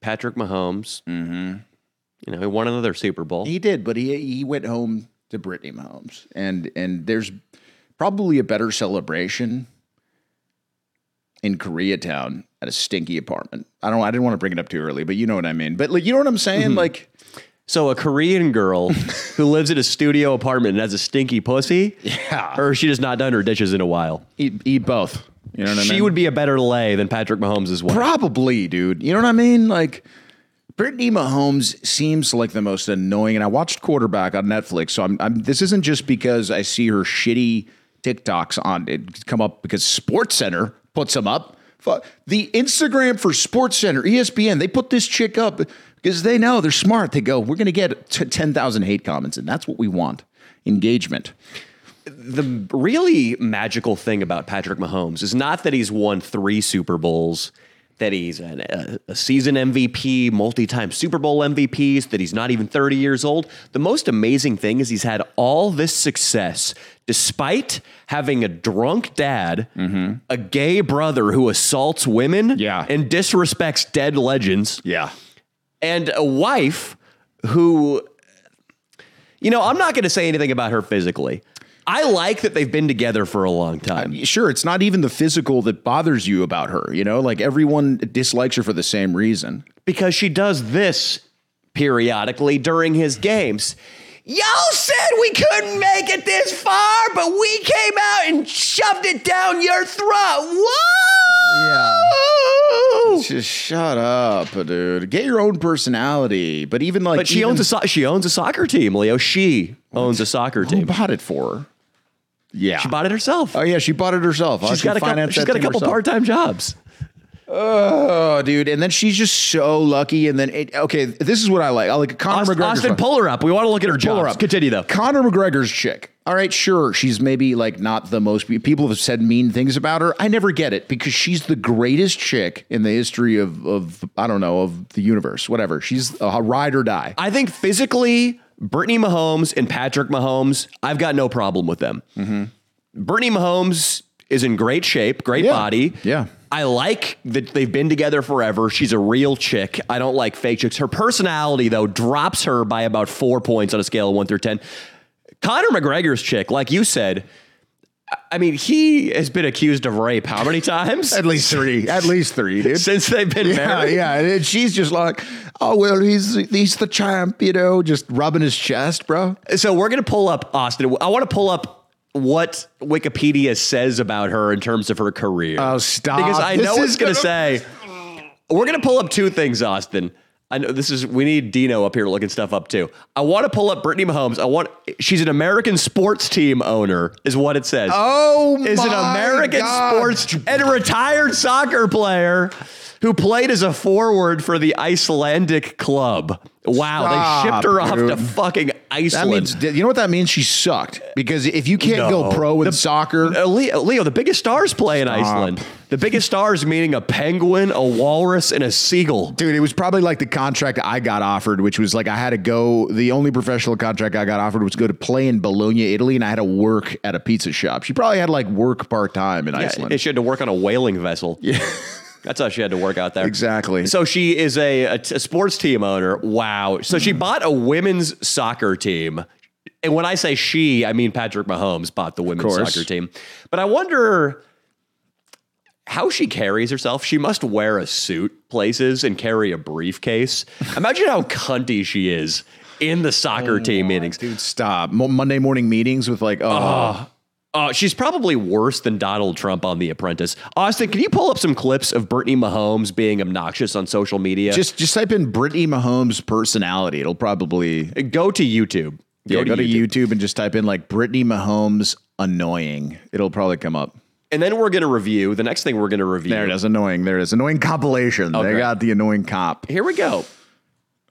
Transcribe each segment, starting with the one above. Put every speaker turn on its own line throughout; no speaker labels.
Patrick Mahomes. Mm-hmm. You know, he won another Super Bowl.
He did, but he he went home to Brittany Mahomes, and and there's probably a better celebration in Koreatown at a stinky apartment. I don't. I didn't want to bring it up too early, but you know what I mean. But like, you know what I'm saying? Like,
so a Korean girl who lives in a studio apartment and has a stinky pussy,
yeah,
or she has not done her dishes in a while.
eat, eat both. You know what I mean?
She would be a better lay than Patrick Mahomes' wife.
Probably, dude. You know what I mean? Like, Brittany Mahomes seems like the most annoying. And I watched quarterback on Netflix, so I'm. I'm this isn't just because I see her shitty TikToks on it come up because Sports Center puts them up. Fuck the Instagram for Sports Center, E ESPN. They put this chick up because they know they're smart. They go, we're going to get t- ten thousand hate comments, and that's what we want: engagement.
the really magical thing about Patrick Mahomes is not that he's won three Super Bowls, that he's an, a, a season MVP, multi time Super Bowl MVPs, that he's not even 30 years old. The most amazing thing is he's had all this success despite having a drunk dad, a gay brother who assaults women
Yeah.
and disrespects dead legends
Yeah,
and a wife who, you know, I'm not going to say anything about her physically. I like that they've been together for a long time.
sure, it's not even the physical that bothers you about her. You know, like everyone dislikes her for the same reason.
because she does this periodically during his games. Y'all said we couldn't make it this far, but we came out and shoved it down your throat. Whoa! Yeah.
Just shut up, dude. Get your own personality. But even like,
But she owns a so- she owns a soccer team, Leo. She owns a soccer
Who
team.
bought it for her? Yeah.
She bought it herself.
Oh yeah, she bought it herself. huh?
She's
She
got a couple,
financed
she's
that
got a
thing
couple
herself.
part time jobs.
Oh, dude, and then she's just so lucky. And then it, okay, this is what I like. I like Conor
Austin,
McGregor.
Austin, pull her up. We want to look at her
Pull
jobs.
her up.
Continue though.
Conor McGregor's chick. All right, sure. She's maybe like not the most. People have said mean things about her. I never get it because she's the greatest chick in the history of of I don't know of the universe. Whatever. She's a ride or die.
I think physically, Brittany Mahomes and Patrick Mahomes, I've got no problem with them.
Mm-hmm.
Brittany Mahomes is in great shape, great
Yeah.
body.
Yeah.
I like that they've been together forever. She's a real chick. I don't like fake chicks. Her personality, though, drops her by about four points on a scale of one through 10. Conor McGregor's chick, like you said, I- I mean, he has been accused of rape how many times
At least three. At least three, dude.
since they've been
Yeah,
married?
yeah. And she's just like, oh well, he's he's the champ, you know, just rubbing his chest, bro.
So we're going to pull up Austin. I want to pull up what Wikipedia says about her in terms of her career.
Oh, stop.
Because I
This
know
is
it's going to
gonna-
say. We're going to pull up two things, Austin. I know this is we need Dino up here looking stuff up too. I want to pull up Brittany Mahomes. I want she's an American sports team owner is what it says.
Oh,
is an
my
American
God.
sports and a retired soccer player who played as a forward for the Icelandic club. Wow,
Stop,
they shipped her
dude.
off to fucking
That
Iceland.
means you know what that means. She sucked because if you can't
No.
go pro in
The-
soccer,
Uh, Leo, Leo, the biggest stars play in Iceland. The biggest stars meaning a penguin, a walrus, and a seagull.
Dude, it was probably like the contract I got offered, which was like I had to go. The only professional contract I got offered was go to play in Bologna, Italy, and I had to work at a pizza shop. She probably had like work part time in Iceland.
Yeah, she had to work on a whaling vessel. Yeah. That's how she had to work out there.
Exactly.
So she is a, a t- a sports team owner. Wow. So
Hmm.
she bought a women's soccer team. And when I say she, I mean Patrick Mahomes bought the women's
course.
soccer team. But I wonder how she carries herself. She must wear a suit places and carry a briefcase. Imagine how cunty she is in the soccer
Oh
team meetings.
Dude, stop. Mo- Monday morning meetings with like, oh,
Uh, she's probably worse than Donald Trump on The Apprentice. Austin, can you pull up some clips of Brittany Mahomes being obnoxious on social media?
just just type in Brittany Mahomes personality. It'll probably
go to YouTube.
yeah, go to YouTube. and just type in like Brittany Mahomes annoying. It'll probably come up.
And then we're going to review. The next thing we're going to review.
There it is. Annoying. There it is. Annoying compilation. They
great.
got the annoying cop.
Here we go.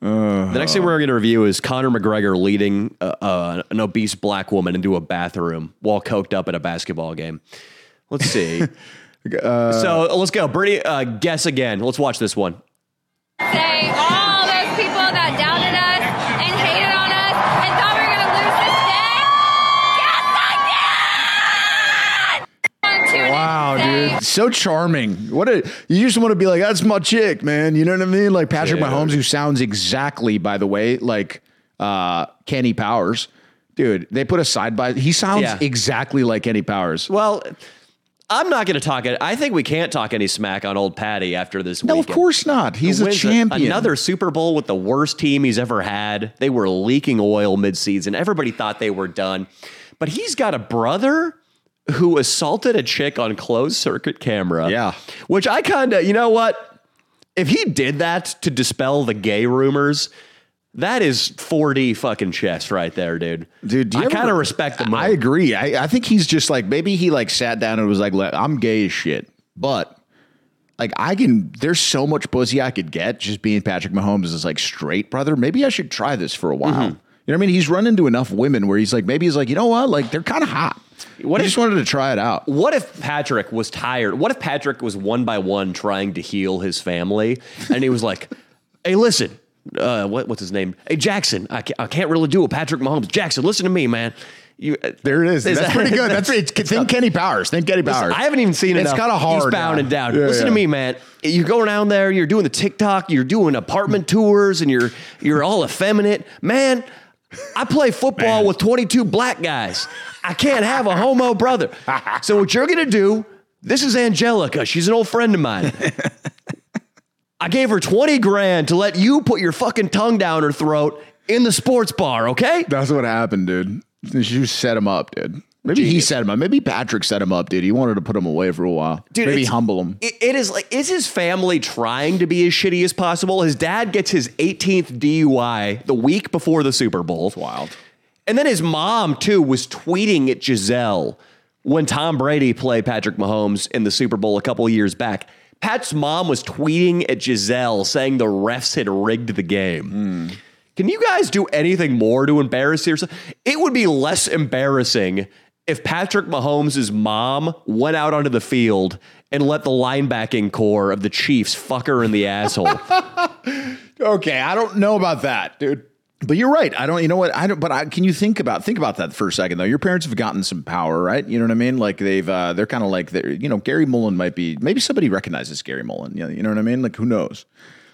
the next thing we're going to review is Conor McGregor leading uh, uh, an obese black woman into a bathroom while coked up at a basketball game. Let's see.
Uh,
so let's go. Brittany, uh, guess again. Let's watch this one.
say all those people that doubted us and hated on us and thought we were going to lose this day. Yes, I did! Or tune in to
Wow,
say
dude. so charming. What a you just want to be like, that's my chick, man. You know what I mean? Like Patrick
Dude.
Mahomes, who sounds exactly, by the way, like uh Kenny Powers. Dude, they put a side by he sounds
Yeah.
exactly like Kenny Powers.
Well, I'm not going to talk it. I think we can't talk any smack on old Patty after this.
No, of
weekend.
course not. He's a
Wins
champion.
another Super Bowl with the worst team he's ever had. They were leaking oil midseason. Everybody thought they were done. But he's got a brother who assaulted a chick on closed circuit camera.
Yeah.
Which I kind of, you know what? If he did that to dispel the gay rumors, that is 4D fucking chess right there, dude.
Dude, do you
I
ever-
kind of respect the move.
I agree. I, I think he's just like maybe he like sat down and was like, "Look, I'm gay as shit, but like I can. There's so much pussy I could get just being Patrick Mahomes is like straight brother. Maybe I should try this for a
Mm-hmm.
while. You know what I mean? He's run into enough women where he's like, maybe he's like, you know what? Like they're kind of hot.
What
What I
if-
just wanted to try it out.
What if Patrick was tired? What if Patrick was one by one trying to heal his family, and he was like, "Hey, listen, uh, what, what's his name? Hey, Jackson. I can't, I can't really do a Patrick Mahomes. Jackson, listen to me, man. You, uh,
There it is.
Is
that's
that-
pretty good. That's pretty. Think Kenny Powers. Think Kenny Powers.
I haven't even seen it.
It's kind of hard.
He's bound
now.
and down.
Yeah,
Listen
yeah.
to me, man. You're going down there. You're doing the TikTok. You're doing apartment tours, and you're you're all effeminate, man. I play football with 22 black guys. I can't have a homo brother. So what you're gonna do? This is Angelica. She's an old friend of mine. I gave her 20 grand to let you put your fucking tongue down her throat in the sports bar. Okay?
That's what happened, dude. You set him up, dude. Maybe he set him up. Maybe Patrick set him up, dude. He wanted to put him away for a while.
Dude,
Maybe
it's-
humble him.
It, it is like is his family trying to be as shitty as possible? His dad gets his 18th DUI the week before the Super Bowl.
Wild.
And then his mom too was tweeting at Giselle when Tom Brady played Patrick Mahomes in the Super Bowl a couple years back. Pat's mom was tweeting at Giselle saying the refs had rigged the game. Can you guys do anything more to embarrass yourself? It would be less embarrassing if Patrick Mahomes' mom went out onto the field and let the linebacking core of the Chiefs fuck her in the asshole.
Um, Okay, I don't know about that, dude. But you're right. I don't. You know what? I don't. But I, can you think about think about that for a second though? Your parents have gotten some power, right? You know what I mean? Like they've uh, they're kind of like they're you know Gary Mullen might be maybe somebody recognizes Gary Mullen. You know, you know what I mean? Like who knows?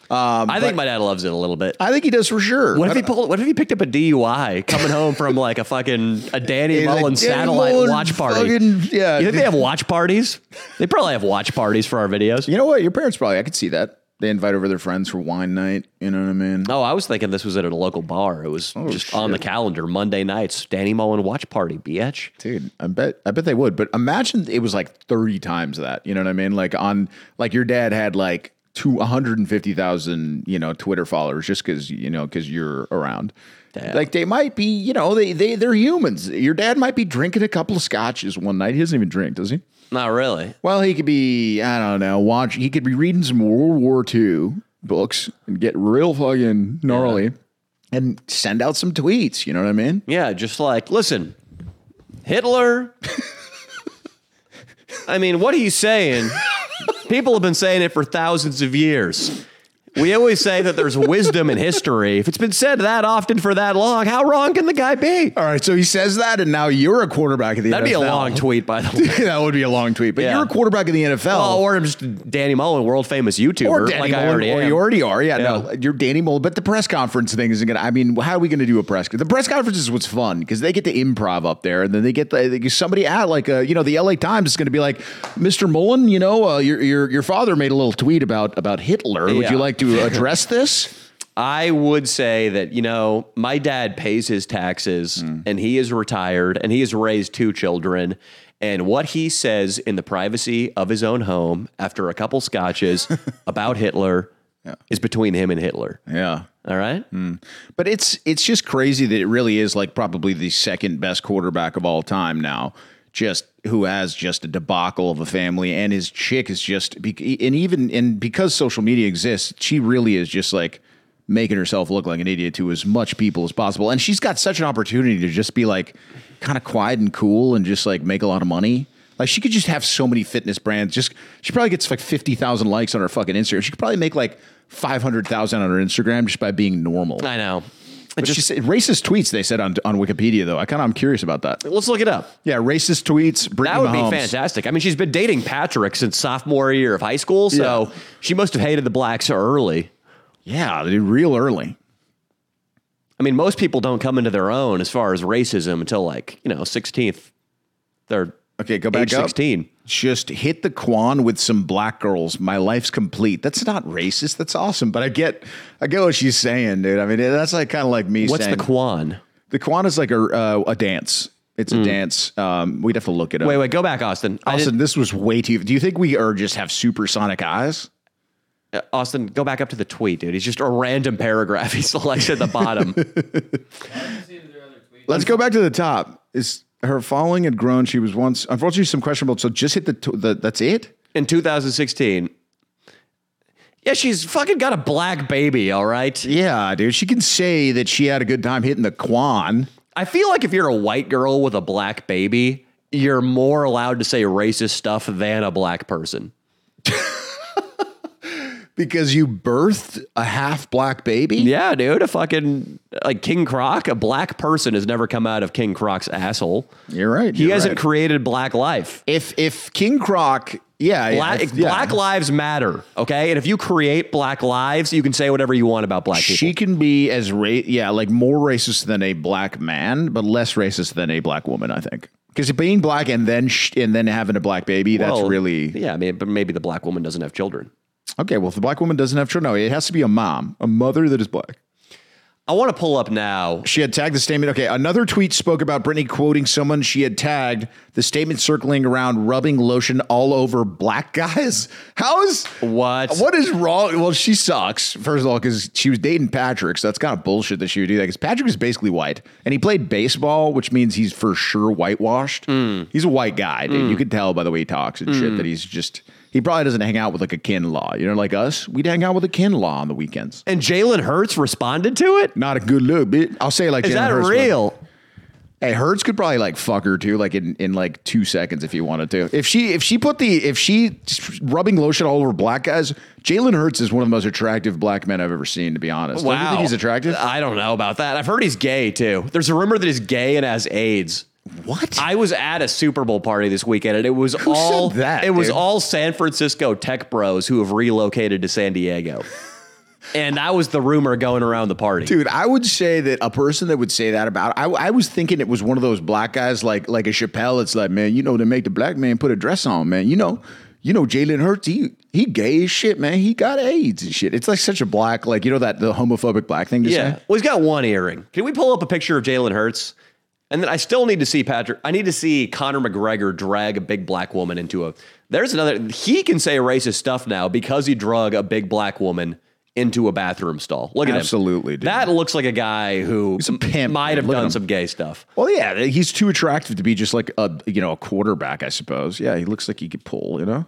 I think my dad loves it a little bit.
I think he does for sure.
What if
I
he
don't-
pulled? What if he picked up a DUI coming home from like a fucking a Danny
He's like,
Mullen
"Danny
satellite
Mullen
watch party?
fucking- yeah.
you think they have watch parties? They probably have watch parties for our videos.
You know what? Your parents probably. I could see that. They invite over their friends for wine night. You know what I mean?
Oh, I was thinking this was at a local bar. It was
Oh,
just on the calendar Monday nights. Danny Mullen watch party, bitch.
Dude, I bet I bet they would. But imagine it was like thirty times that. You know what I mean? Like on like your dad had like two hundred and fifty thousand you know Twitter followers just because you know because you're around.
Damn.
Like they might be you know they they they're humans. Your dad might be drinking a couple of scotches one night. He doesn't even drink, does he?
Not really.
Well, he could be I don't know watch. He could be reading some World War II books and get real fucking gnarly. And send out some tweets, you know what I mean?
Yeah, just like listen, Hitler. I mean, what are you saying? People have been saying it for thousands of years. We always say that there's wisdom in history. If it's been said that often for that long, how wrong can the guy be?
All right, so he says that, and now you're a quarterback of the
That'd be a
NFL.
long tweet, by the way.
that would be a long tweet, but
Yeah.
you're a quarterback of the NFL.
Oh, or I'm just Danny Mullen, world famous YouTuber,
or Danny
like I
Mullen,
already
or
am.
you already are. Yeah,
Yeah.
no, you're Danny Mullen. But the press conference thing isn't gonna. I mean, how are we gonna do a press? The press conference is what's fun because they get to improv up there, and then they get the, they- somebody at like uh, you know the LA Times is gonna be like, Mr. Mullen, you know, uh, your your your father made a little tweet about about Hitler. Would
Yeah.
you like to address this?
I would say that, you know, my dad pays his taxes and he is retired and he has raised two children. And what he says in the privacy of his own home after a couple scotches about Hitler is between him and Hitler.
Yeah.
All right.
But it's it's just crazy that it really is like probably the second best quarterback of all time now. Just who has just a debacle of a family, and his chick is just, bec- and even and because social media exists, she really is just like making herself look like an idiot to as much people as possible. And she's got such an opportunity to just be like kind of quiet and cool, and just like make a lot of money. Like she could just have so many fitness brands. Just she probably gets like fifty thousand likes on her fucking Instagram. She could probably make like five hundred thousand on her Instagram just by being normal.
I know.
But she said racist tweets. They said on on Wikipedia though. I kind of I'm curious about that.
Let's look it up.
Yeah, racist tweets. Brittany
That would
Mahomes.
be fantastic. I mean, she's been dating Patrick since sophomore year of high school, so
Yeah.
she must have hated the blacks early.
Yeah, dude, real early.
I mean, most people don't come into their own as far as racism until like you know sixteenth, third.
Okay, go back
age
up.
sixteen.
Just hit the Quan with some black girls. My life's complete. That's not racist. That's awesome. But I get, I get what she's saying, dude. I mean, that's like kind of like me
What's
saying
the Quan?
The Quan is like a uh, a dance. It's a dance. Um, we'd have to look it up.
Mm. Wait, wait, go back, Austin. I
Austin,
didn't-
this was way too. Do you think we are just have supersonic eyes?
uh, Austin, go back up to the tweet, dude. It's just a random paragraph he selects at the bottom.
Let's go back to the top. Is her following had grown? She was once unfortunately some questionable. So just hit the, t- the that's it.
in 2016. Yeah, she's fucking got a black baby, all right?
Yeah, dude. She can say that she had a good time hitting the Quan.
I feel like if you're a white girl with a black baby, you're more allowed to say racist stuff than a black person.
Because you birthed a half black baby?
Yeah, dude, a fucking like King Croc, a black person has never come out of King Croc's asshole.
You're right.
He
you're
hasn't
right.
created black life.
if if King Croc, yeah, yeah,
Black,
if- yeah.
black lives matter, okay? And if you create black lives, you can say whatever you want about black people.
She can be as ra- yeah, like more racist than a black man, but less racist than a black woman, I think. Because being black and then sh- and then having a black baby,
Well,
that's really
Yeah, I mean, but maybe the black woman doesn't have children.
okay. Well, if the black woman doesn't have children, no, it has to be a mom, a mother that is black.
I want to pull up now
She had tagged the statement. Okay, another tweet spoke about Britney quoting someone she had tagged. The statement circling around rubbing lotion all over black guys. How is
What?
What is wrong? Well, she sucks. First of all, because she was dating Patrick, so that's kind of bullshit that she would do that. Because Patrick is basically white, and he played baseball, which means he's for sure whitewashed.
Mm.
He's a white guy, dude. You could tell by the way he talks and shit that he's just. He probably doesn't hang out with like a kin law, you know, like us. We'd hang out with a kin law on the weekends.
And Jalen Hurts responded to it?
Not a good look, bitch. I'll say it like
Is
Jalen
that
Hurts would.
real?
Hey, Hertz could probably like fuck her too, like in, in like two seconds if he wanted to. If she if she put the if she rubbing lotion all over black guys, Jalen Hurts is one of the most attractive black men I've ever seen. To be honest, Don't you think he's attractive?
I don't know about that. I've heard he's gay too. There's a rumor that he's gay and has AIDS.
what?
I was at a Super Bowl party this weekend, and it was
Who said
all
that,
It was
dude?
all San Francisco tech bros who have relocated to San Diego, and that was the rumor going around the party.
Dude, I would say that a person that would say that about I, I was thinking it was one of those black guys like like a Chappelle. It's like, man, you know, to make the black man put a dress on, man. You know, you know, Jalen Hurts, he he gay as shit, man. He got AIDS and shit. It's like such a black, like you know that the homophobic black thing to
yeah,
say.
well, he's got one earring. Can we pull up a picture of Jalen Hurts? And then I still need to see Patrick. I need to see Conor McGregor drag a big black woman into a. There's another. He can say racist stuff now because he drug a big black woman into a bathroom stall. Look at
Absolutely,
him.
dude.
That looks like a guy who
a pimp,
might
dude.
have
Look at
done
him.
some gay stuff.
Well, yeah, he's too attractive to be just like a you know a quarterback, I suppose. Yeah, he looks like he could pull, you know,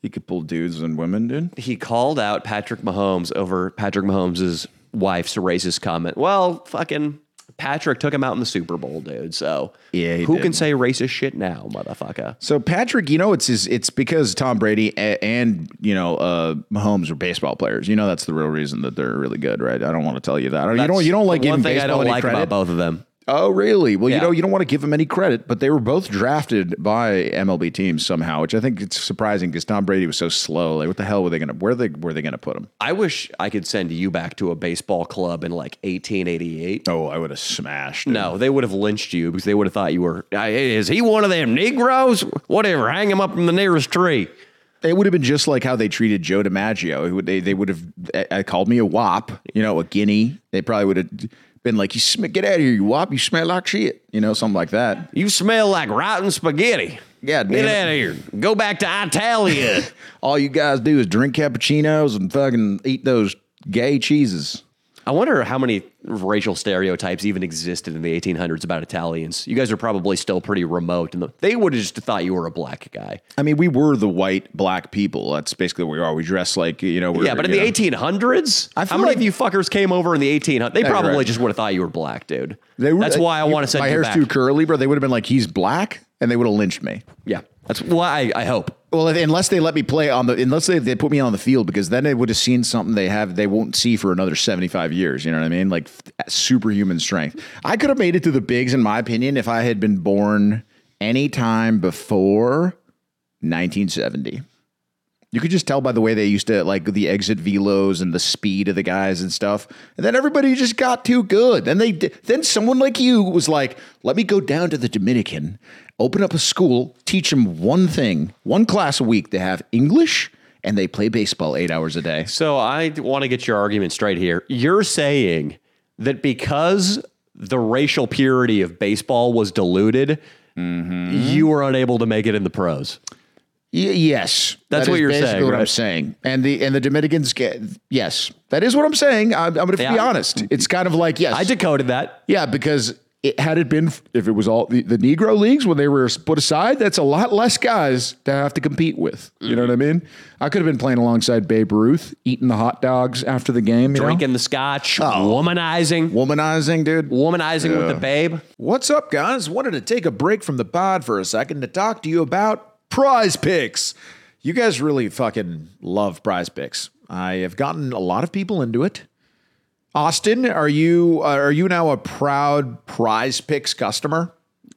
he could pull dudes and women, dude.
He called out Patrick Mahomes over Patrick Mahomes' wife's racist comment. Well, fucking Patrick took him out in the Super Bowl, dude. So
Yeah, he
who
did.
can say racist shit now, motherfucker?
So Patrick, you know, it's his, it's because Tom Brady a- and you know uh, Mahomes are baseball players. You know, that's the real reason that they're really good, right? I don't want to tell you that. you don't you don't like
one
giving
thing
baseball
I don't
any
like
credit.
about both of them.
Oh, really? Well,
Yeah.
you know, you don't want to give them any credit, but they were both drafted by MLB teams somehow, which I think it's surprising because Tom Brady was so slow. Like, what the hell were they gonna? Where they were they gonna put him?
I wish I could send you back to a baseball club in like 1888.
Oh, I would have smashed. him.
No, they would have lynched you because they would have thought you were. "Uh, Is he one of them Negroes? Whatever, hang him up from the nearest tree.
It would have been just like how they treated Joe DiMaggio. It would- They, they would have uh, called me a wop, you know, a guinea. They probably would have been like, "You sm- get out of here, you wop. You smell like shit," you know, something like that.
You smell like rotten spaghetti.
Yeah,
get
damn it.
out of here. Go back to Italia.
All you guys do is drink cappuccinos and fucking eat those gay cheeses.
I wonder how many racial stereotypes even existed in the 1800s about Italians. You guys are probably still pretty remote, and they would have just thought you were a black guy.
I mean, we were the white black people. That's basically what we are. We dress like you know. We're,
Yeah, but in
you
the
know.
1800s,
I
how
feel
many
like-
of you fuckers came over in the 1800s? They
you're
probably
right.
just would have thought you were black, dude.
They would-
that's why I
you-
want to send
my
you
hair's
back.
too curly, bro. They would have been like, "He's black," and they would have lynched me.
yeah, that's why I, I hope.
Well, if- unless they let me play on the, unless they, they put me on the field, because then they would have seen something they have they won't see for another seventy five years. You know what I mean? Like f- superhuman strength. I could have made it to the bigs, in my opinion, if I had been born any time before nineteen seventy. You could just tell by the way they used to like the exit velos and the speed of the guys and stuff. And then everybody just got too good. Then they di- then someone like you was like, "Let me go down to the Dominican, open up a school, teach them one thing, one class a week. They have English and they play baseball 8 hours a day."
So I want to get your argument straight here. You're saying that because the racial purity of baseball was diluted,
Mm-hmm.
you were unable to make it in the pros.
Y- yes,
That's
That
what
is
you're
basically
saying,
What I'm
right?
saying, and the and the Dominicans get yes, that is what I'm saying. I'm, I'm going to be
Yeah.
honest. It's kind of like yes,
I decoded that.
Yeah, because it, had it been if it was all the, the Negro leagues when they were put aside, that's a lot less guys to have to compete with. You know what I mean? I could have been playing alongside Babe Ruth, eating the hot dogs after the game, you know?
Drinking the
Oh.
scotch, womanizing,
womanizing, dude.
womanizing with the babe.
What's up, guys? Wanted to take a break from the pod for a second to talk to you about prize picks. You guys really fucking love prize picks. I have gotten a lot of people into it. Austin, are you uh, are you now a proud prize picks customer?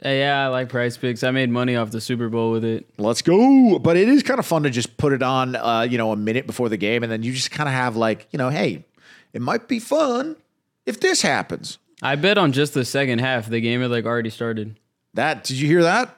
Uh, yeah, I like Price Picks. I made money off the Super Bowl with it.
Let's go. But it is kind of fun to just put it on, uh, you know, a minute before the game. And then you just kind of have like, you know, hey, it might be fun if this happens.
I bet on just the second half. The game had like already started.
That, did you hear that?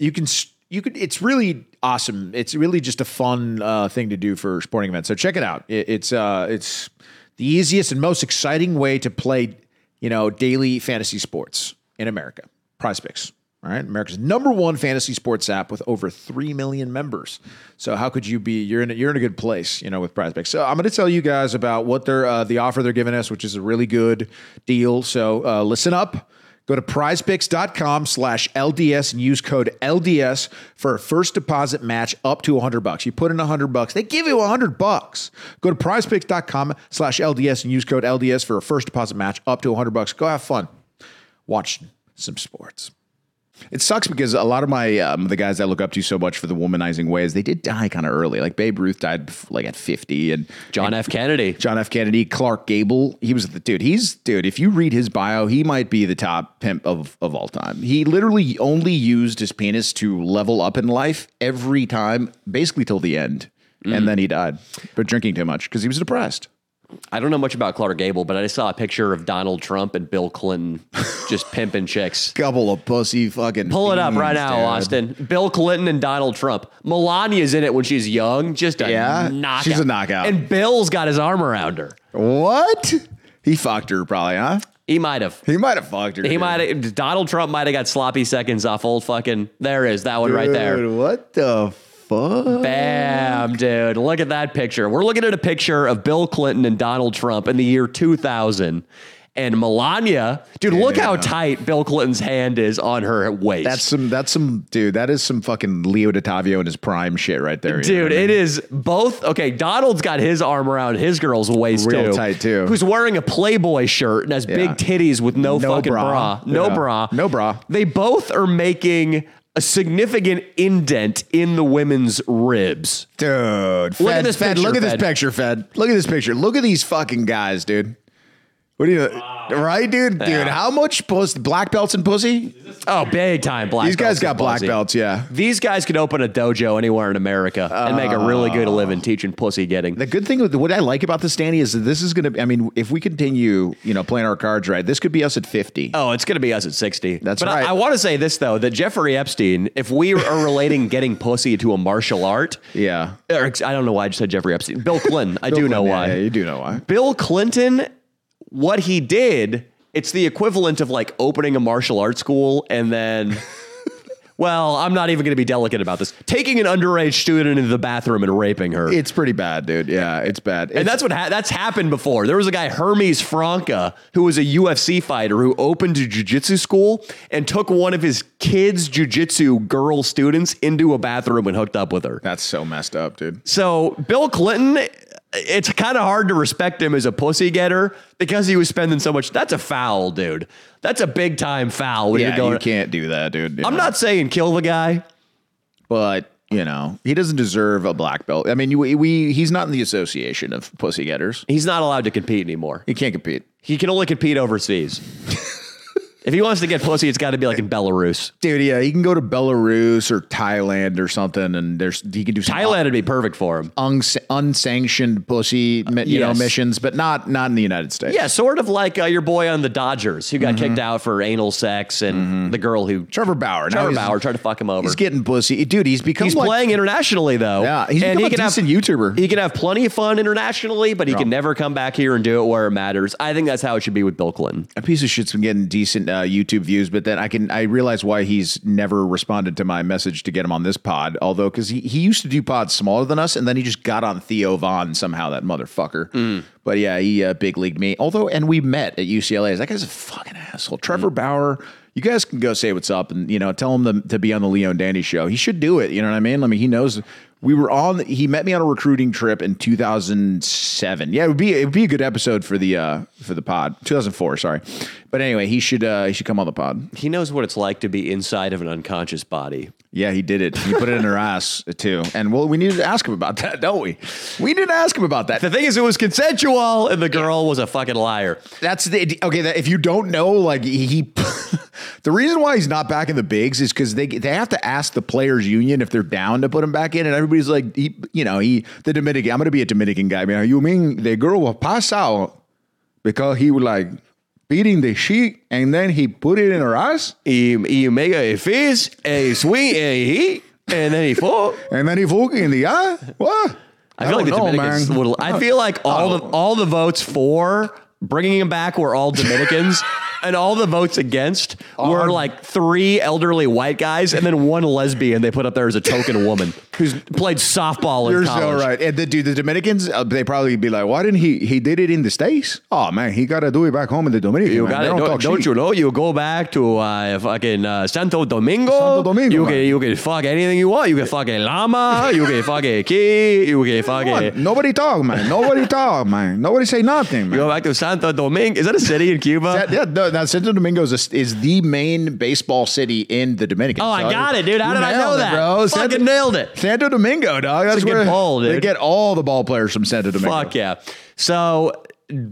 You can, s- you could, it's really awesome. It's really just a fun uh, thing to do for sporting events. So check it out. It, it's, uh, it's the easiest and most exciting way to play, you know, daily fantasy sports in America. Prize picks. All right, America's number one fantasy sports app with over three million members. So how could you be? You're in a, you're in a good place, you know, with Prize Picks. So I'm going to tell you guys about what they're uh, the offer they're giving us, which is a really good deal. So uh, listen up. Go to prizepicks.com slash LDS and use code LDS for a first deposit match up to 100 bucks. You put in 100 bucks, they give you 100 bucks. Go to prizepicks.com slash LDS and use code LDS for a first deposit match up to 100 bucks. Go have fun. Watch some sports.
It sucks because a lot of my um, the guys I look up to so much for the womanizing ways, they did die kind of early. Like Babe Ruth died bef- like at fifty, and
John F. Kennedy.
John F. Kennedy, Clark Gable, he was the dude. He's dude. If you read his bio, he might be the top pimp of of all time. He literally only used his penis to level up in life every time, basically till the end, and then he died. But drinking too much because he was depressed.
I don't know much about Clark Gable, but I just saw a picture of Donald Trump and Bill Clinton just pimping chicks.
Couple of pussy fucking.
Pull it up right
fiends,
now,
dude.
Austin. Bill Clinton and Donald Trump. Melania's in it when she's young, just a
Yeah,
knockout.
she's a knockout.
And Bill's got his arm around her.
What? He fucked her probably, huh?
He might have.
He might have fucked her.
He
dude.
might have. Donald Trump might have got sloppy seconds off old fucking. There is that one right there.
Dude, what the fuck?
Bam, dude. Look at that picture. We're looking at a picture of Bill Clinton and Donald Trump in the year 2000. And Melania, dude, look how
Yeah.
tight Bill Clinton's hand is on her waist.
That's some. That's some dude. That is some fucking Leo DiTavio in his prime shit right there, you know
Dude,
what I mean?
it is both. Okay, Donald's got his arm around his girl's waist
Real
too,
tight, too.
Who's wearing a Playboy shirt and has big titties with no,
No
fucking
bra.
bra, no
Yeah.
bra,
No bra.
They both are making a significant indent in the women's ribs.
dude. Fed,
Look at this
Fed,
picture,
Look at
Fed.
this picture, Fed. Look at this picture. Look at these fucking guys, dude. What do you? Right, dude. Dude, how much puss, black belts and pussy?
Oh, big time black.
These guys
belts
got
in
black
Aussie.
belts. Yeah.
These guys could open a dojo anywhere in America and make a really good living teaching pussy getting.
Ah. The good thing, with what I like about this, Danny, is that this is going to. I mean, if we continue, you know, playing our cards right, this could be us at fifty.
Oh, it's going to be us at 60.
That's
but
right.
I, I want to say this, though, that Jeffrey Epstein, if we are relating getting pussy to a martial art,
Yeah.
or ex- I don't know why I just said Jeffrey Epstein. Bill Clinton. I do know
Yeah,
why.
Yeah, you do know why.
Bill Clinton, what he did, it's the equivalent of like opening a martial arts school and then. Well, I'm not even going to be delicate about this. Taking an underage student into the bathroom and raping her.
It's pretty bad, dude. Yeah, it's bad.
And
It's-
that's what ha- that's happened before. There was a guy Hermes Franca who was a UFC fighter who opened a jiu-jitsu school and took one of his kids jiu-jitsu girl students into a bathroom and hooked up with her.
that's so messed up, dude.
So, Bill Clinton it's kind of hard to respect him as a pussy getter because he was spending so much. That's a foul, dude. That's a big time foul when
Yeah,
you're going.
you can't do that, dude.
I'm not saying kill the guy.
but You know, he doesn't deserve a black belt. I mean, we, we he's not in the association of pussy getters.
He's not allowed to compete anymore.
He can't compete.
He can only compete overseas. if he wants to get pussy, it's got to be like in Belarus.
Dude, yeah, he can go to Belarus or Thailand or something, and there's he can do some
Thailand would be perfect for him.
uns- unsanctioned pussy, mi- you
yes.
know, missions, but not not in the United States.
Yeah, sort of like uh, your boy on the Dodgers who got
Mm-hmm.
kicked out for anal sex and the girl who
Trevor Bauer. now
Trevor
he's-
Bauer tried to fuck him over.
He's getting pussy, dude. He's become
He's
like-
playing internationally though.
Yeah, he's become a decent YouTuber.
He can have plenty of fun internationally, but he can never come back here and do it where it matters. I think that's how it should be with Bill Clinton.
a piece of shit's been getting decent uh, YouTube views, but then I can I realize why he's never responded to my message to get him on this pod. Although, because he, he used to do pods smaller than us, and then he just got on Theo Vaughn somehow. That motherfucker. But yeah, he uh, big leagued me. Although, and we met at UCLA. That guy's a fucking asshole. Trevor Bauer. You guys can go say what's up, and you know, tell him to, to be on the Leo and Dandy show. He should do it. You know what I mean? I mean, he knows. We were on. He met me on a recruiting trip in 2007. Yeah, it would be it would be a good episode for the uh for the pod. 2004, sorry. But anyway, he should uh he should come on the pod.
He knows what it's like to be inside of an unconscious body.
Yeah, he did it. He put it in her ass too. And well, we need to ask him about that, don't we? We need to ask him about that.
The thing is, it was consensual, and the girl was a fucking liar.
That's the okay. That if you don't know, like he, he- the reason why he's not back in the bigs is because they they have to ask the players union if they're down to put him back in, and everybody's like, he, you know, he the Dominican. I'm gonna be a Dominican guy, man. You mean the girl will pass out because he was like beating the sheet, and then he put it in her ass,
He, he make a fizz, a swing, a heat, and then he fall.
and then he fucked in the eye. What?
I feel like the
don't know,
Dominicans
Oh, man. Oh.
would. I feel like all the all the votes for bringing him back were all Dominicans, and all the votes against were
Um,
like three elderly white guys and then one lesbian. They put up there as a token woman who's played softball in
You're so
college.
right. And the dude, the Dominicans, uh, they probably be like, why didn't he? He did it in the states. Oh man, he got to do it back home in the Dominican.
You
man.
got
They
it. Don't,
talk
don't
shit.
you know? You go back to uh, fucking uh, Santo Domingo.
Santo Domingo,
You can
man.
you can fuck anything you want. You can fuck a llama. you can fuck a key. You can fuck
Come
a.
on, Nobody talk, man. Nobody talk, man. Nobody say nothing,
You
man.
go back to Santo Domingo. Is that a city in Cuba?
That, yeah, no, now Santo Domingo is, a- is the main baseball city in the Dominican.
Oh, I
So-
got it, dude. How
You
did I know
nailed it,
that?
Bro.
Fucking
Santo,
nailed it.
Santo Domingo, dog. That's
a good
where
ball,
they
dude.
get all the ball players from Santo Domingo.
Fuck yeah. So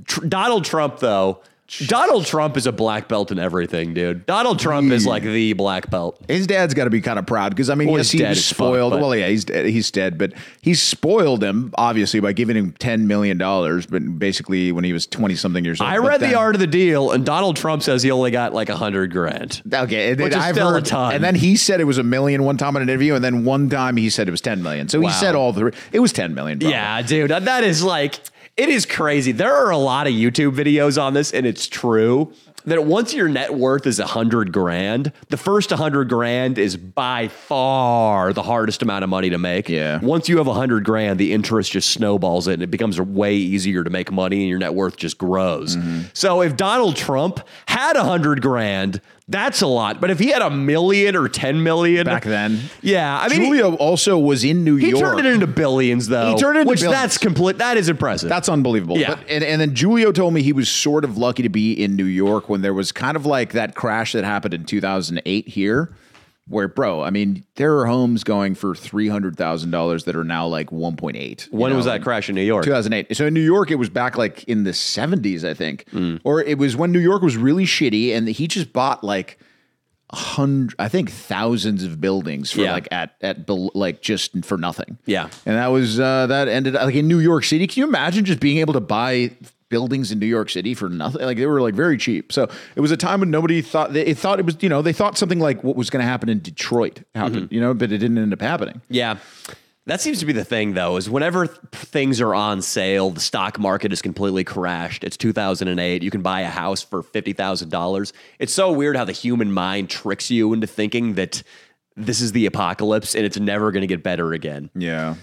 tr- Donald Trump though, Donald Trump is a black belt in everything, dude. Donald Trump is like the black belt.
His dad's got to be kind of proud because I mean,
Well,
yes,
he's
he
dead
was
as fuck,
spoiled.
but-
well, yeah, he's dead, he's dead, but he spoiled him obviously by giving him ten million dollars. But basically, when he was twenty something years old,
I
But
read
then-
the art of the deal, and Donald Trump says he only got like a hundred grand.
Okay, and
Which
then
is
I've
still a
heard,
ton.
and then he said it was a million one time in an interview, and then one time he said it was ten million. So
Wow.
he said all the it was ten million. probably.
Yeah, dude, that- that is like it is crazy. There are a lot of YouTube videos on this, and it's true that once your net worth is a hundred grand, the first hundred grand is by far the hardest amount of money to make.
Yeah.
Once you have a hundred grand, the interest just snowballs it, and it becomes way easier to make money, and your net worth just grows.
Mm-hmm.
So if Donald Trump had a hundred grand, that's a lot. But if he had a million or ten million
back then.
yeah, I mean, he-
Julio also was in New
he
York.
turned it into billions, though.
He turned it into
which
billions.
that's complete. That is impressive.
That's unbelievable.
Yeah.
But, and, and then Julio told me he was sort of lucky to be in New York when there was kind of like that crash that happened in 2008 here, where, bro, I mean, there are homes going for $300,000 that are now like 1.8. you
when was
know?
that crash in New York?
2008. So in New York, it was back like in the 70s, I think,
Mm.
or it was when New York was really shitty, and he just bought like a hundred, I think, thousands of buildings for
Yeah.
like at at bel- like just for nothing.
Yeah.
and that was uh, that ended like in New York City. Can you imagine just being able to buy? Buildings in New York City for nothing, like they were like very cheap. So it was a time when nobody thought they thought it was, you know, they thought something like what was going to happen in Detroit happened,
Mm-hmm.
you know, but it didn't end up happening.
Yeah. That seems to be the thing, though, is whenever th- things are on sale, the stock market is completely crashed. It's 2008. You can buy a house for $50,000. It's so weird how the human mind tricks you into thinking that this is the apocalypse and it's never going to get better again.
Yeah,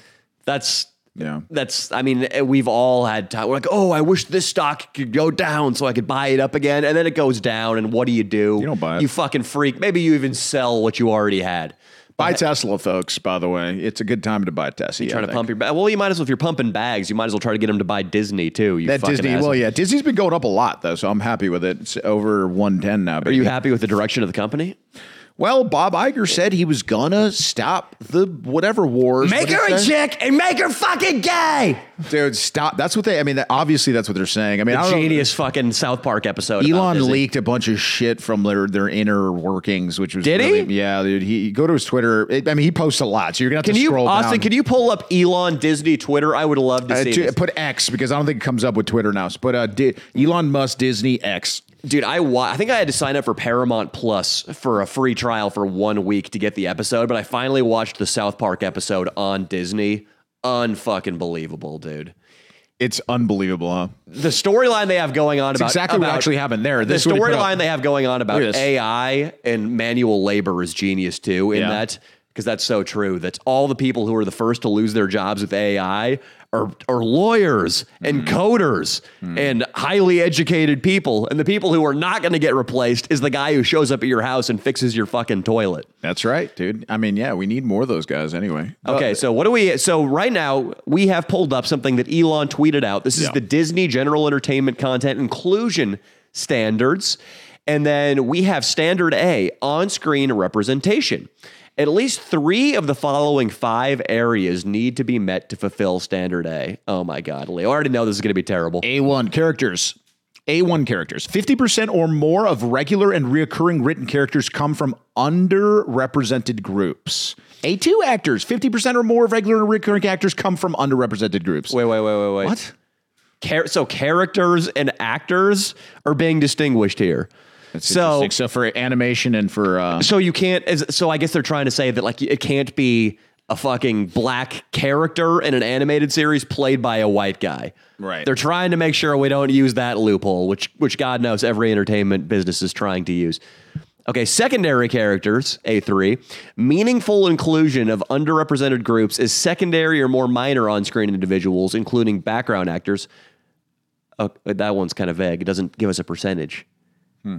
That's
yeah.
that's i mean eh, we've all had time we're like oh i wish this stock could go down so i could buy it up again and then it goes down and what do you do you
don't buy it.
you fucking freak maybe you even sell what you already had
Buy Tesla, folks. By the way, it's a good time to buy Tesla.
trying to pump your ba- well you might as well if you're pumping bags you might as well try to get them to buy disney too you
that
fucking
Disney.
asshole.
Well, yeah, Disney's been going up a lot though, so I'm happy with it. It's over 110 now.
are you happy with the direction of the company
Well, Bob Iger said he was gonna stop the whatever wars.
Make
What
her
did
a
he say?
chick and make her fucking gay.
dude. Stop. That's what they. I mean, that, obviously that's what they're saying. I mean, I don't know-
Genius fucking South Park episode. about
Elon
Disney.
leaked a bunch of shit from their, their inner workings, which was
Did he?
really- Yeah, dude. He go to his Twitter. It- I mean, he posts a lot, so you're gonna have
Can
to
you,
scroll
Austin?
down.
Can you pull up Elon Disney Twitter? I would love to
Uh,
see.
to-
this.
put X because I don't think it comes up with Twitter now. But uh, Di- Elon Musk Disney X.
Dude, I wa- I think I had to sign up for Paramount Plus for a free trial for one week to get the episode, but I finally watched the South Park episode on Disney. Unfucking believable, dude.
It's unbelievable, huh?
The storyline they have going on about
exactly what
about-
actually happened there. This is
the
what he put up.
storyline they have going on about
Look at this.
AI and manual labor is genius too. In
Yeah.
that, because that's so true. That's all the people who are the first to lose their jobs with AI are are lawyers
Mm.
and coders and highly educated people. And the people who are not going to get replaced is the guy who shows up at your house and fixes your fucking toilet.
That's right, dude. I mean, yeah, we need more of those guys anyway.
Okay, so what do we? So right now we have pulled up something that Elon tweeted out. This is
Yeah.
the Disney General Entertainment Content Inclusion Standards, and then we have Standard A on-screen representation. At least three of the following five areas need to be met to fulfill Standard A. Oh my God, Leo! I already know this is going to be terrible.
A1 characters. A1 characters. 50% or more of regular and reoccurring written characters come from underrepresented groups. A2 actors. 50% or more of regular and recurring actors come from underrepresented groups.
Wait, wait, wait, wait, wait.
What?
Char- so characters and actors are being distinguished here. so
Interesting. so for animation and for uh,
So you can't. As, so I guess they're trying to say that like it can't be a fucking black character in an animated series played by a white guy.
Right.
They're trying to make sure we don't use that loophole, which which God knows every entertainment business is trying to use. Okay, secondary characters, A3. Meaningful inclusion of underrepresented groups is secondary or more minor on screen individuals, including background actors. Oh, that one's kind of vague. It doesn't give us a percentage.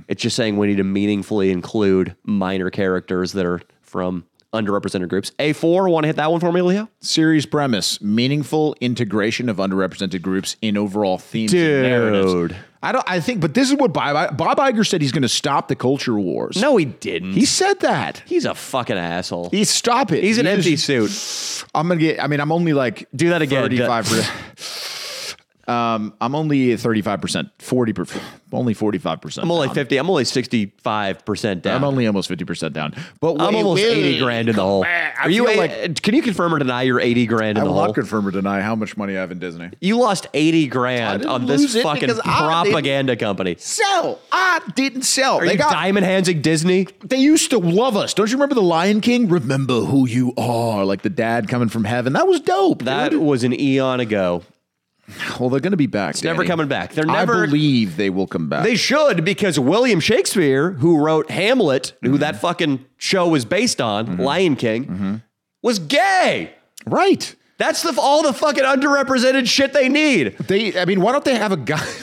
It's just saying we need to meaningfully include minor characters that are from underrepresented groups. A4, want to hit that one for me, Leo?
series premise, meaningful integration of underrepresented groups in overall themes and narratives.
Dude.
I don't I think but this is what Bob Bob Iger said he's going to stop the culture wars.
No, he didn't.
He said that.
he's a fucking asshole.
He stop it.
He's an
He
empty
is-
suit.
I'm gonna get. I mean, I'm only like
Do that again.
35. um, I'm only 35 percent, 40 percent, only 45 percent.
I'm only 50. I'm only 65% down.
I'm only almost 50 percent down. But
I'm
we
almost
will-
80 grand in the hole.
I
Are you
feel
a-
like-
can you confirm or deny you're 80 grand in
I
the
will
hole?
not confirm or deny how much money I have in Disney.
you lost 80 grand
didn't
on this
lose it
fucking
because I didn't-
propaganda company.
Sell. I didn't sell.
Are
they
you
got.
diamond handsing Disney?
They used to love us. Don't you remember the Lion King? Remember who you are. Like the dad coming from heaven. That was dope.
That
dude.
was an eon ago.
well, they're gonna be back. It's
never coming back. They're
I
never-
believe they will come back.
They should because William Shakespeare, who wrote Hamlet,
Mm-hmm.
who that fucking show was based on, Lion King, was gay.
right.
That's the all the fucking underrepresented shit they need.
They, I mean, why don't they have a guy?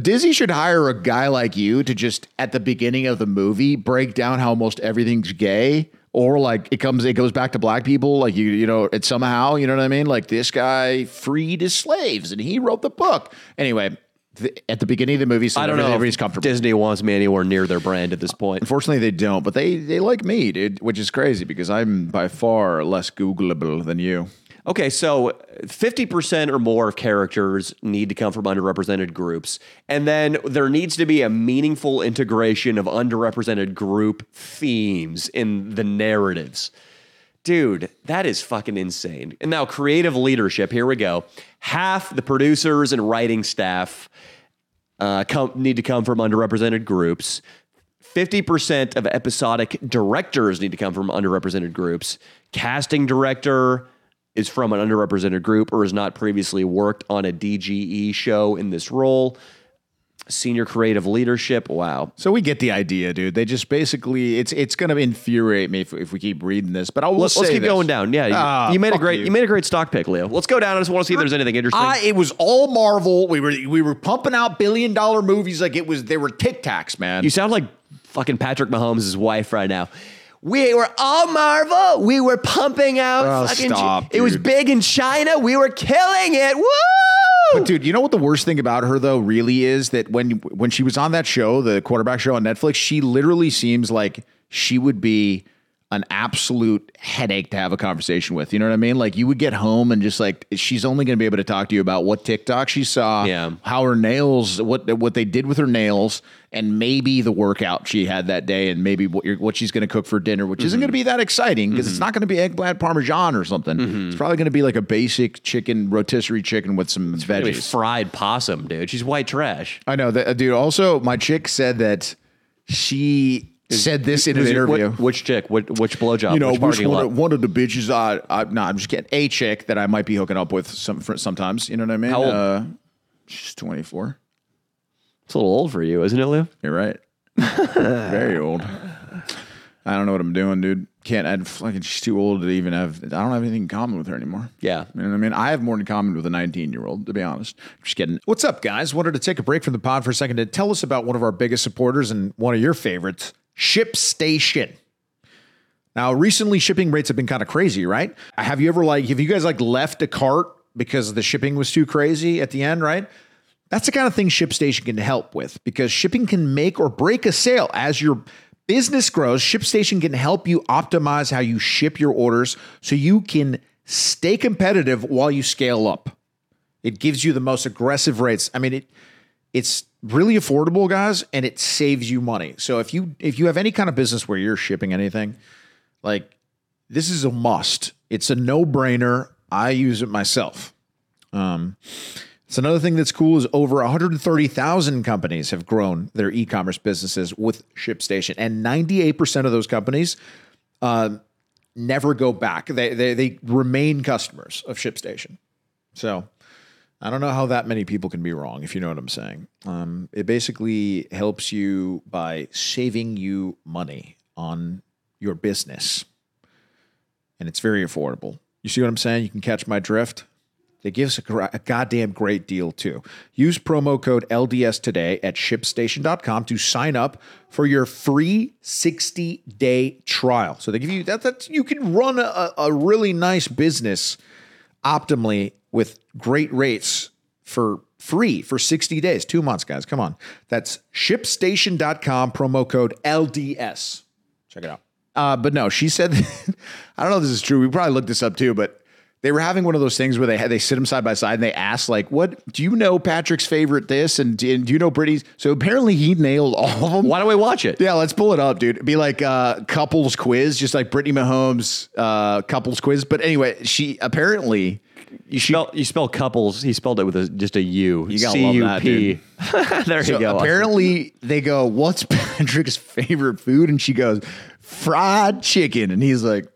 Disney should hire a guy like you to just at the beginning of the movie break down how almost everything's gay, or like it comes, it goes back to black people. Like you, you know, it somehow, you know what I mean? Like this guy freed his slaves and he wrote the book. Anyway, th- at the beginning of the movie, so
I don't know.
everybody's
if
comfortable.
Disney wants me anywhere near their brand at this point.
Unfortunately, they don't, but they they like me, dude, which is crazy because I'm by far less Googleable than you.
Okay, so 50% or more of characters need to come from underrepresented groups. And then there needs to be a meaningful integration of underrepresented group themes in the narratives. Dude, that is fucking insane. And now, creative leadership here we go. Half the producers and writing staff uh, come, need to come from underrepresented groups. 50% of episodic directors need to come from underrepresented groups. Casting director is from an underrepresented group or has not previously worked on a DGE show in this role. Senior creative leadership. Wow.
So we get the idea, dude. They just basically it's it's gonna infuriate me if, if we keep reading this. But I will
Let's,
say
let's keep
this.
going down. Yeah, you,
Ah,
you made a
fuck
great
you.
you. made a great stock pick, Leo. Let's go down. I just want to see if there's anything interesting.
I, it was all Marvel. We were we were pumping out billion dollar movies like it was they were Tic Tacs, man.
You sound like fucking Patrick Mahomes' wife right now. We were all Marvel. We were pumping out
Oh,
fucking.
stop,
it was
dude.
big in China. We were killing it. Woo!
But dude, you know what the worst thing about her though really is that when when she was on that show, the quarterback show on Netflix, she literally seems like she would be an absolute headache to have a conversation with. You know what I mean? Like you would get home and just like she's only going to be able to talk to you about what TikTok she saw,
Yeah.
how her nails, what what they did with her nails, and maybe the workout she had that day, and maybe what you're, what she's going to cook for dinner, which isn't going to be that exciting because it's not going to be eggplant parmesan or something. It's probably going to be like a basic chicken rotisserie chicken with some
I mean,
veggies.
fried possum, dude. She's white trash.
I know that, uh, dude. Also, my chick said that she
Said this in an
Is it-
interview.
What, which chick? What, which blowjob?
you know,
which
which
parking
one
lot?
of, one of the bitches I, I no, I'm just kidding. A chick that I might be hooking up with some for, sometimes. You know what I mean?
How old?
Uh, she's 24.
It's a little old for you, isn't it, Liv?
You're right. Very old. I don't know what I'm doing, dude. Can't. I fucking. She's too old to even have. I don't have anything in common with her anymore.
Yeah.
You know what I mean? I have more in common with a 19 year old, to be honest. Just kidding.
What's up, guys? Wanted to take a break from the pod for a second to tell us about one of our biggest supporters and one of your favorites, ShipStation. Now, recently shipping rates have been kind of crazy, right? Have you ever like have you guys like left a cart because the shipping was too crazy at the end, right? That's the kind of thing ShipStation can help with because shipping can make or break a sale as your business grows. ShipStation can help you optimize how you ship your orders so you can stay competitive while you scale up. It gives you the most aggressive rates. I mean, it it's really affordable, guys, and it saves you money. So if you if you have any kind of business where you're shipping anything, like this is a must. It's a no brainer. I use it myself. Um, it's another thing that's cool is over 130,000 companies have grown their e-commerce businesses with ShipStation, and 98% of those companies um, never go back. They, they they remain customers of ShipStation. So I don't know how that many people can be wrong, if you know what I'm saying. Um, it basically helps you by saving you money on your business. And it's very affordable. You see what I'm saying? You can catch my drift. They give us a, gra- a goddamn great deal, too. Use promo code LDS today at shipstation.com to sign up for your free 60 day trial. So they give you that, that you can run a, a really nice business optimally with great rates for free for 60 days, two months, guys. Come on. That's shipstation.com, promo code LDS. Check it out.
Uh, but no, she said, I don't know if this is true. We probably looked this up too, but they were having one of those things where they had, they sit them side by side and they asked like, "What do you know Patrick's favorite this and, do- and do you know Brittany's?" So apparently he nailed all of them.
Why do we watch it?
Yeah, let's pull it up, dude. It'd be like uh, couples quiz, just like Brittany Mahomes uh, couples quiz. But anyway, she apparently
You spell you spell couples. He spelled it with a, just a U. You
gotta love that, dude.
there you
so
go.
apparently they go, "What's Patrick's favorite food?" And she goes, "Fried chicken." And he's like,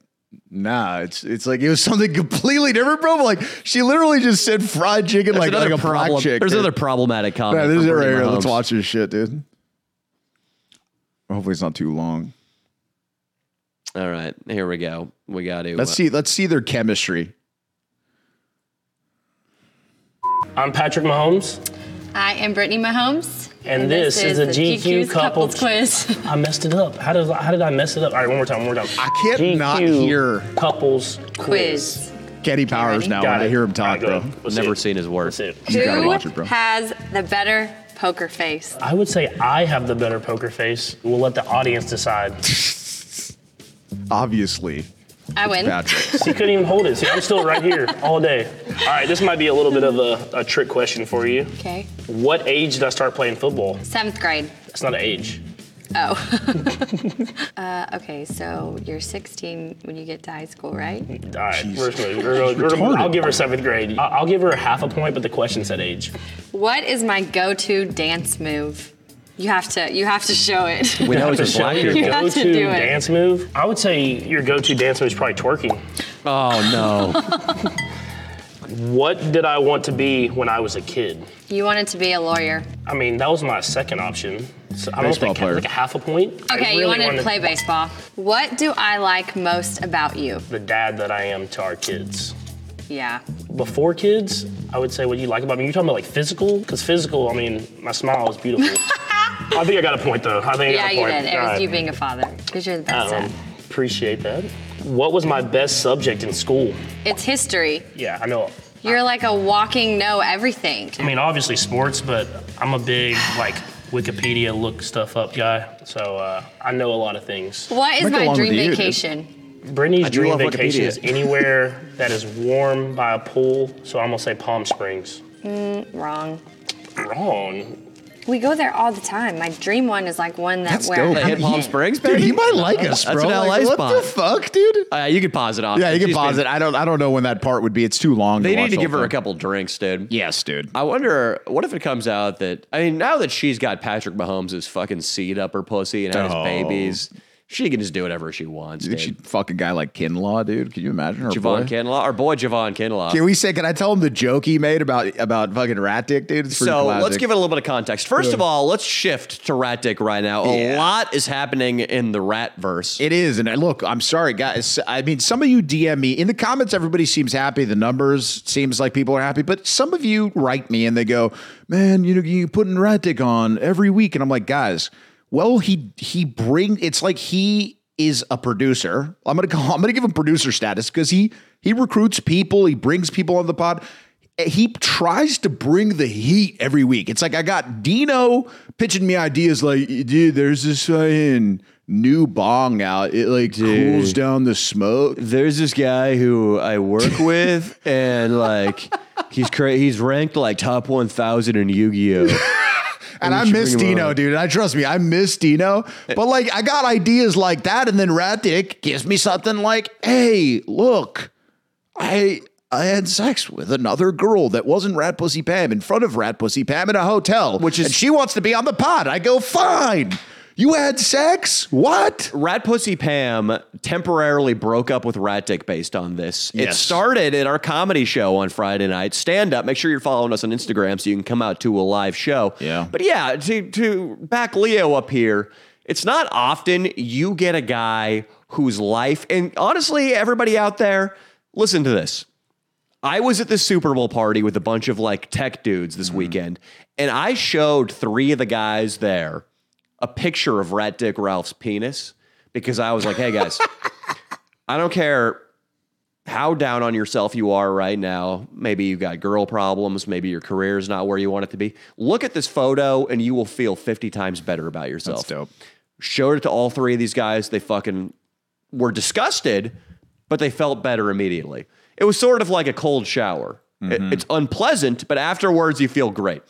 "Nah, it's it's like it was something completely different, bro." But like she literally just said fried chicken,
There's
like like
another
a
problem-
black chick.
There's
dude.
another problematic comment.
Yeah, this is
from
it right
Bernie
here. Let's
Mahomes.
watch this shit, dude. Hopefully it's not too long.
All right, here we go. We uh, got to.
Let's see. Let's see their chemistry.
I'm Patrick Mahomes,
I am Brittany Mahomes.
and, this, is, a GQ, couple
quiz.
I messed it up. How did how did I mess it up? All right, one more time, one more time.
I can't
GQ
not hear
couples quiz.
quiz.
Kenny Powers
ready?
now
Got
when I
it.
hear him
All
talk,
right, go
bro.
ahead. Let's
Never
see it.
seen his work.
Let's see it.
You gotta
Who
watch it, bro.
has the better poker face?
I would say I have the better poker face. We'll let the audience decide.
Obviously,
I win.
Patrick.
He couldn't even hold it. See, I'm still right here all day. All right, this might be a little bit of a, a trick question for you.
Okay.
What age did I start playing football?
Seventh grade.
That's not an age.
Oh. uh, okay, so you're 16 when you get to high school, right?
All right, we're, we're, we're, we're- I'll give her seventh grade. I- I'll give her half a point, but the question said age.
What is my go-to dance move? You have to. You have to show it.
We know it's a black
your
dude.
You have to
go-to
do it.
dance move. I would say your go-to dance move is probably twerking.
Oh no!
What did I want to be when I was a kid?
you wanted to be a lawyer.
I mean, that was my second option. So I don't
Baseball
think
player.
like a half a point. I
Okay,
really
you wanted
wanted
to play baseball. What do I like most about you?
the dad that I am to our kids.
Yeah.
Before kids, I would say what you like about me. You're talking about like physical, because physical, I mean, my smile is beautiful. I think I got a point though. I think
Yeah,
I got a
you
point.
did. It
All
was
right.
you being a father. Because you're the best
Um,
at.
appreciate that. What was my best subject in school?
It's history.
Yeah, I know.
You're like a walking know everything.
I mean, obviously sports, but I'm a big like Wikipedia look stuff up guy, so uh, I know a lot of things.
What is
Might go
my
along
dream
with you, dude.
vacation?
Brittany's
do
dream
love
vacation
Wikipedia.
is anywhere that is warm by a pool, so I'm gonna say Palm Springs.
Wrong.
Wrong.
We go there all the time. My dream one is like one that
That's
where
dope.
They
I'm
hit Palm
in.
Springs,
Dude,
baby.
he might like us,
That's an
bro. Like,
LA
what
spot.
the fuck, dude?
Uh, you can pause it off.
Yeah,
you can
She's
pause
been-
it. I don't. I don't know when that part would be. It's too long.
They need
watch
to
the
give
whole
her a
thing.
couple drinks, dude.
Yes, dude.
I wonder, what if it comes out that, I mean, now that she's got Patrick Mahomes' fucking seed up her pussy and had
Oh.
his babies, she can just do whatever she wants.
You think
dude.
she'd fuck a guy like Kinlaw, dude? Could you imagine her? boy?
Javon Kinlaw, our boy Javon Kinlaw.
Can we say? Can I tell him the joke he made about about fucking rat dick, dude? It's pretty
so let's
classic.
give it a little bit of context. First of all, let's shift to Rat Dick right now. A
Yeah.
lot is happening in the Rat verse.
It is, and I- look, I'm sorry, guys. I mean, some of you DM me in the comments. Everybody seems happy. The numbers seems like people are happy, but some of you write me and they go, "Man, you know, you putting rat dick on every week," and I'm like, guys, well, he he bring. It's like he is a producer. I'm gonna call. I'm gonna give him producer status because he he recruits people. He brings people on the pod. He tries to bring the heat every week. It's like I got Dino pitching me ideas like, dude, there's this fucking new bong out. It like cools down the smoke.
There's this guy who I work with, and like he's cra- he's ranked like top 1,000 in Yu-Gi-Oh.
And I
should
miss
bring him
Dino,
on.
dude. I trust me, I miss Dino. But like I got ideas like that, and then Rat Dick gives me something like, hey, look, I I had sex with another girl that wasn't Rat Pussy Pam in front of Rat Pussy Pam in a hotel. Which is and she wants to be on the pod. I go, fine. You had sex? What?
Rat Pussy Pam temporarily broke up with Rat Dick based on this. It
Yes.
started at our comedy show on Friday night. Stand up. Make sure you're following us on Instagram so you can come out to a live show.
Yeah.
But yeah, to to back Leo up here, it's not often you get a guy whose life and honestly, everybody out there, listen to this. I was at the Super Bowl party with a bunch of like tech dudes
Mm-hmm.
this weekend, and I showed three of the guys there a picture of Rat Dick Ralph's penis because I was like, hey guys, I don't care how down on yourself you are right now. Maybe you got girl problems, maybe your career is not where you want it to be. Look at this photo and you will feel 50 times better about yourself. Showed it to all three of these guys. They fucking were disgusted, but they felt better immediately. It was sort of like a cold shower. It- it's unpleasant, but afterwards you feel great.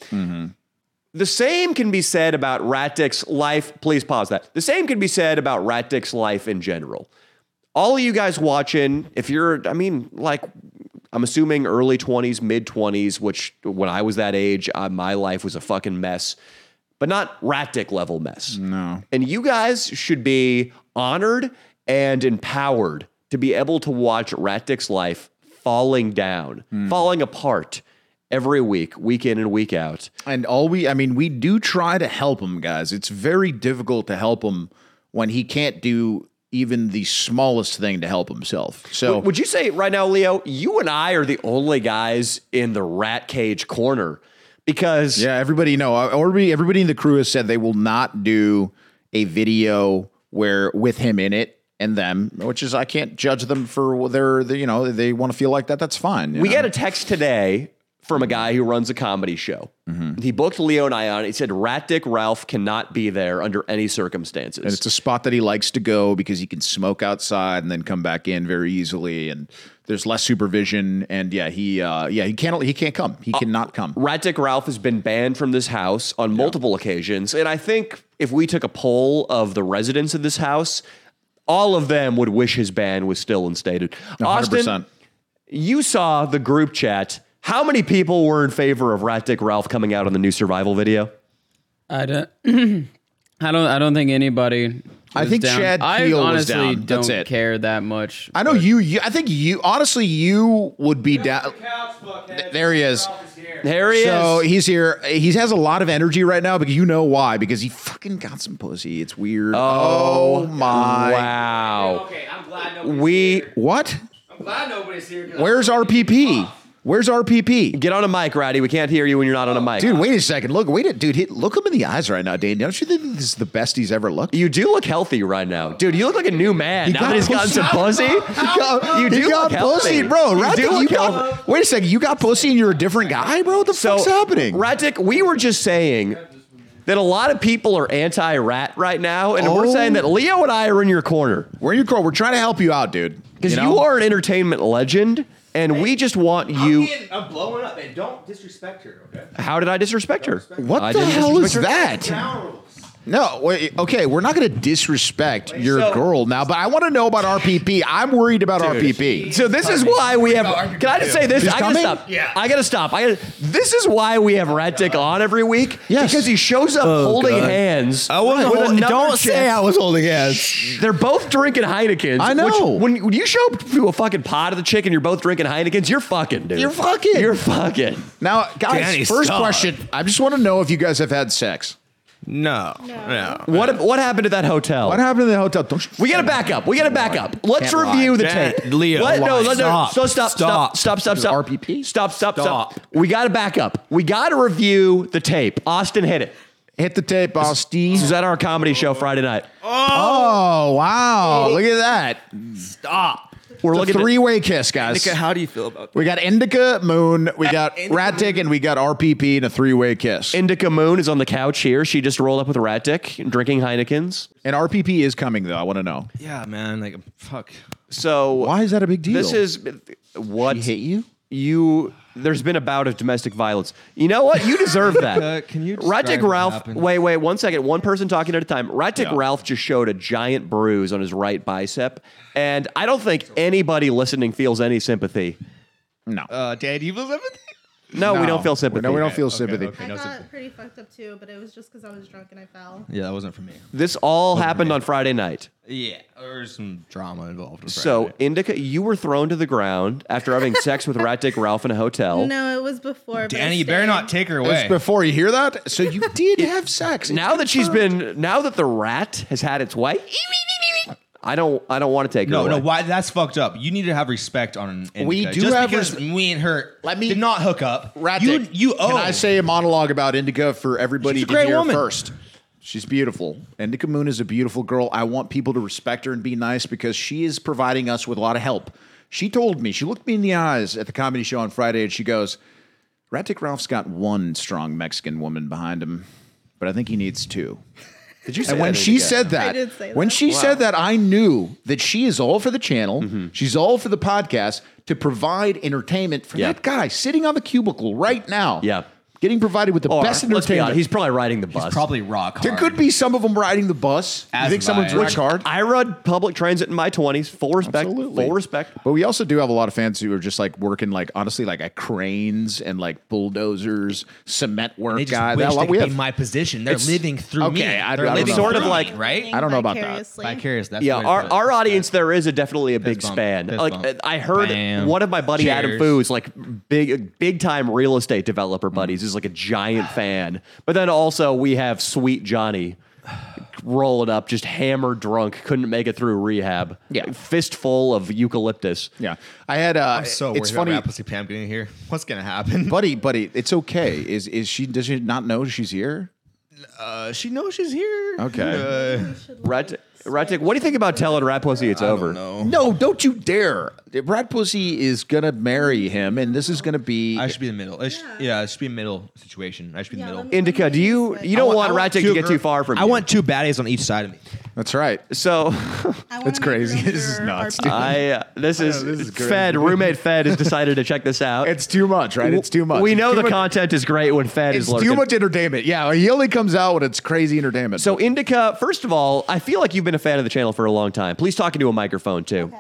The same can be said about Rat Dick's life. Please pause that. The same can be said about Rat Dick's life in general. All of you guys watching, if you're, I mean, like, I'm assuming early 20s, mid 20s, which when I was that age, uh, my life was a fucking mess, but not Rat Dick level mess. No. And you guys should be honored and empowered to be able to watch Rat Dick's life falling down,
Hmm.
falling apart every week, week in and week out.
And all we, I mean, we do try to help him, guys. It's very difficult to help him when he can't do even the smallest thing to help himself. So,
Would you say right now, Leo, you and I are the only guys in the rat cage corner because
yeah, everybody know, everybody, everybody in the crew has said they will not do a video where with him in it and them, which is I can't judge them for their, their you know, they want to feel like that. That's fine. you
we
know?
got a text today from a guy who runs a comedy show.
Mm-hmm.
He booked Leo and I on. it. He said, Rat Dick Ralph cannot be there under any circumstances.
And it's a spot that he likes to go because he can smoke outside and then come back in very easily. And there's less supervision. And yeah, he uh, yeah he can't he can't come. He cannot come.
Rat Dick Ralph has been banned from this house on multiple occasions. And I think if we took a poll of the residents of this house, all of them would wish his ban was still instated. Austin,
100%.
you saw the group chat. How many people were in favor of Rat Dick Ralph coming out on the new survival video?
I don't. I don't. I don't think anybody.
I
was
think
down.
Chad
I
Peele was
honestly
down.
don't
That's it.
care that much.
I know you, you. I think you. Honestly, you would be down. There he is.
There he
So
is.
he's here. He has a lot of energy right now, but you know why? Because he fucking got some pussy. It's weird. Oh, my.
Wow.
Okay, I'm glad
We
What?
I'm glad nobody's here.
Where's RPP? Where's RPP?
get on a mic, Ratty. We can't hear you when you're not on a mic.
Dude, wait a second. Look, wait, a- dude, hit, look him in the eyes right now, Dan. Don't you think this is the best he's ever looked?
You do look healthy right now. Dude, you look like a new man. now that he's gotten some pussy. you do
he Oh, got
look healthy.
pussy, bro.
You
Rat
do
Dick,
look
you got-
healthy.
wait a second. You got pussy and you're a different guy, bro. What the fuck's happening?
Radic, we were just saying that a lot of people are anti-rat right now, and
Oh.
we're saying that Leo and I are in your corner
We're in your core. We're trying to help you out, dude.
because you,
know?
are an entertainment legend, and we just want you.
I'm blowing up, and don't disrespect her, okay?
How did I disrespect her?
What
I
the
didn't
hell is
disrespect her.
that?
Ground rules.
No, wait, okay, we're not going to disrespect your
so-
girl now, but I want to know about RPP. I'm worried about RPP.
So this is why we have. Can I just say this?
He's
I gotta
coming?
stop.
Yeah.
I gotta stop. I gotta, this is why we have Rat Dick on every week.
Yes. Oh,
Because he shows up holding
God.
hands.
I wasn't
with
holding.
another
Don't
chick.
say I was holding ass.
They're both drinking Heinekens.
I know.
Which, when, you- when you show up to a fucking pot of the chicken, you're both drinking Heinekens. You're fucking, dude.
You're fucking.
You're fucking.
Now, guys,
Danny,
first
stop.
question. I just want to know if you guys have had sex.
No, no.
What what happened to that hotel?
What happened in the hotel? Don't you,
we gotta back up. We gotta back up. Let's
Can't lie.
review the
Can't-
tape.
Leo,
What? No,
lie.
no, no,
Stop.
no, stop, stop,
Stop.
stop, stop, stop.
RPP?
Stop, stop, stop.
Stop.
We gotta back up. We gotta review the tape. Austin hit it.
hit the tape,
This
Austin.
was at our comedy show Friday night.
Oh, wow. Look at that.
Stop.
We're
It's a
looking at-
three-way kiss, guys.
Nick, how do you feel about that?
We got Indica, Moon, we got
Indica,
Rat Dick, and we got RPP in a three-way kiss.
Indica Moon is on the couch here. She just rolled up with Rat Dick and drinking Heinekens.
and RPP is coming, though. I want to know.
Yeah, man. Like, fuck.
So
Why is that a big deal?
This is what
She hit you?
You there's been a bout of domestic violence. You know what? You deserve that.
Uh, can you
Rat Dick
describe what
Ralph?
happened?
Wait, wait, one second. One person talking at a time. Rat Dick
Yeah.
Ralph just showed a giant bruise on his right bicep, and I don't think anybody listening feels any sympathy.
No.
Uh, Dad, you feel something?
No, we don't feel
We-
sympathy.
No, we don't feel sympathy.
okay.
I
no, so-
got pretty fucked up too, but it was just because I was drunk and I fell.
Yeah, that wasn't for me.
This all happened on Friday night.
Yeah, there's some drama involved. with
So,
Brad Pitt.
Indica, you were thrown to the ground after having sex with Rat Dick Ralph in a hotel.
No, it was before. but I
Danny, you better
stayed.
not take her
It's
away.
before you hear that. So you did have sex.
Now that she's been, now that the rat has had its way, I don't, I don't want to take her.
No, no,
away.
why? That's fucked up. You need to have respect on an. Indica.
We do
Just
have
because
res-
me and her.
Let me-
did not hook up.
Rat
you,
Dick,
you owe.
Can I say a monologue about Indica for everybody
She's a
to
great
hear
woman.
first? She's beautiful. Indica Moon is a beautiful girl. I want people to respect her and be nice because she is providing us with a lot of help. She told me, she looked me in the eyes at the comedy show on Friday and she goes, Ratic Ralph's got one strong Mexican woman behind him, but I think he needs two.
Did you say
And when
that,
she
Indica?
said that,
I did say
when
that.
she said that, I knew that she is all for the channel.
Mm-hmm.
She's all for the podcast to provide entertainment for
Yeah.
that guy sitting on the cubicle right now.
Yeah.
Getting provided with the
Or, let's
best
be honest,
entertainment.
he's probably riding the bus.
probably rock.
there
hard.
could be some of them riding the bus. you
As
think
am
someone's
I.
rock hard?
I rode public transit in my twenties. Full respect.
Absolutely.
Full respect.
But we also do have a lot of fans who are just like working, like honestly, like at cranes and like bulldozers, cement work
They just
guy.
wish
That,
they
lot-
could
we
be
have,
in my position. They're living through me.
okay, I- I
They're
don't
living
know.
Sort of
through
like-
me, right?
I don't know about that.
Vicariously.
Vicarious. That's
Yeah,
the way to
our,
put it.
our audience there is a definitely a big
Fist bump.
span.
Fist
like
bump.
I heard
Bam.
one of my buddy Adam
Cheers. Mm.
Foo is like big big time real estate developer buddies is like a giant fan. But then also we have Sweet Johnny rolling up, just hammered drunk, couldn't make it through rehab.
Yeah.
Fistful of eucalyptus.
yeah. I had. Uh,
I'm so
it's
worried
funny.
about Rappacy Pam getting here. What's gonna happen?
buddy, buddy, it's okay. Is is she? Does she not know she's here?
Uh, she knows she's here.
Okay.
Uh,
Rat Ratic, what do you think about telling Rat Pussy it's over?
Oh.
No, don't you dare. Brad Pussy is gonna marry him, and this is gonna be.
I should be in the middle. It should- yeah. it should be a middle situation. I should be in
Yeah,
the
let
middle.
me-
Indica, do you you don't
I
want,
I
Rat Dick to
two
get
gir-
too far from
I
you.
want two baddies on each side of me.
That's right.
so
I
That's
wanna make
crazy.
room
This is
for
nuts,
our
dude.
I uh, this is,
this is great.
Fed roommate Fed has decided to check this out.
It's too much, right? It's too much.
We know
Too
the
much-
content is great when Fed
It's
is lurking.
too much entertainment. Yeah, he only comes out when it's crazy entertainment.
So Indica, first of all, I feel like you've been a fan of the channel for a long time. Please talk into a microphone too.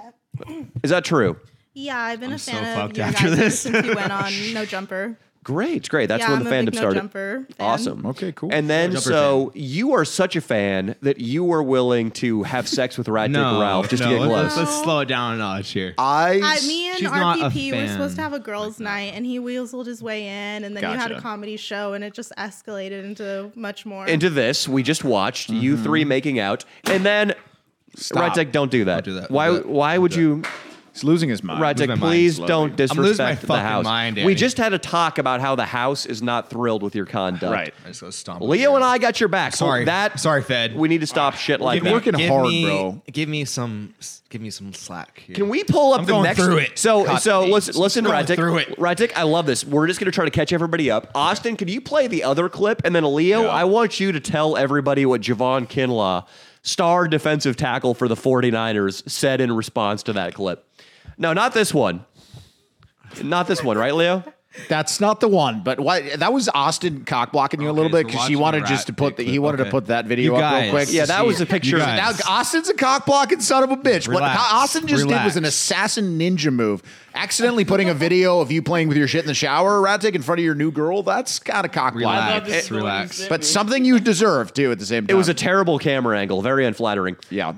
Is that true?
Yeah, I've been a
so
fan
fucked
of your
after
guys
this.
since you went on No Jumper.
Great, great. That's
yeah,
when
I'm
the
a
fandom
big No
started.
Jumper. fan.
Awesome.
Okay, cool.
And then,
Jumper
so you are such a fan that you were willing to have sex with Rat Dick Ralph just to get close. Uh,
let's, let's slow it down a notch here.
I,
I, Uh, me and
She's not a
RPP were supposed to
fan
have a girls' night, and he weaseled his way in, and then you had
Gotcha.
a comedy show, and it just escalated into much more.
Into this, we just watched you
Mm-hmm.
three making out, and then Rat Dick, don't do that.
do that.
Why?
Don't do that.
Why would you?
He's losing his mind.
Losing my
Roderick,
mind
please
slowly.
don't
I'm losing my
disrespect the
fucking
house.
mind,
we
Danny.
just had a talk about how the house is not thrilled with your conduct.
Right.
I just go stomp. on
Leo
you.
and I got your back.
Sorry.
that
Sorry, Fed.
We need to stop shit like
Give
that.
me- working hard,
me-
bro.
Give me some. Give me some slack. Here.
Can we pull up
I'm
the
going
next?
through it.
So
Cut
so
me.
listen listen,
Going
Radek.
through it.
Radek, I love this. We're just gonna try to catch everybody up. Austin, can you play the other clip? And then Leo, I want you to tell everybody what Javon Kinlaw, star defensive tackle for the 49ers, said in response to that clip. No, not this one. Not this one, right, Leo?
That's not the one, but why that was Austin cock blocking you a little
Okay, so
bit because she
watching
wanted
the
just to
rat
put the,
big
he
clip.
wanted to
Okay.
put that video
You
up
guys.
real quick.
Yeah, that
See,
was a
you
picture.
guys.
Now Austin's a cock blocking son of a
Relax.
bitch. What Austin just did was an
Relax.
assassin ninja move. Accidentally putting a video of you playing with your shit in the shower, Ratic, in front of your new girl. That's kind of cock blocking.
Relax. relax.
But something you deserve too. At the same time,
It was a terrible camera angle, very unflattering.
yeah.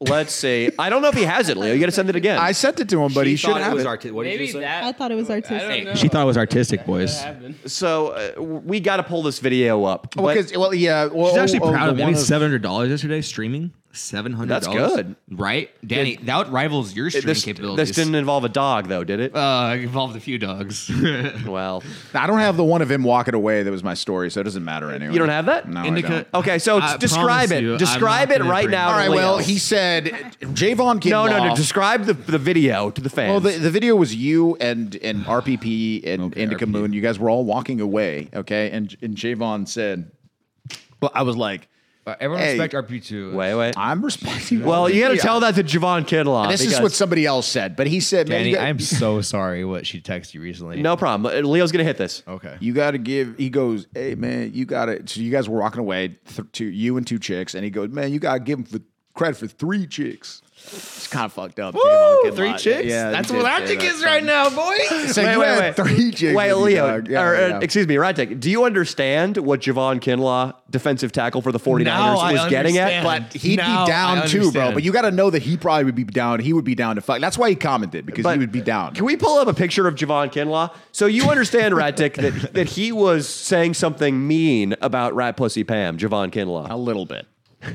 Let's see. I don't know if he has it, Leo. You got to send it again.
I sent it to him, but he should have it.
artistic. What
Maybe that.
I thought it was artistic.
She thought it was artistic, boys.
so uh, w- we got to pull this video up.
Well,
But-
'cause- well, yeah. Well,
She's actually
oh, oh,
proud
the
of me. I
one
made seven hundred dollars yesterday streaming. Seven hundred.
That's good.
right, Danny? That rivals your streaming
this,
capabilities.
this didn't involve a dog, though, did it?
uh, involved a few dogs. Indica.
well,
I don't have the one of him walking away. That was my story, so it doesn't matter anyway.
you don't have that.
No, I don't.
Okay, so
I
describe
promise
it.
you, I'm
Describe
not
it
gonna
right
bring-
now.
All right. Well,
Leo.
he said Javon
no,
Kinlaw.
no, no. Describe the, the video to the fans.
Well, the, the video was you and and RPP and Indica Moon. You guys were all walking away, okay? And and Javon said, "Well, I was like,
Uh, everyone
Hey.
respect RP two.
wait, wait.
I'm respecting."
well, you got to
Yeah.
tell that to Javon Kinlaw.
This is
because-
what somebody else said, but he said, "Man,
Danny,
you got-
I'm so sorry what she texted you recently.
No problem. Uh, Leo's gonna hit this.
Okay.
You got to give. He goes, hey man, you got to. So you guys were walking away, th- to you and two chicks, and he goes, man, you got to give him for credit for three chicks. It's kind of fucked up. Woo,
Three chicks? That's what our chick is right now, boy.
So you had three chicks.
Wait,
with you,
Leo,
dog. Yeah,
or, uh,
yeah.
excuse me, Radek, do you understand what Javon Kinlaw, defensive tackle for the 49ers,
Now I
was getting at?
understand.
But
He'd
Now
be down
I
too, bro.
understand.
But you got to know that he probably would be down. He would be down to fuck. That's why he commented because
But
he would be down.
Can we pull up a picture of Javon Kinlaw? So you understand, Raddick, that that he was saying something mean about Rat Pussy Pam, Javon Kinlaw.
little bit.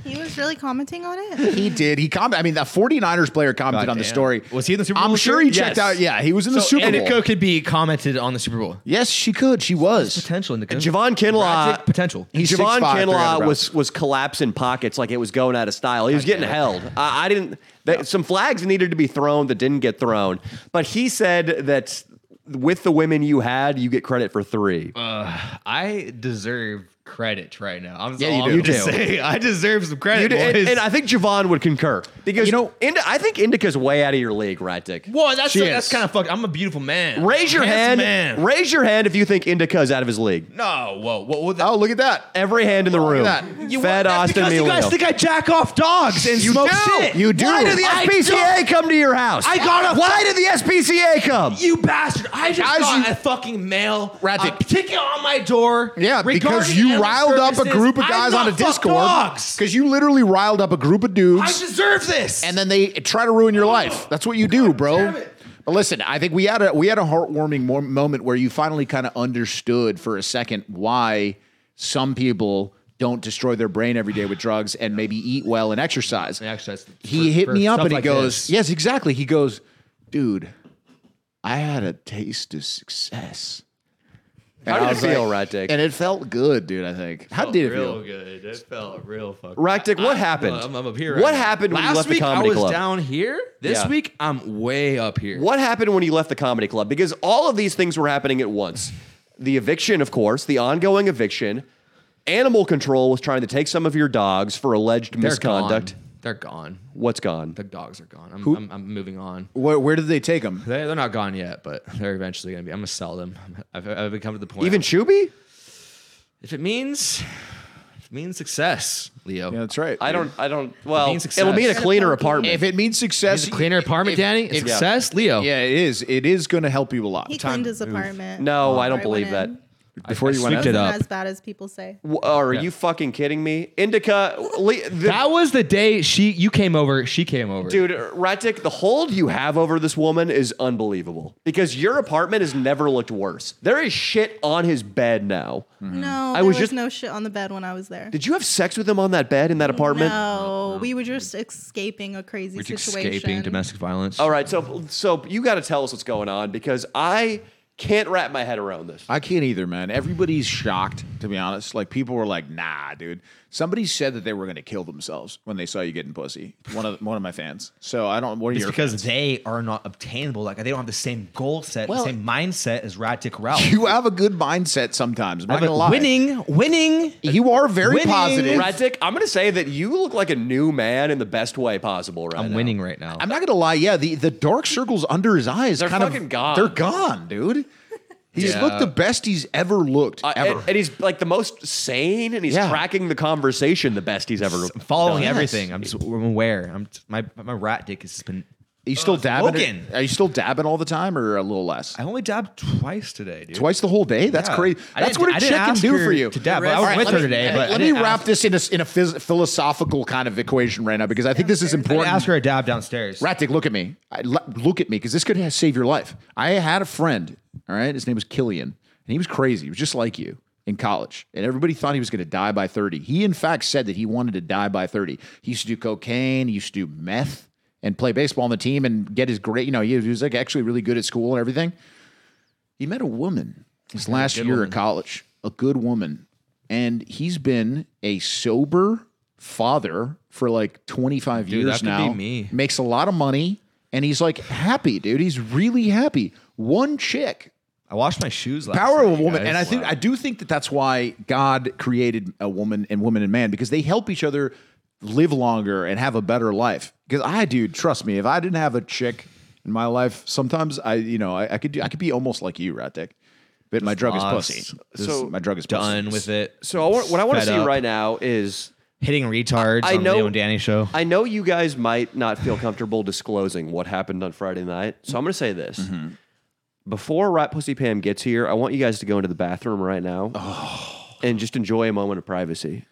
He was really commenting on it.
He did. He commented. I mean, the 49ers player commented
God
on the
damn.
story.
Was he in the Super
I'm
Bowl
sure
this
he
year?
checked
Yes.
out. Yeah, he was in the Super Bowl.
Indica could be commented on the Super Bowl.
Yes, she could. She was.
Potential Indica.
Javon Kinlaw
Project potential.
He's
Javon
6'5", 300
Kinlaw
pounds.
was was collapsing pockets like it was going out of style. He was getting held. I, I didn't. That, Some flags needed to be thrown that didn't get thrown. But he said that with the women you had, you get credit for three.
I deserve credit right now. I'm,
you
all
do.
I'm gonna
You do.
say. I deserve some
You
credit,
d- and,
boys.
and I think Javon would concur because you know Indi- I think Indica's way out of your league, Raddick.
Whoa, that's
She
that's
is.
kind of fucked. I'm a beautiful man.
Raise your hand.
Handsome Man.
Raise your hand if you think Indica's out of his league.
no, whoa, whoa, whoa
Oh, look at that.
Every hand in the room.
at
You-
Fed
that's
Austin
because you guys
Melio.
think I jack off dogs and
You
smoke
do.
shit.
You do.
Why did the
I
SPCA come to your house?
I got a-
Why did the SPCA come?
You bastard! I just
Guys,
got
you-
a fucking mail,
Ratchet.
a ticket on my door.
Yeah, because
regarding
you
animal
riled up a
services.
group of
I'm
guys
not
on a
fucked
Discord.
Dogs.
Because you literally riled up a group of dudes.
I deserve this.
and then they try to ruin your life. That's what you do, bro.
damn it.
But listen, I think we had a we had a heartwarming mo- moment where you finally kind of understood for a second why some people don't destroy their brain every day with drugs and maybe eat well and exercise.
exercise
he
for-
hit
for
me up
stuff
and he
like
goes,
this.
"Yes, exactly." He goes, "Dude, I had a taste of success." And
How did
I
it
was
feel, Raddick?
And it felt good, dude. I think. How
Felt
did it
real
feel?
good. It felt real fucking.
Rakdick,
I-
what happened?
I'm, I'm up here.
What
right now.
happened when you
Last
left the
week,
comedy
I was
club?
down here. This
Yeah.
week, I'm way up here.
What happened when you left the comedy club? Because all of these things were happening at once. The eviction, of course, the ongoing eviction. Animal control was trying to take some of your dogs for alleged
They're
misconduct.
gone. They're gone.
What's gone?
The dogs are gone. I'm, I'm, I'm moving on.
Where, where did they take him?
They, they're not gone yet, but they're eventually gonna be. I'm gonna sell them. I've, I've come to the point.
Even Chubby?
if it means, if it means success, Leo.
Yeah, that's right.
I don't. I don't. Well,
means
it'll be in a
success.
cleaner apartment.
If it means success,
Is it cleaner apartment, Danny?
if-
success, Leo.
Yeah, it is. It is going to help you a lot.
He cleaned his apartment.
no,
before
I don't
went
believe that.
in.
before you went out?
scooped it
Not
up.
as bad as people say.
W- Are you fucking kidding me? Indica, le- the,
That was the day she you came over. She came over.
dude, Ratic, the hold you have over this woman is unbelievable because your apartment has never looked worse. There is shit on his bed now.
Hmm.
Mm.
No,
I
there
was
was
just-
no shit on the bed when I was there.
Did Oh, you have sex with him on that bed in that apartment?
No, we were just escaping a crazy
We're just
situation.
escaping domestic violence.
All right, so so you got to tell us what's going on because I can't wrap my head around this.
I
can't either, man. Everybody's shocked, to be honest. Like people were like, "Nah, dude." Somebody said that they were going to kill themselves when they saw you getting pussy. One of one of my fans. So I don't. What are
It's
your
because they are not obtainable. Like they don't have the same goal set,
Well-
the same mindset as Radtic Ralph.
you have a good mindset sometimes. I'm not gonna lie.
winning, winning.
You are very
Winning.
positive.
Ratic, I'm going to say that you look like a new man in the best way possible right
I'm
now.
winning right now.
I'm not gonna lie. Yeah, the, the dark circles under his eyes.
They're
kind
fucking
of,
gone.
They're gone, dude. He's
Yeah.
looked the best he's ever looked.
Uh,
ever.
and, and he's like the most sane and he's
Yeah.
tracking the conversation the best he's ever
I'm
Following
Yes.
everything. I'm just I'm aware. I'm t- my my rat dick has just been.
Are you still dabbing?
smoking.
Are you still dabbing all the time, or a little less?
I only dabbed twice today, dude.
Twice the whole day? That's
Yeah.
crazy.
I
That's
didn't-
what a
I didn't
chick can
ask
do
her
for you.
to dab, but I was
All
with
let
her
me-
today, but I
let me
didn't
wrap
ask-
this in a, in a phys- philosophical kind of equation right now because I think this is
I didn't
important.
ask her to dab downstairs.
Rattig, look at me. I, lo- look at me because this could ha- save your life. I had a friend, all right? His name was Killian, and he was crazy. He was just like you in college, and everybody thought he was going to die by 30. He, in fact, said that he wanted to die by 30. He used to do cocaine, he used to do meth, and play baseball on the team and get his grade. You know, he was, he was like actually really good at school and everything. He met a woman his last year of college, a good woman, and he's been a sober father for like 25 years
that could be
now.
me.
Makes a lot of money, and he's like happy, dude. He's really happy. One chick,
I washed my shoes last.
power of a
night,
woman,
guys.
and I think I do think that that's why God created a woman and woman and man because they help each other live longer and have a better life. Because I, dude, trust me, if I didn't have a chick in my life, sometimes I, you know, I, I could do, I could be almost like you, Ratic. But my drug
lost.
is pussy. This-
So,
my drug is
done
pussy.
with it.
So I want, what I want to
Fed
see
up.
right now is
hitting retards
I
on
know-
the Leo and Danny show.
I know you guys might not feel comfortable disclosing what happened on Friday night, so I'm going to say this.
Mm-hmm.
Before Rat Pussy Pam gets here, I want you guys to go into the bathroom right now
Oh.
and just enjoy a moment of privacy.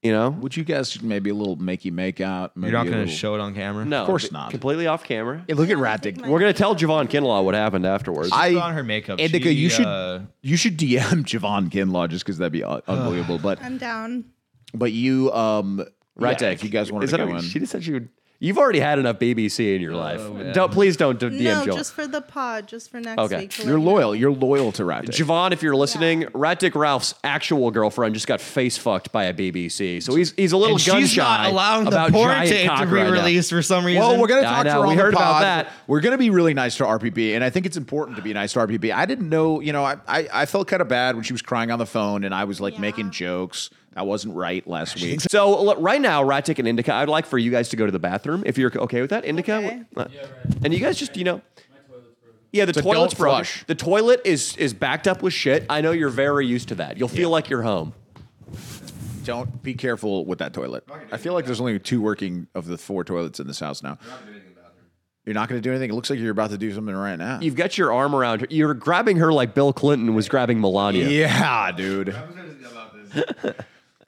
You know?
Would you guys maybe a little makey make out?
You're
maybe
not
a
going to
little-
show it on camera.
No. Of
course not.
Completely off camera.
Hey, look at Ratic.
We're going to tell Javon Kinlaw what happened afterwards.
I-
I on her makeup.
Indica,
She,
you should
uh,
you should DM Javon Kinlaw just because that'd be un- unbelievable. But
I'm down.
but you um
Right,
yeah,
Dave.
if you guys wanted
Is
to
that
go
okay?
in.
She just said she would. You've already had enough BBC in your
Oh,
life. Don't please don't d- DM
no,
Javon.
just for the pod, just for next
Okay.
week. to
You're
let you know.
loyal. You're loyal to Ratic.
Javon, if you're listening, Rat Dick Ralph's actual girlfriend just got face fucked by a BBC, so he's he's a little
and
gun
Oh, she's
shy
not allowing the
about
porn
giant
tape
cock
to
right now.
re-release for some reason.
Well, we're gonna
I
talk to
know,
her on
we
the
heard about
pod.
that.
We're gonna be really nice to RPP, and I think it's important to be nice to RPP. I didn't know, you know, I I, I felt kind of bad when she was crying on the phone, and I was like making jokes. That wasn't right last week.
So look, right now, Rat Dick and Indica, I'd like for you guys to go to the bathroom if you're okay with that. Indica,
Okay.
uh, and you guys just you know. Yeah, the toilet's
don't
broken.
flush.
The toilet is is backed up with shit. I know you're very used to that. You'll feel like you're home.
Don't be careful with that toilet. I feel like there's only two working of the four toilets in this house now. You're not going to do anything. It looks like you're about to do something right now.
You've got your arm around her. You're grabbing her like Bill Clinton was grabbing Melania.
yeah, dude.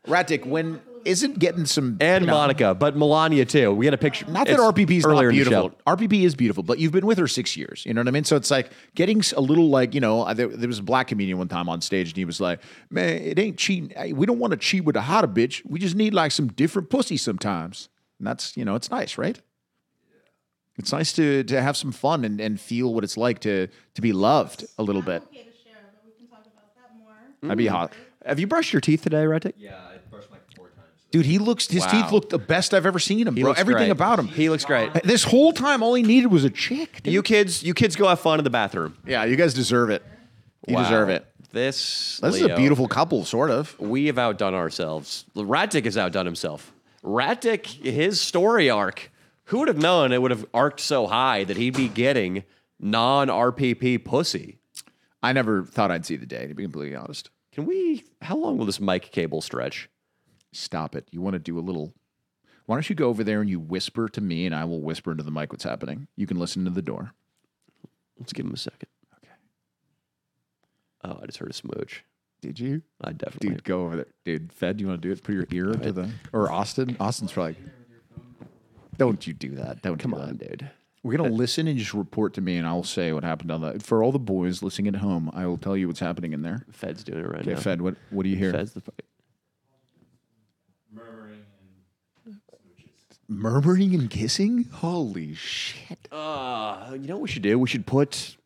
Ratic, when isn't getting some
and
you know,
Monica, but Melania too. We got a picture.
Not that
It's
RPP is not
earlier in the
beautiful.
show.
RPP is beautiful, but you've been with her six years. You know what I mean? So it's like getting s- a little like you know. I- There, there was a black comedian one time on stage, and he was like, "Man, it ain't cheating. Hey, We don't want to cheat with a hotter bitch. We just need like some different pussy sometimes." And that's you know, it's nice, right? It's nice to to have some fun and, and feel what it's like to to be loved a little bit.
Okay to share, but we can talk about that more.
I'd
Mm.
be hot,
Have you brushed your teeth today, Retic? Yeah,
dude. He looks his teeth look the best I've ever seen him, bro. Everything about him.
He looks great.
this whole time, all he needed was a chick. dude.
You kids, you kids go have fun in the bathroom.
Yeah, you guys deserve it. You
Wow.
deserve it.
This
This is a
Leo,
beautiful couple, sort of.
We have outdone ourselves. Ratdick has outdone himself. Ratdick, his story arc. Who would have known it would have arced so high that he'd be getting non-RPP pussy?
I never thought I'd see the day, to be completely honest.
Can we? How long will this mic cable stretch?
Stop it. You want to do a little. Why don't you go over there and you whisper to me, and I will whisper into the mic what's happening? You can listen to the door.
Let's give him a second. Okay. Oh, I just heard a smooch.
Did you?
I definitely.
Dude, go over there. Dude, Fed, you want to do it? Put your ear to the or Austin. Austin's probably Don't you do that. Don't
Come
do that.
on, dude.
We're gonna listen and just report to me, and I'll say what happened on that. For all the boys listening at home, I will tell you what's happening in there.
Fed's doing it right
Okay,
now.
Fed, what what do you hear?
Fed's the fuck-
Murmuring and kissing. Holy shit!
Uh, you know what we should do? We should put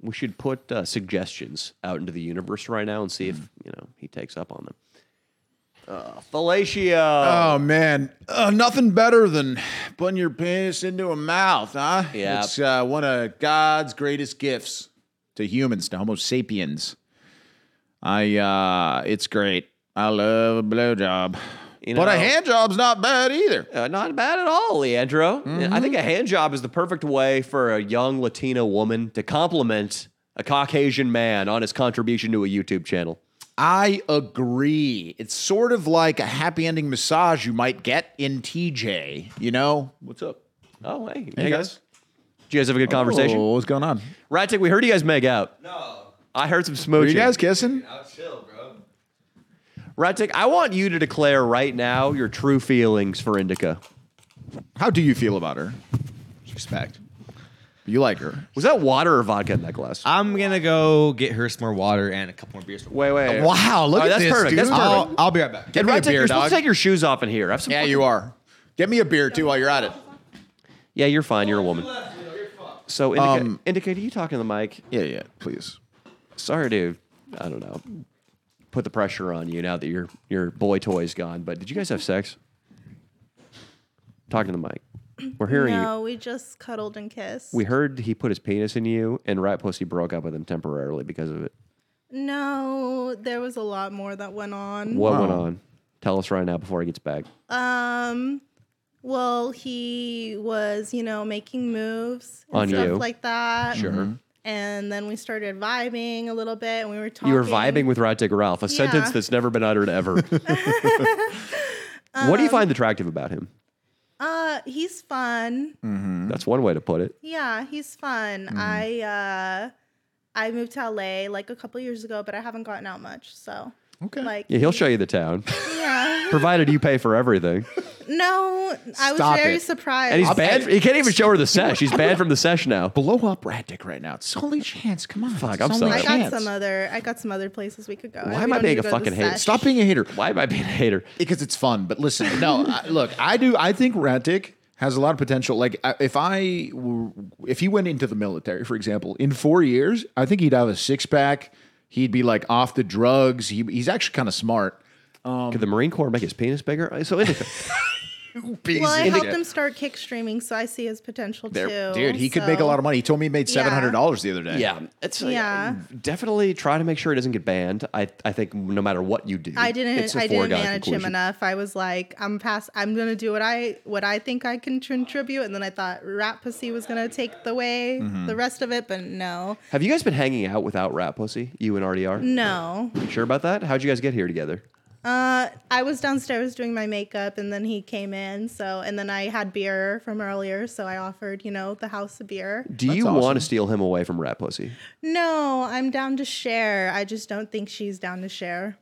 we should put uh, suggestions out into the universe right now and see if you know he takes up on them. Uh, fellatio.
Oh man, uh, nothing better than putting your penis into a mouth, huh?
Yeah.
it's uh, one of God's greatest gifts to humans, to Homo sapiens. I, uh, it's great. I love a blowjob,
You
but a
know-
hand job's not bad either.
Uh, not bad at all, Leandro. I think a hand job is the perfect way for a young Latina woman to compliment a Caucasian man on his contribution to a YouTube channel.
I agree. It's sort of like a happy ending massage you might get in TJ. You know what's up?
Oh, hey, hey guys. Did you guys have a good
Oh.
conversation?
what's going on?
Ratic, we heard you guys make out. No. I heard some smooching.
Are you guys kissing?
Ratic, I want you to declare right now your true feelings for Indica.
How do you feel about her?
Respect.
You like her?
Was that water or vodka in that glass?
I'm gonna go get her some more water and a couple more beers.
wait, wait.
Wow, look
Oh,
at
that's
this,
perfect. That's
dude.
perfect.
I'll, I'll be right back.
Get
And
me a
Ratic,
beer,
you're supposed
dog.
to take your shoes off in here. Have some
Yeah,
fucking-
you are. Get me a beer too while you're at it.
Yeah, you're fine. You're a woman. So, Indica,
Um,
Indica, do you talk in the mic?
Yeah, yeah, please.
Sorry to, I don't know, put the pressure on you now that your your boy toy's gone. But did you guys have sex? Talking to the mic. We're hearing you.
No, we just cuddled and kissed.
We heard he put his penis in you, and Rat Pussy broke up with him temporarily because of it.
no, there was a lot more that went on.
What went on? Tell us right now before he gets back.
Um, well, he was, you know, making moves and
On
stuff
you.
like that.
Sure.
And then we started vibing a little bit, and we were talking.
You were vibing with Ratic Ralph, a sentence
Yeah.
that's never been uttered ever. what do you
Um,
find attractive about him?
Uh, he's fun.
That's one way to put it.
Yeah, he's fun. I uh, I moved to LA like a couple years ago, but I haven't gotten out much. So
Okay.
like,
Yeah, he'll show you the town,
yeah.
provided you pay for everything.
no, I was
Stop
very
it.
surprised.
And he's banned. He can't even show her the sesh. He's banned from the sesh now.
Blow up Rat Dick right now. It's the only chance. Come on. Fuck,
I'm sorry.
I got
chance.
some other. I got some other places we could go.
Why
We
am I
don't
being
need to
a
go to
fucking hater?
Sesh.
Stop being a hater.
Why am I being a hater?
Because it's fun. But listen, no, I, look, I do. I think Rat Dick has a lot of potential. Like I- if I, were- if he went into the military, for example, in four years, I think he'd have a six pack. He'd be like off the drugs. He, he's actually kind of smart.
Could the Marine Corps make his penis bigger? Uh, So Indica,
Well, I helped him start kick streaming, so I see his potential
There-
too.
dude, he could make a
so-
lot of money. He told me he made
Yeah.
seven hundred dollars the other day.
yeah, Um, it's uh,
Yeah.
Definitely try to make sure he doesn't get banned. I I think no matter what you do,
I didn't.
it's a
I didn't
foregone
manage him
conclusion.
enough. I was like, I'm past. I'm gonna do what I what I think I can contribute, and then I thought Rat Pussy was gonna take the way the rest of it, but no,
Have you guys been hanging out without Rat Pussy? You and RDR?
no.
You sure about that? How'd you guys get here together?
Uh, I was downstairs doing my makeup, and then he came in. So, and then I had beer from earlier, so I offered, you know, the house a beer.
Do you want to steal him away from Rat Pussy?
No, I'm down to share. I just don't think she's down to share.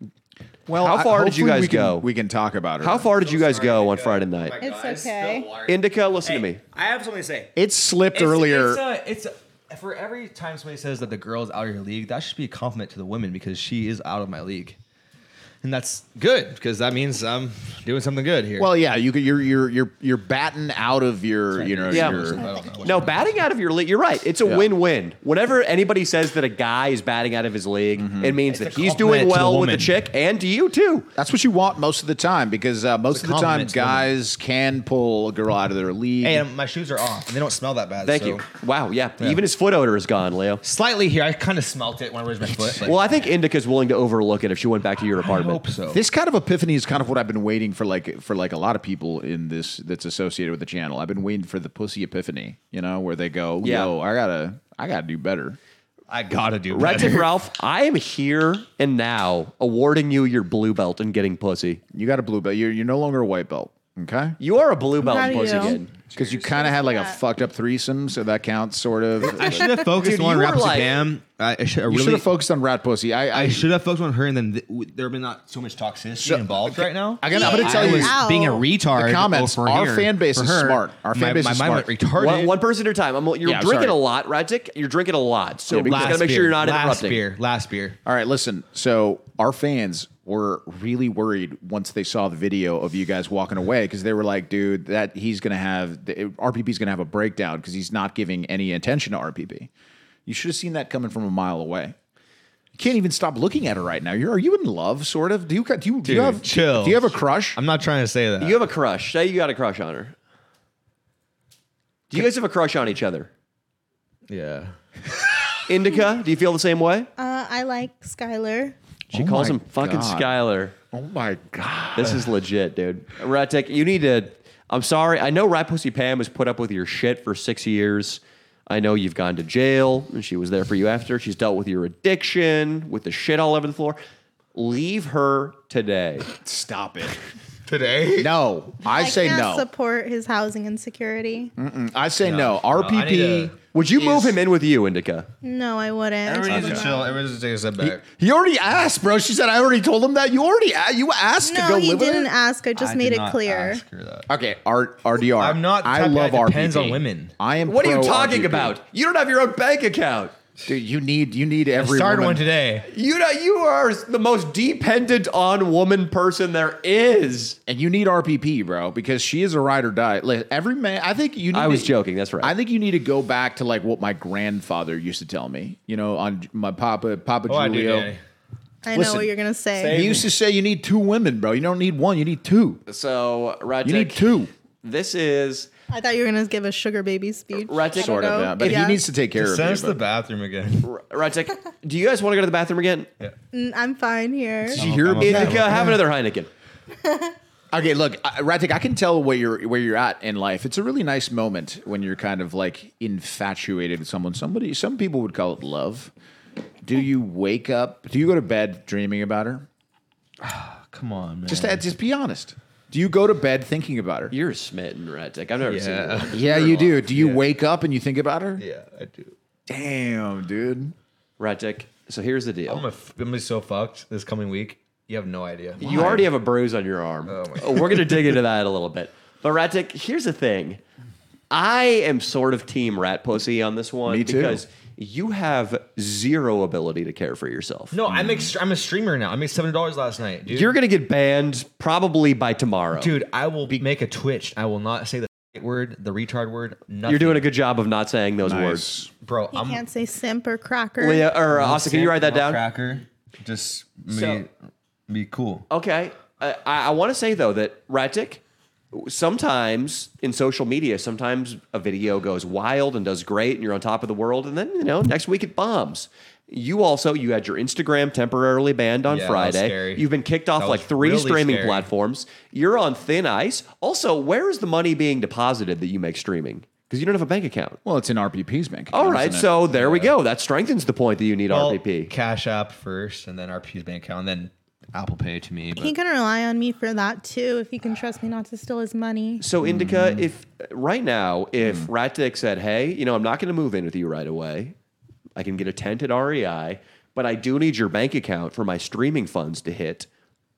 Well,
How
I-
far did you
hopefully
guys
we can-
go?
we can talk about it.
How far did you guys go
uh,
on Friday night?
It's okay.
Indica, listen to
Hey,
me.
I have something to say.
It slipped earlier.
It's, uh, it's uh, for every time somebody says that the girl's out of your league, that should be a compliment to the women because she is out of my league, and that's good because that means I'm doing something good here.
well, yeah, you could, you're you're you're you're batting out of your you know
Yeah.
your-
I don't know.
No, batting out of your league, you're right. It's a
Yeah.
win win. Whenever anybody says that a guy is batting out of his league, it means
It's
that
a
he's doing
compliment to the
well with the
woman.
chick and to you too.
that's what you want most of the time because uh,
It's
most
a
of the time
compliment to them.
guys can pull a girl out of their league.
Hey, and my shoes are off, and they don't smell that bad.
Thank
so-
you. Wow, yeah. Even his foot odor is gone, Leo.
Slightly here, I kind of smelt it when I raised my foot. Like,
Well, I think Indica's willing to overlook it if she went back to your
I
apartment.
hope so.
this kind of epiphany is kind of what I've been waiting for, like for like a lot of people in this that's associated with the channel. I've been waiting for the pussy epiphany, you know, where they go,
Yeah.
"Yo, I gotta, I gotta do better."
I gotta do
Red Tick
better.
Ralph, I am here and now awarding you your blue belt and getting pussy.
You got a blue belt. You're you're no longer a white belt. Okay.
You are a blue belt
proud
in
of
pussy
you.
again.
Because you kind of had like a fucked up threesome, so that counts, sort of.
I should have focused
Dude,
on
you were
Rapsy
like-
Pam. I, I should have
you should
really.
have focused on rat pussy. I,
I
I,
should have focused on her, and then th- w- there would been not so much toxicity involved right now.
I gotta- I'm gonna
I
tell you-
was
Ow.
being a retard.
The comments,
over
our
here
fan base
for
is
her.
smart. Our fan
My-
base
my
is
mind
smart.
went retarded.
One, one person at a time. I'm, you're
Yeah, I'm
drinking
sorry.
a lot, Radzik. You're drinking a lot, so
Yeah,
we
because-
just gotta make
beer,
sure you're not
last
interrupting.
beer. Last beer.
all right, listen. So our fans were really worried once they saw the video of you guys walking away because they were like, "Dude, that he's gonna have the, RPP's gonna have a breakdown because he's not giving any attention to RPP." You should have seen that coming from a mile away. You can't even stop looking at her right now. You're, are you in love? Sort of. Do you do you, do you
Dude,
have
chill.
Do you have a crush?
I'm not trying to say that.
You have a crush. Say you got a crush on her. Do you guys have a crush on each other?
yeah.
Indica, do you feel the same way?
Uh, I like Skylar.
She
Oh
calls
my
him fucking
God.
Skylar.
oh my god.
This is legit, dude. Ratek, you need to. I'm sorry. I know Rat Pussy Pam has put up with your shit for six years. I know you've gone to jail, and she was there for you after. She's dealt with your addiction, with the shit all over the floor. Leave her today.
Stop it.
Today.
No, I, say
can't
no. Mm-hmm.
Support his housing insecurity.
I say no. RPP.
need to-
Would you move
Jeez.
him in with you, Indica?
No, I wouldn't.
Everybody needs to chill. Everybody needs to take a step back.
He already asked, bro. She said, "I already told him that. You already a- you asked to
No,
go
he
live with
didn't
her."
ask. I just
I
made
did
it
not
clear.
ask her that.
okay, R- RDR.
I'm not the
I
type of guy
love
that
RPP.
depends on women.
I am.
What are you
pro
talking
RPP.
about? You don't have your own bank account.
dude? You need you need every
Started
woman.
one today.
You know, you are the most dependent on woman person there is.
and you need RPP, bro, because she is a ride or die. Like, every man, I think you. Need
I was
to-
joking, that's right.
I think you need to go back to like what my grandfather used to tell me. You know, on my papa, Papa
Oh, I do,
Julio.
Danny.
I know
Listen,
what you're gonna say.
he used to say, "You need two women, bro. You don't need one. You need two.
So, Ratek,
You need two.
This is
I thought you were gonna give a sugar baby speech.
Right, take-
Sort
Sort of, yeah. But he needs to take care of
Send us
you.
to the bathroom again.
Ratek. do you guys want to go to the bathroom again?
Mm, I'm fine here.
Did you hear
Oh, I'm
about
okay.
that?
Indica, uh, have another Heineken.
Okay, look, I- Ratik, I can tell where you're where you're at in life. It's a really nice moment when you're kind of like infatuated with someone. Somebody, some people would call it love. Do you wake up? Do you go to bed dreaming about her?
Come on, man.
Just just be honest. Do you go to bed thinking about her?
You're smitten, Ratek. I've never seen you.
yeah.
Yeah, you do. Do you wake up and you think about her?
yeah, I do.
Damn, dude.
Ratek. So here's the
I'm,
deal.
a, I'm gonna be so fucked this coming week. You have no idea.
You already have a bruise on your arm. Oh, We're gonna dig into that a little bit. But Ratek, here's the thing. I am sort of team rat pussy on this one
Me too.
because you have zero ability to care for yourself.
No, I make. I'm a streamer now. I made seven dollars last night, dude.
Mm. You're gonna get banned probably by tomorrow.
dude, I will make a Twitch. I will not say the f- word, the retard word. Nothing.
You're doing a good job of not saying those words.
Nice.
bro.
He
I'm
can't say simp or cracker.
Leah or uh, Asa, can you write that
no
down?
Cracker, just be,
So-
be cool.
Okay. I, I want to say though that Ratic, sometimes in social media, sometimes a video goes wild and does great, and you're on top of the world, and then you know next week it bombs. You also you had your Instagram temporarily banned on
Yeah, that was
Friday.
scary.
You've been kicked off
That
like
was
three
really
streaming
scary.
platforms. You're on thin ice. Also, where is the money being deposited that you make streaming? Because you don't have a bank account.
Well, it's in RPP's bank. account,
All right,
isn't it?
so there we go. That strengthens the point that you need
Well,
RPP.
Cash App first, and then RP's bank account, and then Apple Pay to me.
He
But
can rely on me for that too. If he can trust me not to steal his money.
So Indica,
Mm.
if right now, if Ratdick said, "Hey, you know, I'm not going to move in with you right away. I can get a tent at REI, but I do need your bank account for my streaming funds to hit."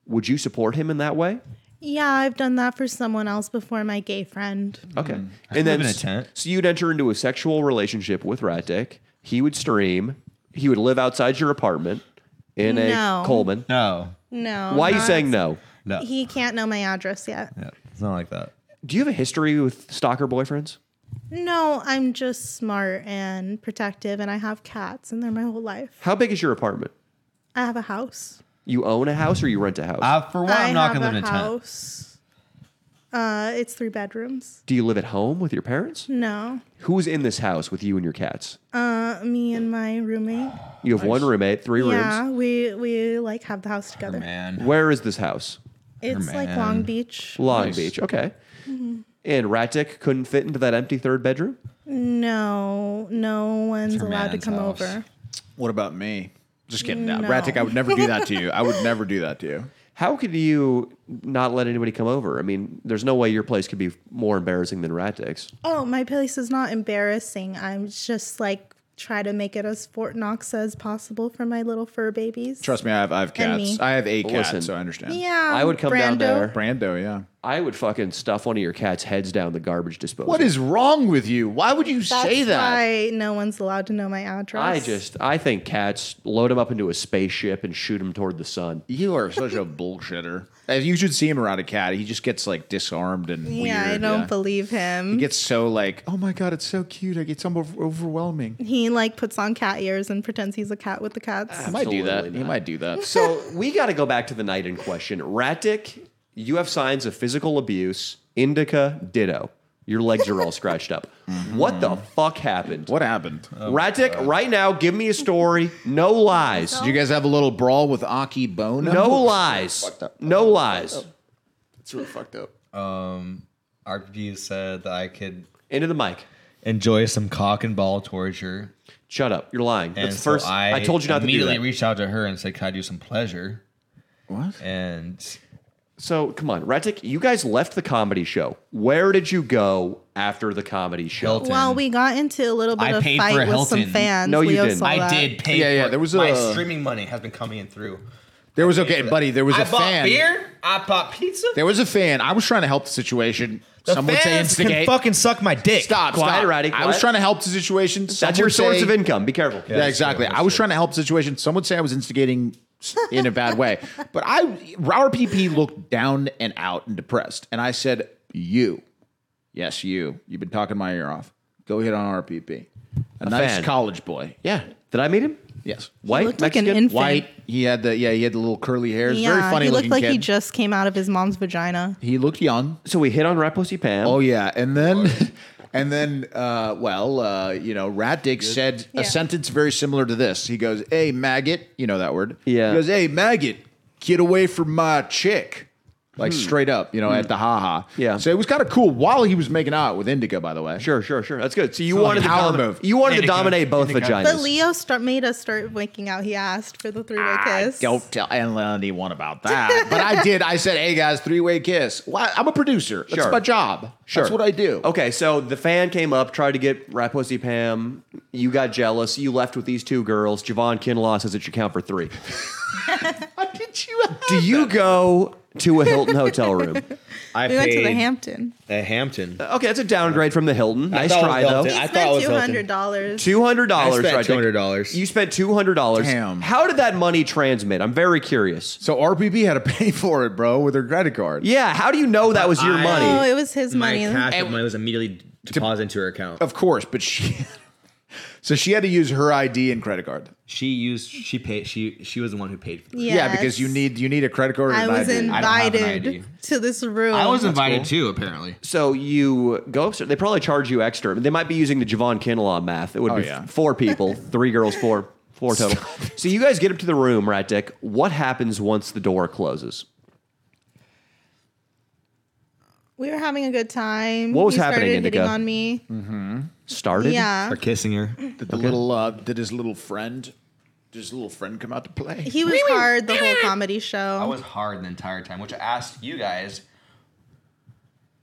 Would you support him in that way?
Mm.
Yeah, I've done that for someone else before, my gay friend.
Okay,
live
and then
in a
s-
tent.
so you'd enter into a sexual relationship with Ratdick. He would stream. He would live outside your apartment in
No.
a Coleman.
no,
No.
Why are you
not-
saying no?
no,
He can't know my address yet.
yeah, it's not like that.
Do you have a history with stalker boyfriends?
No, I'm just smart and protective, and I have cats, and they're my whole life.
How big is your apartment?
I have a house.
You own a house or you rent a house?
I, Uh, for one,
I
I'm not
have
gonna live
a
in a tent.
house. Uh, it's three bedrooms.
do you live at home with your parents?
No,
Who's in this house with you and your cats?
uh, me and my roommate.
You have one roommate, three
Yeah,
rooms.
we we like have the house together.
Man,
Where is this house?
It's like
man.
Long Beach.
Long Beach. Okay. And Ratic couldn't fit into that empty third bedroom.
No, no one's
her
allowed to
man's
come
house.
over.
What about me? Just kidding. No.
No.
Ratik, I would never do that to you. I would never do that to you.
How could you not let anybody come over? I mean, there's no way your place could be more embarrassing than Rat Dick's.
Oh, my place is not embarrassing. I'm just like try to make it as Fort Knox as possible for my little fur babies.
Trust me, I have, I have
And me.
cats. I have a cat,
Listen.
so I understand.
Yeah,
I would come down
Brando.
there.
Brando, yeah.
I would fucking stuff one of your cat's heads down the garbage disposal.
What is wrong with you? Why would you
That's
say that?
why no one's allowed to know my address.
I just I think cats load them up into a spaceship and shoot them toward the sun.
You are such a bullshitter. If you should see him around a cat, he just gets like disarmed and weird.
yeah, I don't believe
He
him.
gets so like, oh my god, it's so cute. I get so over- overwhelming. He
He like puts on cat ears and pretends he's a cat with the cats.
might do that.
Absolutely
He
not.
might do that.
So we got to go back to the night in question. Ratdick, you have signs of physical abuse. Indica, ditto. Your legs are all scratched up. What the fuck happened?
What happened?
Ratdick, right now, give me a story. No lies.
Did you guys have a little brawl with Aki Bono?
No lies. No lies.
It's really fucked up.
RPG said that I could
Into the mic.
enjoy some cock and ball torture.
Shut up. You're lying.
And
That's the
so
first. I, told you not to do
Immediately
that.
reached out to her and said, "Can I do some pleasure?"
What?
And
so come on, Ratdick. You guys left the comedy show. Where did you go after the comedy show?
Hilton.
Well, we got into a little bit
I
of
paid
fight
for
with some
Hilton.
fans.
No,
we
you
all
didn't.
saw
I
that.
did pay.
Yeah, yeah,
for
there was
it. my
a-
streaming money has been coming in through.
There was okay, buddy. There was
I
a
bought
fan.
beer. I bought pizza.
There was a fan. I was trying to help the situation.
The
Some would say
fans can
instigate.
fucking suck my dick.
stop,
Quiet,
stop.
Roddy,
I was
quiet.
trying to help the situation. Some
That's your
would
source
say-
of income. Be careful.
Yeah, exactly. I was trying to help the situation. Some would say I was instigating s- in a bad way, but I Rauer PP looked down and out and depressed, and I said, "You, yes, you. You've been talking my ear off. Go hit on RPP. A, nice
fan.
college boy.
Yeah. Did I meet him?
Yes,
White,
looked like an
Mexican?
infant.
white. He had the yeah. He had the little curly hairs.
Yeah,
Very funny
he looked
looking
like
kid.
he just came out of his mom's vagina.
he looked young.
So we hit on Rat Pussy Pam.
Oh yeah, and then and then uh, well, uh, you know, Rat Dick said
Yeah.
a sentence very similar to this. He goes, "Hey maggot," you know that word.
Yeah.
He goes, "Hey maggot, get away from my chick." Like straight up, you know, at the haha.
Yeah.
So it was kind of cool while he was making out with Indica, by the way.
Sure, sure, sure. That's good. So you
So,
wanted to
like, power
domi-
move.
You wanted to
Indica.
dominate both
Indica.
vaginas.
But Leo start, made us start waking out. He asked for the three
Ah,
way
I
kiss.
don't tell anyone about that. but I did. I said, hey guys, three way kiss. Why I'm a producer. That's
Sure.
my job.
Sure.
That's what I do.
Okay, so the fan came up, tried to get Rat Pussy Pam. You got jealous. You left with these two girls. Javon Kinlaw says it should count for three.
How did you
Do you go to a Hilton hotel room?
I
We went to the
paid
Hampton.
The Hampton.
Okay, that's a downgrade from the Hilton. Nice
thought it was
try,
Hilton.
though.
He
I thought it
spent
was
two
Hilton.
hundred dollars.
Two hundred dollars.
I spent $200.
You spent two hundred dollars.
Damn.
How did that money transmit? I'm very curious.
So RPP had to pay for it, bro, with her credit card.
Yeah, how do you know that was your
I-
money?
Oh, it was his
my
money.
cash and money was immediately deposited into her account.
Of course, but she. So she had to use her ID and credit card.
She used. She paid. She she was the one who paid for. it.
Yeah, because you
Yes.
need you need a credit card.
I
And
was
an ID.
I don't have an ID.
invited to this room.
I was invited too. Apparently,
So you go upstairs. They probably charge you extra. They might be using the Javon Kinlaw math. It would be
Oh, yeah.
four people, three girls, four, four total. so you guys get up to the room, Rat Dick. What happens once the door closes?
We were having a good time.
What was
he
happening,
started
Indica?
hitting on me.
Started.
Yeah.
kissing her.
Did the little uh, did his little friend, did his little friend come out to play?
He was hard the whole comedy show.
I was hard the entire time, which I asked you guys.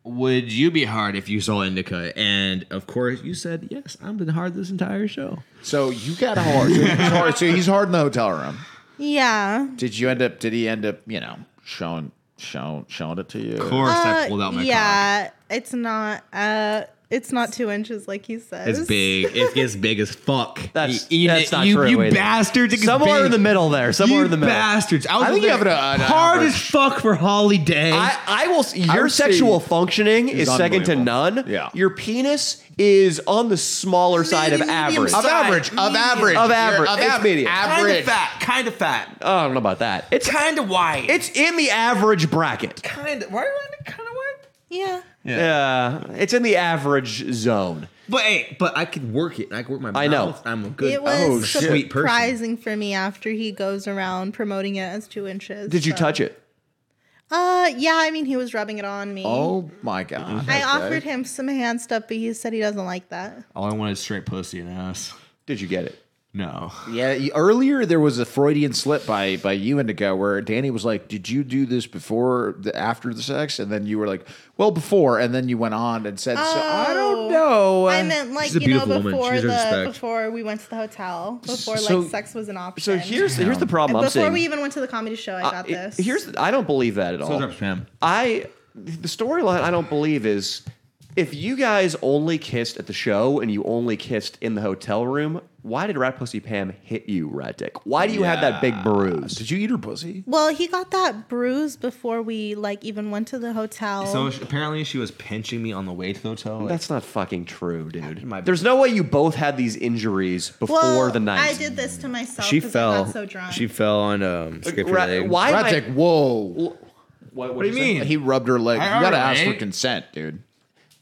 Would you be hard if you saw Indica? And of course, you said yes. I've been hard this entire show.
so you got hard. So he's hard. So he's hard in the hotel room.
yeah.
Did you end up? Did he end up? You know, showing showing showing it to you.
Of course, I
Uh,
pulled out my cock.
yeah. It's not uh it's not two inches like he says.
It's big. It gets big as fuck.
That's-
You- you-
that's not
you,
true,
You
wait a minute.
bastards. It gets
Somewhere
big.
in the middle there. Somewhere
you
in the middle.
Bastards. I was
think you
there
have an- an
hard
average-
as fuck for holiday.
uh, I, I will. s- Your
would say
sexual functioning
is
is second to none.
unbelievable. Yeah.
Your penis is on the smaller side of average.
Of
I
average, of average,
Of average.
of
It's
average,
medium.
kind
average.
of fat. Kind of fat.
don't know about that. It's
Kind of wide.
it's in the average bracket.
kind of. Why are you kind of wide?
Yeah.
Yeah, Uh, it's in the average zone.
But hey, but I could work it. I could work my mouth.
I know.
I'm a good.
It was
oh, sweet person.
surprising for me after he goes around promoting it as two inches.
Did you
so-
touch it?
Uh yeah, I mean he was rubbing it on me.
Oh my god!
I offered him some hand stuff, but he said he doesn't like that.
All I wanted is straight pussy and ass.
Did you get it?
No.
Yeah, you- earlier there was a Freudian slip by by you Indigo where Danny was like, "Did you do this before the after the sex?" And then you were like, "Well, before," and then you went on and said, "So I don't know."
Oh.
uh,
I meant like
she's a
you know
beautiful woman. She
before
deserves
the
respect.
before we went to the hotel before
So-
like sex was an option.
So here's here's the problem.
And
I'm
before
saying
we even went to the comedy show, I
Uh,
got
it-
this.
Here's I don't believe that at all. I the storyline I don't believe is if you guys only kissed at the show and you only kissed in the hotel room, why did Rat Pussy Pam hit you, Rat Dick? Why do you have that big bruise?
Did you eat her pussy?
well, he got that bruise before we like even went to the hotel.
So she, apparently she was pinching me on the way to the hotel. Like,
That's not fucking true, dude.
might be-
There's no way you both had these injuries before
well,
the night.
I did this to myself.
She
Oh, 'cause I
fell.
got so drunk.
She fell on um. Scraped her
Rat-
leg.
why am
Rat's
I-
like, "Whoa."
What, what
what do you mean?
He rubbed her leg.
I
you gotta
already
ask for
ate.
consent, dude.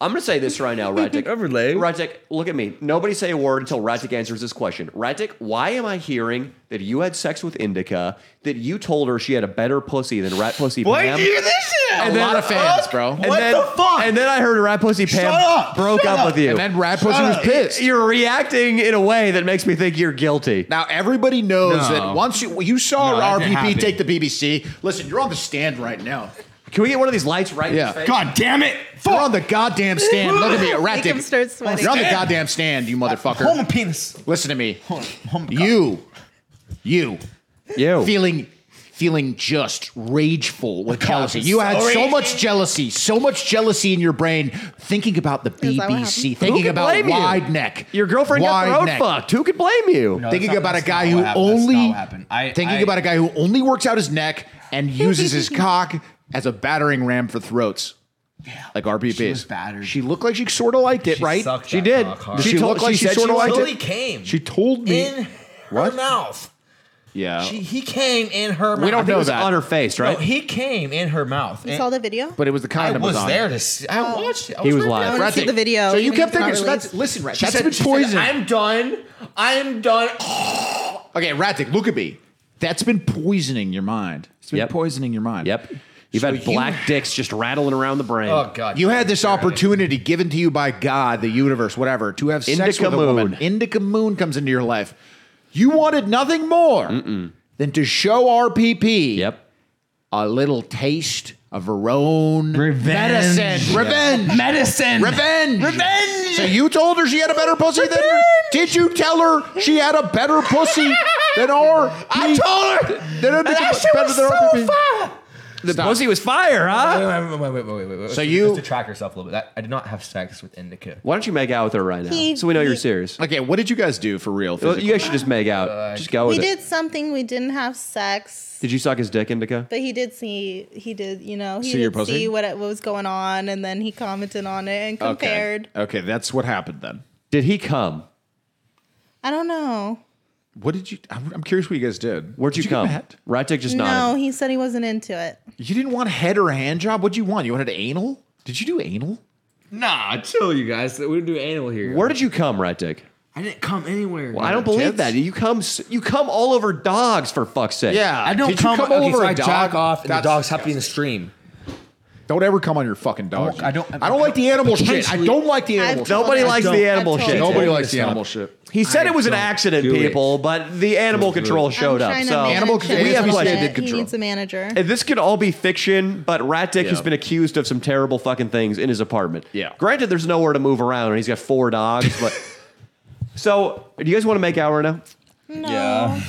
I'm gonna say this right now, Ratic.
Overlay.
Ratic, look at me. Nobody say a word until Ratic answers this question. Ratic, why am I hearing that you had sex with Indica? That you told her she had a better pussy than Rat Pussy Pam?
this shit?
A lot of fans, bro.
And then, And then I heard Rat Pussy Pam
up,
broke
shut up.
up, with you. Uh,
And then Rat Pussy was pissed.
You're reacting in a way that makes me think you're guilty.
Now everybody knows
No.
that once you you saw
No, that didn't
RPP
happen.
take the BBC. Listen, you're on the stand right now.
Can we get one of these lights right in his
Yeah,
face?
God damn it! You're on the goddamn stand. Look at me, Rat
Make him
Dick.
start sweating.
You're on the goddamn stand, you motherfucker.
Hold my penis.
Listen to me. you, you
You.
feeling feeling just rageful with jealousy.
I'm
You had
sorry.
so much jealousy, so much jealousy in your brain, thinking about the
Is that what
BBC,
happened?
thinking
can
about
blame you?
wide neck.
Your girlfriend
wide
got throat
neck.
fucked. Who could blame you?
Thinking
not-
about a
that's
guy
not
who
what happened. That's
only
not what happened. I-
thinking
I-
about a guy who only works out his neck and uses his cock as a battering ram for throats. Like RPPs.
she was battered.
She looked like she sort of liked it, right?
sucked
She
that
did.
cock hard.
Did
She
she
told-
look like
she
she,
said
sort
she
of liked
totally
it?
came
She told me.
in her
What?
mouth.
yeah.
She, he came in her mouth.
we don't
It
know
was
that.
on her face,
No,
right?
he came in her mouth.
you
And
saw the video?
but it was the
I
condom
was
on.
there to see. I watched it. I
He was
there.
live.
I want
Rat
to see
Dick.
the video.
Uh, So you
even if
kept
it's not
thinking, so that's,
released.
listen, Rat,
She
that's
said-
been
she said,
poison.
I'm done. I'm done.
okay, Ratic, look at me. That's been poisoning your mind. It's been
Yep.
poisoning your mind.
Yep. You've
So
had black dicks just rattling around the brain.
Oh god.
You had this opportunity given to you by God, the universe, whatever, to have sex
Indica
with a woman.
moon.
Indica moon comes into your life. You wanted nothing more than to show RPP
Yep.
a little taste of her own
Revenge.
medicine. Revenge.
medicine.
Revenge.
Revenge.
So you told her she had a better pussy than her? Did you tell her she had a better pussy than our? I told her. Than her
that shit was so fire.
The pussy was fire, huh?
Wait, wait, wait, wait, wait, wait, wait, wait.
So
Just-
you-
just to track yourself a little bit. I, I did not have sex with Indica.
Why don't you make out with her right now?
He-
so we know you're
he-
serious.
Okay, what did you guys do for real?
Well,
physically?
you guys should just make out. Just go
We
with it.
did something. We didn't have sex,
Did you suck his dick, Indica?
but he did see. He did, you know, he
See your
did
pussy?
see what, it- what was going on, and then he commented on it and compared.
Okay. okay, that's what happened then.
Did he come?
I don't know.
What did you? I'm, I'm curious what you guys did.
Where'd you,
Did
come?
get head?
Rat dick just
No,
nodded.
he said he wasn't into it.
You didn't want head or hand job. What'd you want? You wanted anal? Did you do anal?
Nah, chill, you guys. We didn't do animal here.
Where did you come, Rat dick?
I didn't come anywhere.
Well, I don't believe
tits?
that. You come, s- you come all over dogs for fuck's sake.
Yeah,
I don't
Did you
come, okay,
over
so
a
I
dog?
jack off, and
That's
the dogs happy in the stream.
Don't ever come on your fucking dog.
I don't-
I don't like the animal shit. I
Potentially-
don't like the animal.
I've
shit.
Nobody
I
likes
don't-
the animal
I told
shit.
you.
Nobody
Tell
likes
me
the
to
animal shit.
He said
I
it was an
don't
accident,
do it.
people, but the animal control showed
I'm
up.
trying to
So
manage
Animal
him.
control-
we have
He
questions.
did
He
control.
needs a manager.
And this could all be fiction, but Rat Dick has
Yeah.
been accused of some terrible fucking things in his apartment.
Yeah.
Granted, there's nowhere to move around, and he's got four dogs. But so, do you guys want to make out right now?
Yeah.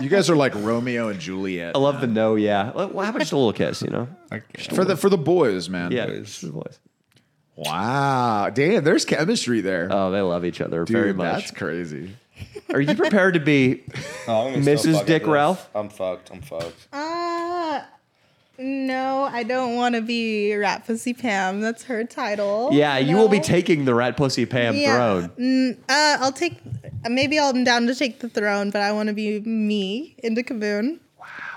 You guys are like Romeo and Juliet
I love the no, yeah. Well, how about just a little kiss? You know,
for the for the boys, man.
yeah. just the voice.
Wow, damn. There's chemistry there.
Oh, they love each other
Dude,
very much.
That's crazy.
Are you prepared to be?
Oh,
Mrs. Dick Ralph?
I'm fucked. I'm fucked.
Uh, no, I don't want to be Rat Pussy Pam. That's her title.
Yeah, you will be
No.
taking the rat pussy Pam
Yeah.
throne.
Uh, I'll take. Maybe I'm down to take the throne, but I want to be me, Indica Moon.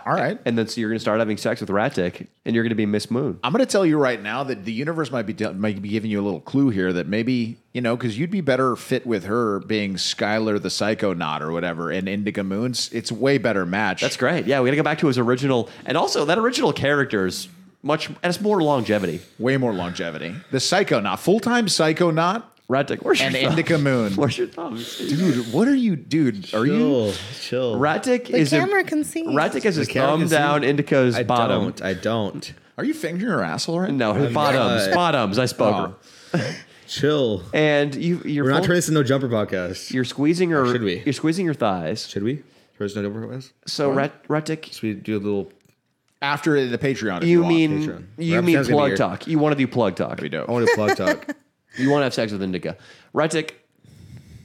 All right.
And then so you're going to start having sex with Rat Dick, and you're going to be Miss Moon.
I'm going to tell you right now that the universe might be might be giving you a little clue here that maybe you know because you'd be better fit with her being Skylar the Psychonaut or whatever and Indica Moons. It's a way better match.
That's great. Yeah, we got to go back to his original, and also that original character is much and it's more longevity.
way more longevity. The Psychonaut, full time Psychonaut.
Rat Dick, where's
And
your thumb?
Indica Moon.
Where's your thumb?
Dude, what are you, dude? Are you
chill?
Rattick
The
is a-
camera can see.
Rattick has his
The camera
thumb
can see.
down, Indica's
I
bottom.
don't. I don't.
Are you fingering her asshole right
No, her
I'm
bottoms,
not.
bottoms. I spoke.
Oh. Chill.
And you, you're
We're not
full-
turning this into no jumper podcast.
You're squeezing her.
should we?
You're squeezing your thighs.
Should we? Turn this into no jumper podcast.
So Rat, Rattick,
Should we do a little?
after the Patreon? if
you,
want.
mean Oh,
Patreon.
you
Rapid
mean
Sound's gonna be
plug
here.
talk? You want to do plug talk?
That'd be dope.
I want to plug talk.
You want to have sex with Indica? Rattick,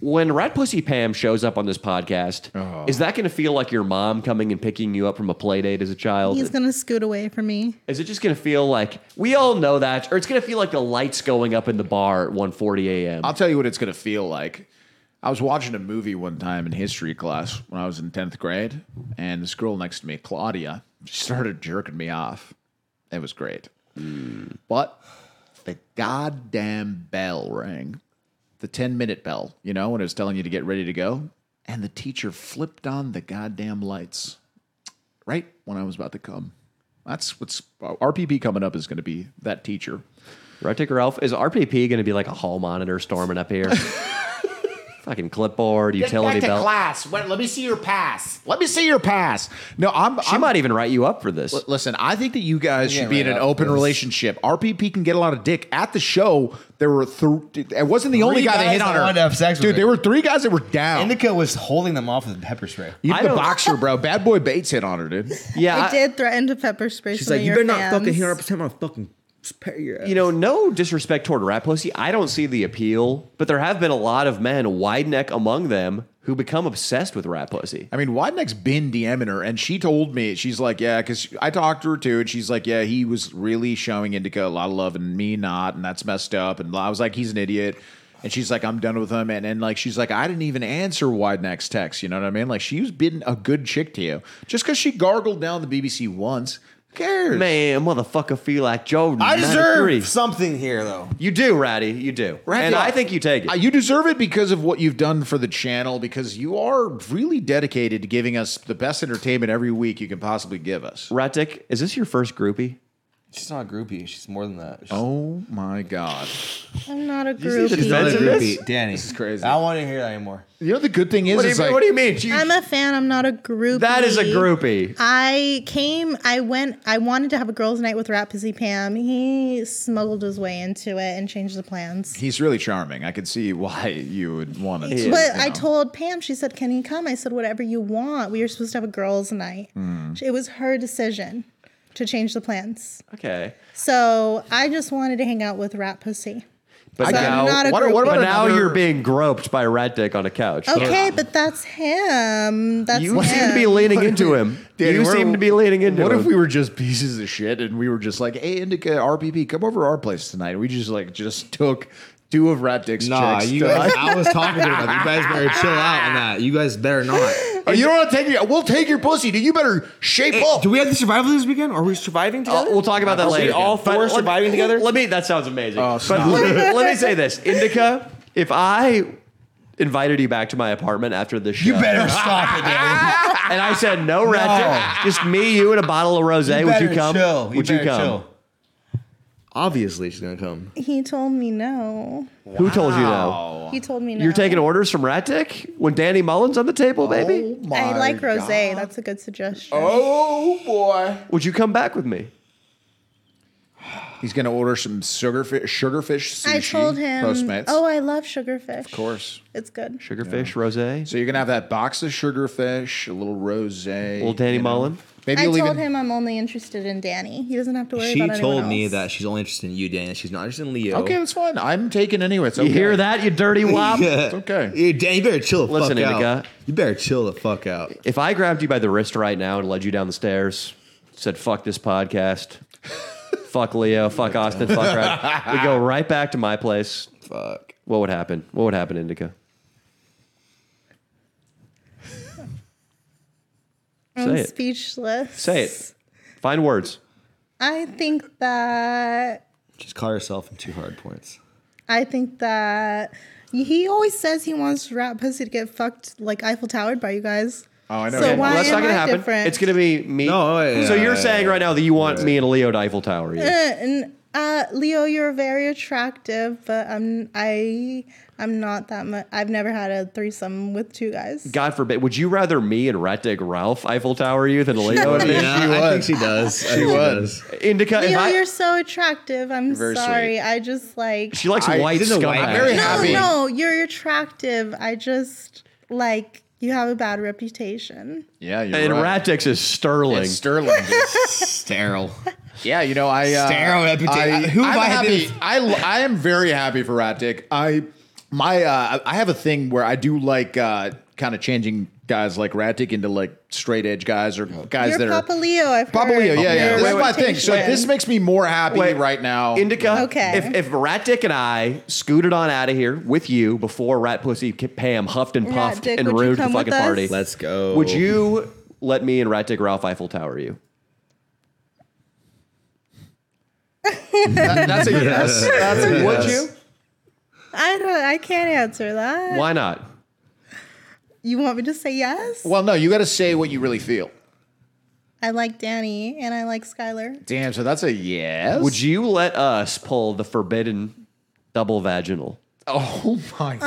when Rat Pussy Pam shows up on this podcast,
Oh.
is that going to feel like your mom coming and picking you up from a play date as a child?
He's gonna scoot away from me.
Is it just going to feel like we all know that, or it's going to feel like the lights going up in the bar at 1:40 a.m.?
I'll tell you what it's going to feel like. I was watching a movie one time in history class when I was in 10th grade, and this girl next to me, Claudia, she started jerking me off. It was great. But the goddamn bell rang the 10 minute bell, you know, when it was telling you to get ready to go. And the teacher flipped on the goddamn lights right when I was about to come. That's what's RPP coming up is going to be that teacher.
Rattick Ralph, is RPP going to be like a hall monitor storming up here? Fucking clipboard, utility belt.
class. Wait, let me see your pass. Let me see your pass. No, I'm.
She
I'm
might even write you up for this.
L- Listen, I think that you guys
Yeah,
should be in
right
an
up,
open
please.
relationship. RPP can get a lot of dick. At the show, there were three. It wasn't the only guy that
guys
hit on
that
her.
wanted to have sex with
Dude,
her.
there were three guys that were down.
Indica was holding them off with pepper spray.
I
Even the
don't-
boxer, bro. Bad boy Bates hit on her, dude.
yeah,
I,
I-
did threaten to pepper spray
She's
some
like,
of
you
your
better not
fans.
fucking hit her up. I'm fucking spare your ass.
you know, no disrespect toward rat pussy. I don't see the appeal, but there have been a lot of men, wide neck among them, who become obsessed with rat pussy.
I mean, Wideneck's been DMing her, and she told me she's like, yeah, because I talked to her too, and she's like, yeah, he was really showing Indica a lot of love, and me not, and that's messed up. And I was like, he's an idiot. And she's like, I'm done with him. And then like she's like, I didn't even answer Wideneck's text. You know what I mean? Like she was been a good chick to you just because she gargled down the BBC once. Who cares?
Man, motherfucker, feel like Jordan.
I
93.
deserve something here, though.
You do, Ratty. You do.
Ratty,
and I think you take it.
Uh, You deserve it because of what you've done for the channel, because you are really dedicated to giving us the best entertainment every week you can possibly give us.
Rattick, is this your first groupie?
She's not groupie. She's more than that. She's,
Oh my god.
I'm not a
see the
groupie.
defense of this?
Danny.
This is crazy.
I don't want to hear that anymore.
You know the good thing is,
What do you,
is
mean-
like,
what do you mean? She-
I'm a fan. I'm not a groupie.
that is a groupie.
I came. I went. I wanted to have a girls' night with Rat Pussy Pam. He smuggled his way into it and changed the plans.
he's really charming. I can see why you would want to.
but I told Pam. She said, "Can he come?" I said, "Whatever you want." We were supposed to have a girls' night. It was her decision to change the plans.
Okay.
So I just wanted to hang out with Rat Pussy.
But
So
now,
I'm not a
what-
groupie. Oh,
what about
but now
another-
you're being groped by Rat Dick on a couch.
Okay, but that's him. That's
You
him.
seem to be leaning into him.
Danny,
you
what-
seem to be leaning into
What
him.
if we were just pieces of shit and we were just like, "Hey, Indica, RPP, come over to our place tonight." And we just like just took two of Rat Dick's
Nah,
chicks.
you
to-
guys. I was talking to her. about that. You guys better chill out on that. You guys better not.
Oh, you don't want to take your. We'll take your pussy. Dude, you better shape up.
Do we have the survival this weekend? Are we surviving
Oh,
together?
we'll talk about that
Are we
later.
all
But
four
let-
surviving together? Oh,
Let me. That sounds amazing. but
stop.
let, let me say this, Indica. If I invited you back to my apartment after this show, you
Better stop it, Danny.
And I said no, rat. Just me, you, and a bottle of rosé. Would you
better
come?
Chill.
Would you
better
come?
chill.
Obviously, she's gonna come.
He told me no.
Who told you no?
He told me no.
You're taking orders from Rat Dick when Danny Mullins on the table, baby.
I like rosé. That's a good suggestion.
Oh boy.
Would you come back with me?
He's gonna order some sugarfish sugarfish sushi.
I told him.
Postmates.
Oh, I love sugarfish.
of course.
it's good.
Sugarfish rosé.
So you're gonna have that box of sugarfish, a little rosé,
Little Danny
you know.
Mullen.
Maybe
I
you'll
told
even
him I'm only interested in Danny. He doesn't have to worry
She
about anyone
told me
else.
that she's only interested in you, Danny. She's not interested in Leo.
Okay, that's fine. I'm taken anyway. It's okay.
You hear that, you dirty wop?
It's okay.
Yeah, Danny, you better chill the
Listen,
fuck out.
Indica.
You better chill the fuck out.
If I grabbed you by the wrist right now and led you down the stairs, said "fuck this podcast," "fuck Leo," "fuck Austin," "fuck Rat," we go right back to my place.
Fuck.
What would happen? What would happen, Indica?
I'm
Say it.
speechless.
Say it. Find words.
I think that.
She's caught herself in two hard points.
I think that. He always says he wants rat pussy to get fucked like Eiffel Towered by you guys.
Oh, I know.
So
Okay,
why
well, that's
am
not gonna
I
happen.
different?
It's gonna be me.
No, yeah,
so
yeah,
you're
yeah,
saying
yeah.
right now that you want me and Leo to Eiffel Tower you.
Uh, n- Uh, Leo, you're very attractive, but I'm I I'm not that much. I've never had a threesome with two guys.
God forbid. Would you rather me and Rattig Ralph Eiffel Tower you than Leo? and me?
Yeah, She I would. think she does. I think she does.
Indica. if
Leo,
I-
you're so attractive. I'm
Very
sorry.
sweet.
I just like
She likes white scumbags.
no, no, you're attractive. I just like you have a bad reputation.
Yeah, you're
and
right.
Rattex is sterling.
It's sterling.
sterile.
Yeah, you know, I uh,
Sterile reputation. Who have
I'm
I had
happy.
been-
I I am very happy for Rat Dick. I
my uh, I have a thing where I do like uh, kind of changing guys like Ratic into like straight edge guys or guys
you're
that
Papa
are
Leo. I've
Papa
heard.
Leo. Yeah, yeah.
Your
That's my thing. So
reputation.
this makes me more happy
Wait.
right now.
Indica.
Okay.
If, if Rat Dick and I scooted on out of here with you before Rat Pussy K- Pam huffed and
Rat
puffed
Dick,
and
would you
ruined the
come with
fucking
us?
party,
Let's go.
would you let me and Rat Dick Ralph Eiffel Tower you?
That's a yes. That's a
Would
yes.
you?
I don't. I can't answer that.
Why not?
You want me to say yes?
Well, no, you got to say what you really feel.
I like Danny and I like Skylar.
Damn. So that's a yes.
Would you let us pull the forbidden double vaginal?
Oh my god.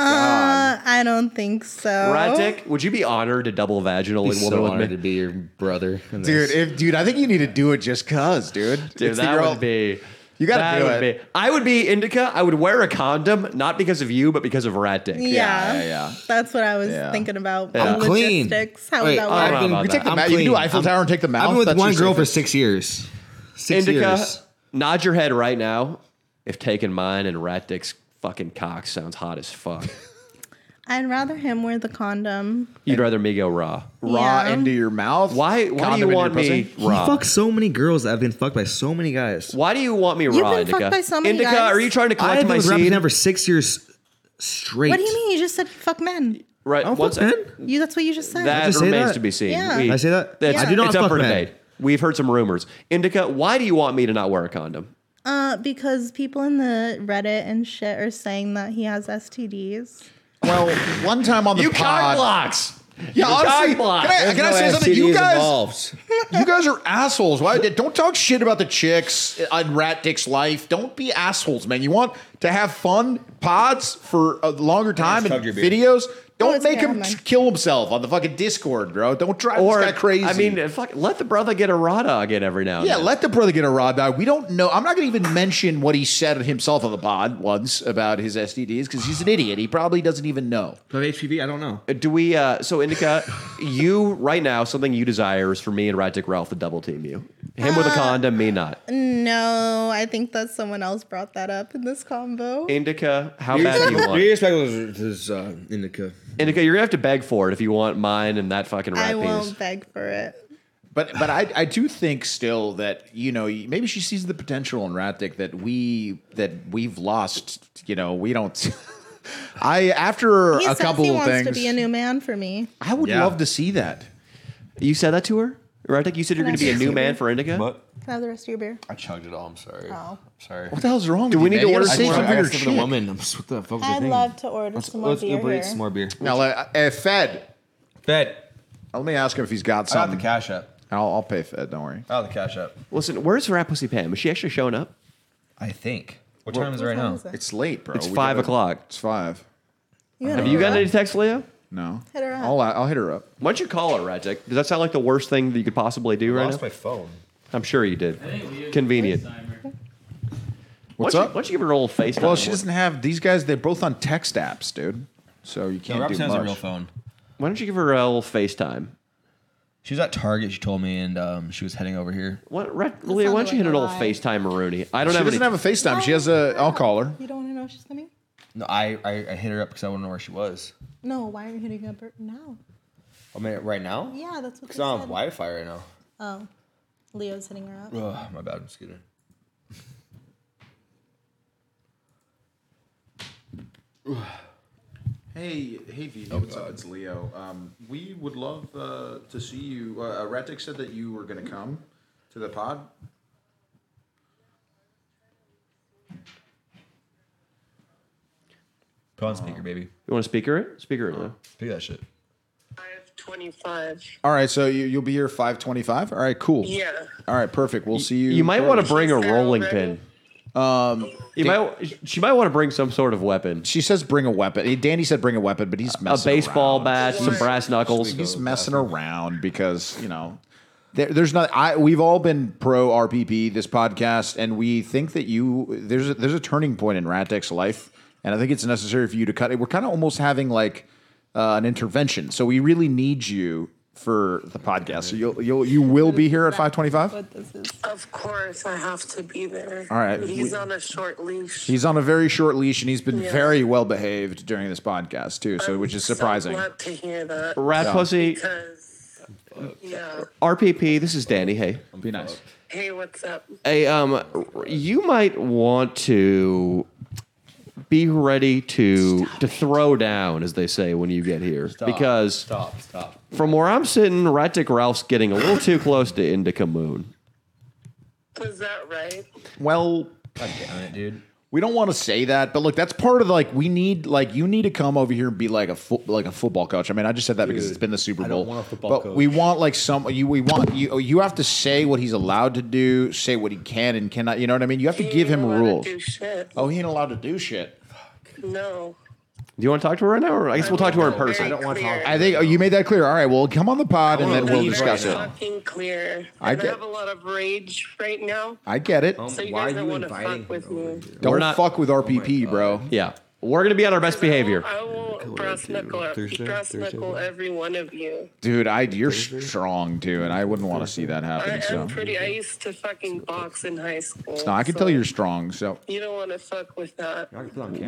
Uh, I don't think so.
Rat Dick, would you be honored to double vaginal a
Be
woman
so
with
honored
me?
to be your brother, in
Dude,
this.
if, dude, I think you need to do it just cause, dude.
Dude,
It's the
that
girl-
would be.
You gotta
that
do
would
it.
Be, I would be indica. I would wear a condom, not because of you, but because of Rat Dick.
Yeah,
yeah, yeah.
That's what I was
Yeah. thinking
thinking about.
Yeah.
I'm clean.
Logistics. How
Wait,
would that
oh,
I
work?
don't know
I've
about that.
been,
You, take the
I'm
ma- you can do
clean.
Eiffel
I'm-
Tower and take the mouth.
I've been with
That's
one
your
girl for
safest-
six years. Six
Indica,
years.
nod your head right now if taking mine and Rat Dick's fucking cock sounds hot as fuck.
I'd rather him wear the condom.
You'd rather me go raw.
raw
Yeah.
into your mouth.
Why? Why do you
condom into
want
your
me
pussy.
raw?
He fucked so many girls. I've been fucked by so many guys.
why do you want me raw,
been
Indica?
fucked by so many
Indica,
guys.
are you trying to
I
collect
have been
my
with Rapid
seed?
Town for six years straight.
What do you mean? You just said fuck men.
Right.
I don't
once-
fuck men.
You. That's what you just said.
That
just say
remains
that?
to be seen.
Yeah.
We-
I say that?
That's,
I do not
it's up
fuck
for
men.
debate. We've heard some rumors. Indica, why do you want me to not wear a condom?
uh, because people in the Reddit and shit are saying that he has STDs.
Well, one time on the
You cock
pod,
blocks.
Yeah,
You
honestly,
cock
can I,
block.
can I
No
say something? You
STDs
guys,
involved.
you guys are assholes. Why? Don't talk shit about the chicks on Rat Dick's life. Don't be assholes, man. You want to have fun pods for a longer time and
chugged your beer.
videos. Don't
it's
make
okay,
him
never mind.
kill himself on the fucking Discord, bro. Don't drive
Or
this guy crazy.
I mean, fuck, let the brother get a raw dog in every now. And
yeah,
then.
let the brother get a raw dog. We don't know. I'm not going to even mention what he said himself on the pod once about his STDs because he's an idiot. He probably doesn't even know.
Do I have HPV? I don't know.
Do we? Uh, so, Indica, you right now something you desire is for me and Rat Dick Ralph to double team you. Him
Uh,
with a condom, me not.
No, I think that someone else brought that up in this combo.
Indica, how bad do you want?
Your
it?
respect was uh, Indica.
Indica, you're gonna have to beg for it if you want mine and that fucking rat
I
piece.
won't beg for it.
But but I I do think still that you know maybe she sees the potential in Ratdick that we that we've lost. You know we don't. I after
He
a
says
couple
he
of
wants
things,
to be a new man for me.
I would
Yeah.
love to see that.
You said that to her, Rat Dick. You said you're gonna be a new man for Indica.
But
Can I have the rest of your beer?
I chugged it all. I'm sorry. I'm
Oh.
sorry.
What the hell's wrong?
Do
with
we need
you, man?
to
You
order
gotta
some
sleep
more?
with your
I
shit.
woman. I'm just, what the fuck was the
I'd
thing?
love to order some more beer.
Uber Eats
here.
some more beer.
Now, uh, uh, Fed.
Fed.
Let me ask him if he's got
I got
something.
the cash up.
I'll, I'll pay Fed. Don't worry.
Uh,
I got Oh, the cash up.
Listen, where's Rat Pussy Pam? Is she actually showing up?
I think. What time is it
What
right
time
now?
is it?
It's late, bro.
It's
We
five
gotta-
o'clock.
It's five.
You gotta
Have you
hurry
got
up.
any text, Leo?
No.
Hit her up.
I'll uh, I'll hit her up.
Why don't you call her, Rat Dick? Does that sound like the worst thing that you could possibly do right now?
my phone.
I'm sure you did. Convenient.
What's
why don't You,
up?
why don't you give her an old face?
Well, she doesn't have these guys. They're both on text apps, dude. So you
No,
can't
Rob's
do
has
much.
a real phone.
Why don't you give her a little FaceTime?
She was at Target. She told me, and um, she was heading over here.
What, Rat, Leah, why
sounded
don't you
like
hit an
a
old
lie.
FaceTime Rooney? I don't
She
have
doesn't
any.
have a FaceTime. She has a. I'll call her.
You don't want to know she's coming?
No, I I, I hit her up because I wanted to know where she was.
No, why aren't you hitting up her now?
I mean, right now.
Yeah, that's what
Because
they
I'm on
said.
Wi-Fi right now.
Oh, Leo's hitting her up.
Ugh, my bad. I'm skidding.
Hey, hey, V.
Oh.
uh, it's Leo. Um, we would love uh, to see you. Uh, Ratic said that you were going to come to the pod.
Put on speaker, baby.
You want to speaker it? Speaker it, Leo.
Pick that shit.
525.
All right, so you, you'll be here five twenty-five. All right, cool.
Yeah.
All right, perfect. We'll see you.
You might want to bring a
She's out
rolling
already.
pin.
Um,
You might, she might want to bring some sort of weapon.
She says bring a weapon. Danny said bring a weapon, but he's
a baseball bat, some brass knuckles.
He's messing around because you know there, there's not. I we've all been pro RPP this podcast, and we think that you there's a, there's a turning point in Radtek's life, and I think it's necessary for you to cut it. We're kind of almost having like uh, an intervention, so we really need you for the podcast. So you'll you'll you will be here at five twenty five.
Of course, I have to be there.
All right.
He's
We-
on a short leash.
He's on a very short leash, and he's been
Yeah.
very well behaved during this podcast too. So which is surprising.
So glad to hear that.
Rat
Yeah.
pussy.
Because, yeah.
RPP. This is Danny. Hey.
Be nice.
Hey, what's up?
Hey, um, you might want to be ready to to throw down, as they say when you get here, because
stop, stop.
from where I'm sitting, Rattick Ralph's getting a little too close to Indica Moon.
Is that right?
Well,
dude.
We don't want to say that, but look, that's part of like we need like you need to come over here and be like a fo- like a football coach. I mean, I just said that because
Dude,
it's been the Super
I don't
Bowl.
want a football
but
coach.
we want like some you we want you you have to say what he's allowed to do, say what he can and cannot. You know what I mean? You have to give him rules.
Do shit.
Oh, he ain't allowed to do shit.
No.
Do you want to talk to her right now, or I guess we'll talk to her in person?
I don't want to talk.
I think oh, you made that clear. All right, well, come on the pod and then we'll
Be very
discuss it.
Fucking clear.
I
And I
get-
have a lot of rage right now.
I get it.
so you guys don't want to fuck with me.
Don't
We're not-
fuck
Oh
with RPP, bro.
Yeah, we're gonna be on our best behavior.
I will brass knuckle, brass knuckle every one of you.
Dude, I you're strong too, and I wouldn't want to see that
I
happen.
am
So
pretty. I used to fucking box in high school.
no, I can
so
tell you're strong. So
You don't want to fuck with that.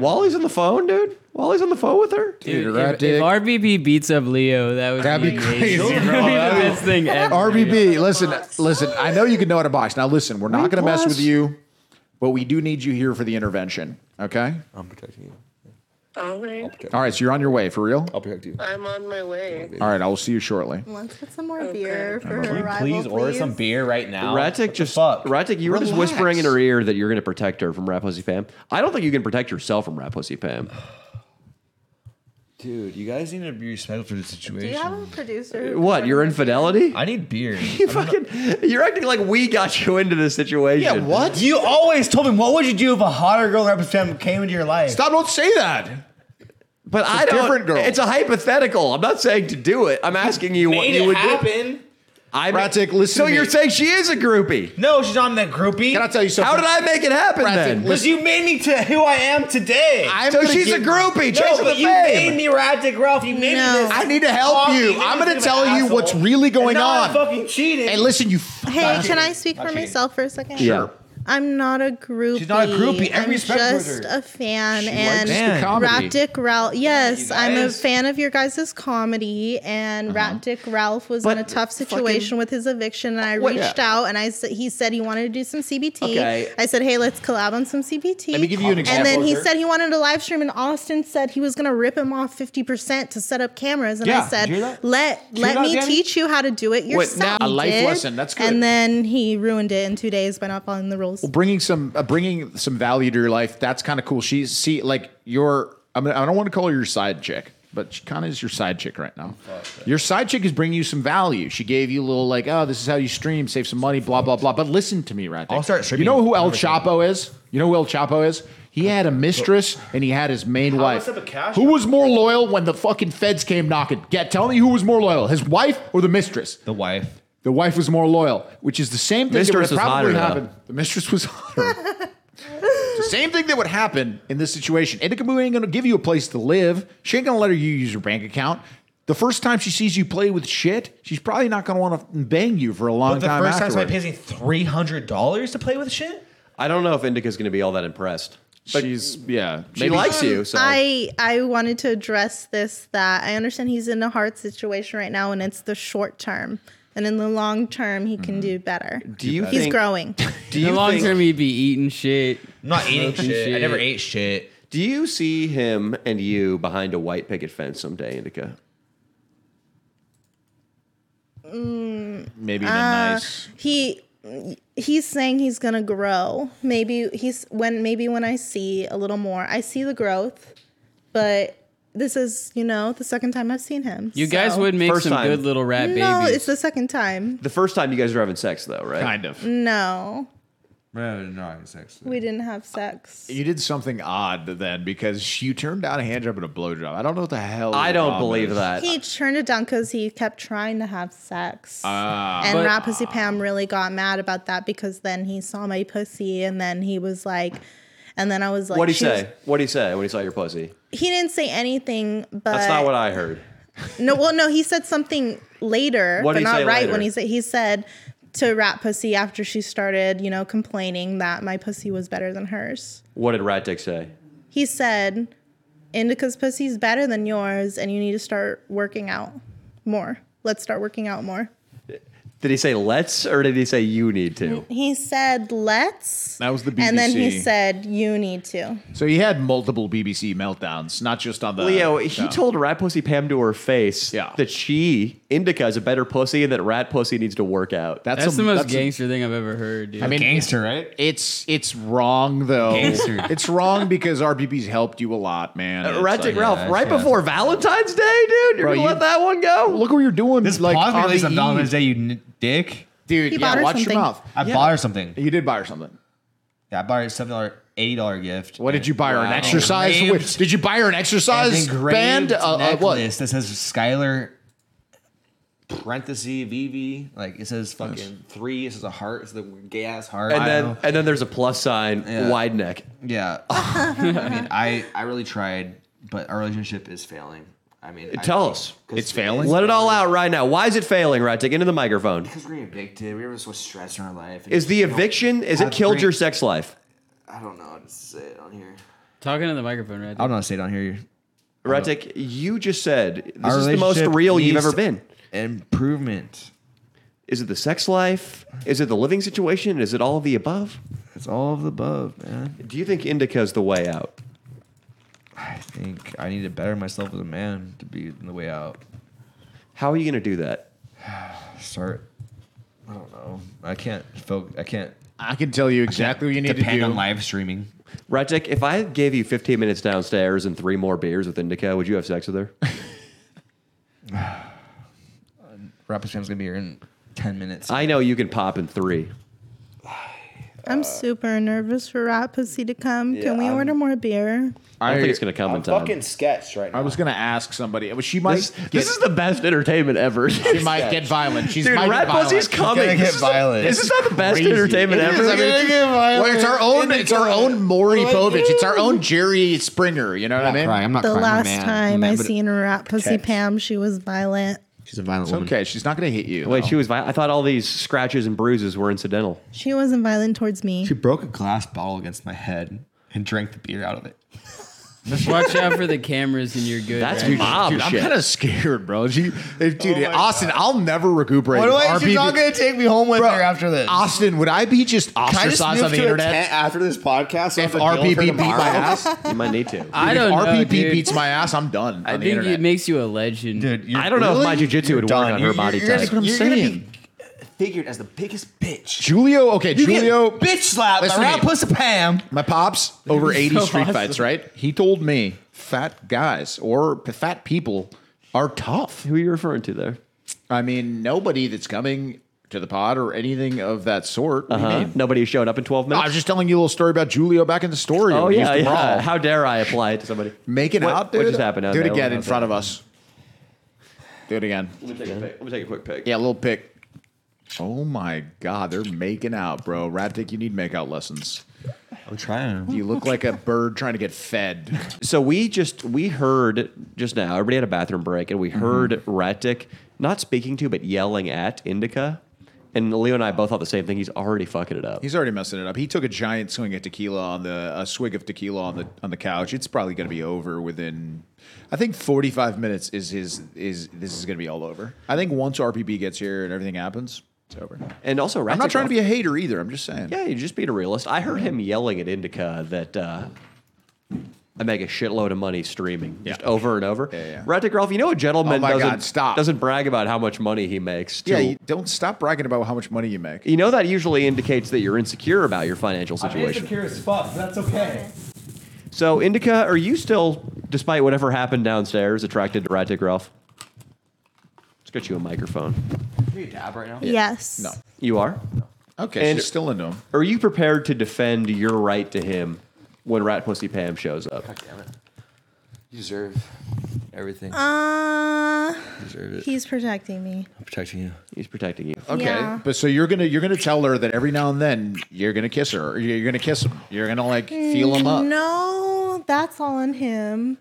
Wally's on the phone, dude. Wally's on the phone with her.
Dude, if, if RBB beats up Leo, that would
That'd
be
be
amazing.
crazy, bro.
That would be the best thing ever.
RBB, listen, listen. I know you can know how to box. Now, listen, we're not going to mess with you, but we do need you here for the intervention. Okay.
I'm protecting you.
All right.
All right. So you're on your way for real.
I'll protect you.
I'm on my way.
All right. I will see you shortly.
Let's get some more beer for her arrival,
Please
please.
order some beer right now.
Ratic just Ratic, you were just
Relax.
whispering in her ear that you're going to protect her from Rat Pussy Pam. I don't think you can protect yourself from Rat Pussy Pam.
Dude, you guys need to be respectful for the
Do you
situation.
have a producer? who-
What? Your infidelity?
I need beer.
You fucking, you're acting like we got you into this situation.
You always told me, what would you do if a hotter girl than Representative came into your life?
Stop! Don't say that.
But I don't.
different girl.
It's a hypothetical. I'm not saying to do it. I'm asking you what you would do. I ma-
Ratic, listen
So
to me.
you're saying she is a groupie?
No, she's on that groupie.
Can I tell you something?
How did I make it happen
Ratic,
then?
Because you made me to who I am today.
I'm
so
gonna
she's
get-
a groupie.
no,
chasing the
but you
fame.
made me Radic Ralph. You made
No.
me this.
I need to help
fucking-
you.
made
I'm
me
gonna
this
tell you
asshole.
what's really going
and now I
on.
fucking cheated.
Hey, listen, you.
Hey, can I speak for myself for a second?
Yeah.
I'm not a groupie.
She's not a groupie. Every
I'm
respect
just
for her.
a fan
likes the
and
comedy.
Rat Dick Ralph. Yes,
you
I'm a
guys.
fan of your guys' comedy, and
Uh-huh.
Rat Dick Ralph was in a
But
tough situation with his eviction, and I
What-
reached out and I said he said he wanted to do some CBT.
Okay.
I said, hey, let's collab on some CBT.
Let me give you an
And then
example,
he
sir.
said he wanted to live stream, and Austin said he was going to rip him off fifty percent to set up cameras, and
Yeah,
I
did you hear
said,
that?
let let
that,
me
Danny?
teach you how to do it yourself.
now a
He
life
did,
lesson. That's good.
And then he ruined it in two days by not following the rules.
bringing some uh, bringing some value to your life that's kind of cool she's see like your I, mean, I don't want to call her your side chick but she kind of is your side chick right now your side chick is bringing you some value she gave you a little like oh this is how you stream save some money blah blah blah but listen to me right
I'll start
you
streaming
know who el
everything.
chapo is you know who el chapo is he had a mistress and he had his main wife.
up a cash
Who was more loyal when the fucking feds came knocking? Get tell me who was more loyal, his wife or the mistress?
The wife.
The wife was more loyal, which is the same thing
Mistress
that would
was
probably
hotter, though.
happen. The mistress was hotter. It's the same thing that would happen in this situation. Indikamu ain't gonna give you a place to live. She ain't gonna let her you use your bank account. The first time she sees you play with shit, she's probably not gonna want to bang you for a long
But the
time
first time
afterward.
somebody pays me three hundred dollars to play with shit.
I don't know if Indica's going to be all that impressed.
she's yeah.
She likes you, so
I I wanted to address this that I understand he's in a hard situation right now, and it's the short term. And in the long term, he can do better.
Mm-hmm. Do you
He's
think-
growing.
do
In the
you
long
think-
term, he'd be eating shit.
I'm not eating
Smoking
shit. I
shit.
never ate shit.
Do you see him and you behind a white picket fence someday, Indica?
maybe in a
Uh,
nice.
he he's saying he's gonna grow. Maybe he's when maybe when I see a little more, I see the growth, but this is you know the second time I've seen him.
You guys
so-
would make
First
some
time.
good little rat
No,
babies.
it's the second time.
The first time you guys were having sex, though, right?
Kind of.
No,
No, no, I was actually.
We didn't have sex.
You did something odd then because you turned down a hand job and a blowjob. I don't know what the hell.
I
the
don't
problem
believe
is.
He turned it down because he kept trying to have sex.
Ah.
and
But-
Rap Pussy Pam really got mad about that because then he saw my pussy and then he was like, and then I was like,
What'd he
she was-
say? What'd he say when he saw your pussy? Uh,
He didn't say anything, but
That's not what I heard.
no, well, no, he said something later,
What'd
but
he
not
say
right
later?
when he said he said to Rat Pussy after she started, you know, complaining that my pussy was better than hers.
What did Rat Dick say?
He said, "Indica's pussy's better than yours, and you need to start working out more. Let's start working out more."
Did he say let's or did he say you need to?
He said, "Let's,"
That was the BBC.
and then he said, "You need to."
So he had multiple BBC meltdowns, not just on the.
Leo, he
no.
told Rat Pussy Pam to her face that she, Indica, is a better pussy and that Rat Pussy needs to work out.
That's, the most gangster thing I've ever heard. Dude.
I mean,
right?
It's it's wrong though.
Gangster.
it's wrong because RPP's helped you a lot, man.
Uh,
It's
Rat Dick
like-
Ralph, right before Valentine's Day, dude, you're
Bro,
gonna
you-
let that one go?
oh, Look what you're doing. This
Like, Pause me
on
at least
the
on Valentine's
eve.
Day, you n- dick.
Dude,
He
yeah,
bought her
watch
something.
your mouth.
I
Yeah.
bought her something.
You did buy her something.
Yeah, I bought her a seven dollar, eighty dollar gift. What
did you buy her? An exercise whip? Did you buy her an exercise band? Uh, uh, what?
necklace that says Skylar parenthesis VV. Like it says fucking three. It says a heart. It's the gay ass heart.
And
I don't
then
know.
and then there's a plus sign,
Yeah.
wide neck.
yeah. I mean, I I really tried, but our relationship is failing. I mean, I-
Tell us.
'cause is
Let it all out right now. Why is it failing, Rat Dick? Into the microphone.
Because we're evicted. We were so stressed in our life.
Is the eviction is it killed your sex life?
I don't know how to say it on here.
Talking to the microphone, right?
I don't know how to say it on here.
Rat Dick, you just said this
Our
is the most
relationship
real you've
needs
ever
to-
been.
Improvement.
Is it the sex life? Is it the living situation? Is it all of the above?
It's all of the above, man.
Do you think indica's the way out?
I think I need to better myself as a man to be on the way out.
How are you going to do that?
Start. I don't know. I can't. Focus, I can't.
I can tell you exactly what you need to
depend
do.
on live streaming.
Rat Dick, if I gave you 15 minutes downstairs and three more beers with indica, would you have sex with her?
Rapid Spam's gonna be here in ten minutes.
I know you can pop in three.
I'm super nervous for Rat Pussy to come.
yeah,
Can we
I'm-
order more beer?
I don't think it's going to come
I'm
in time.
fucking
sketched right
I was gonna ask somebody. Well, She might.
This, this is the best entertainment ever.
She might get violent. She's
Dude,
might
Rat
get violent.
Pussy's coming.
She's gonna
This
get
is-
violent.
this is not the best
Crazy.
entertainment
It is.
ever.
I mean,
You're gonna
it's,
get violent.
well, it's our own. It's our own Maury Povich. It's our own Jerry Springer. You know what I mean?
I'm
the last time I seen Rat Pussy Pam, she was violent.
She's a violent
it's Okay, she's not gonna hit you.
Wait, she was. vi- I thought all these scratches and bruises were incidental.
She wasn't violent towards me.
She broke a glass bottle against my head and drank the beer out of it.
Just watch out for the cameras and you're good. right?
dude, dude, I'm kind of scared, bro. She, if- dude, Austin, I'll never recuperate.
What do I?
if
She's
RPP
not gonna take me home with her after this.
Austin, would I be just ostracized on the internet
after this podcast?
if RPP beat my ass?
You might need to.
I
Dude,
don't know,
if RPP
dude.
beats my ass, I'm done.
I
on the
think
internet.
it makes you a legend,
dude.
I don't know if my jujitsu would work on her body
you're- you're-
type.
That's what I'm
gonna
saying.
be figured as the biggest bitch.
Julio, okay,
You get
Julio,
bitch slapped by
Listen to
Rat
me.
Pussy Pam.
My pops over
So
80 street
awesome.
fights, right? He told me fat guys or p- fat people are tough.
Who are you referring to there?
I mean, nobody that's coming to the pod or anything of that sort. What do you
Uh-huh.
mean?
Nobody who showed up in 12
No,
minutes.
I was just telling you a little story about Julio back in the story.
Oh
when he
yeah,
used to
yeah.
brawl.
How dare I apply it to somebody?
Make it
What-
out, dude.
What just happened?
Do it again in front of us. Do it again.
Let me take a pic. Let me take a quick pic.
Yeah, a little pick. Oh my God, they're making out, bro. Rat Dick, you need makeout lessons.
I'm trying.
You look like a bird trying to get fed.
So we just we heard just now. Everybody had a bathroom break, and we
Mm-hmm.
heard Ratdick not speaking to but yelling at Indica. And Leo and I both thought the same thing. He's already fucking it up.
He's already messing it up. He took a giant swing at tequila on the a swig of tequila on the on the couch. It's probably going to be over within. I think forty five minutes is his is this is going to be all over. I think once RPB gets here and everything happens, it's over.
And also,
I'm not
Ratdick
trying to be a
often-
hater either. I'm just saying.
Yeah, you're just being a realist. I heard him yelling at Indica that uh, I make a shitload of money streaming just over and over. Yeah, Rattick Ralph, you know a gentleman
Oh my God,
doesn't
stop.
doesn't brag about how much money he makes. To,
Yeah, you don't stop bragging about how much money you make.
you know that usually indicates that you're insecure about your financial situation.
as fuck. That's okay.
So, Indica, are you still, despite whatever happened downstairs, attracted to Rattick Ralph? Let's get you a microphone.
Can you dab right now?
Yes. No.
You are?
Okay, she's still into him.
Are you prepared to defend your right to him when Rat Pussy Pam shows up? God damn it.
You deserve everything.
Ah. Uh,
Deserve it.
he's protecting me.
I'm protecting you.
He's protecting you.
Okay,
Yeah.
but so you're gonna you're gonna tell her that every now and then you're gonna kiss her. Or you're gonna kiss him. You're gonna like feel him
Mm,
up.
No, that's all on him.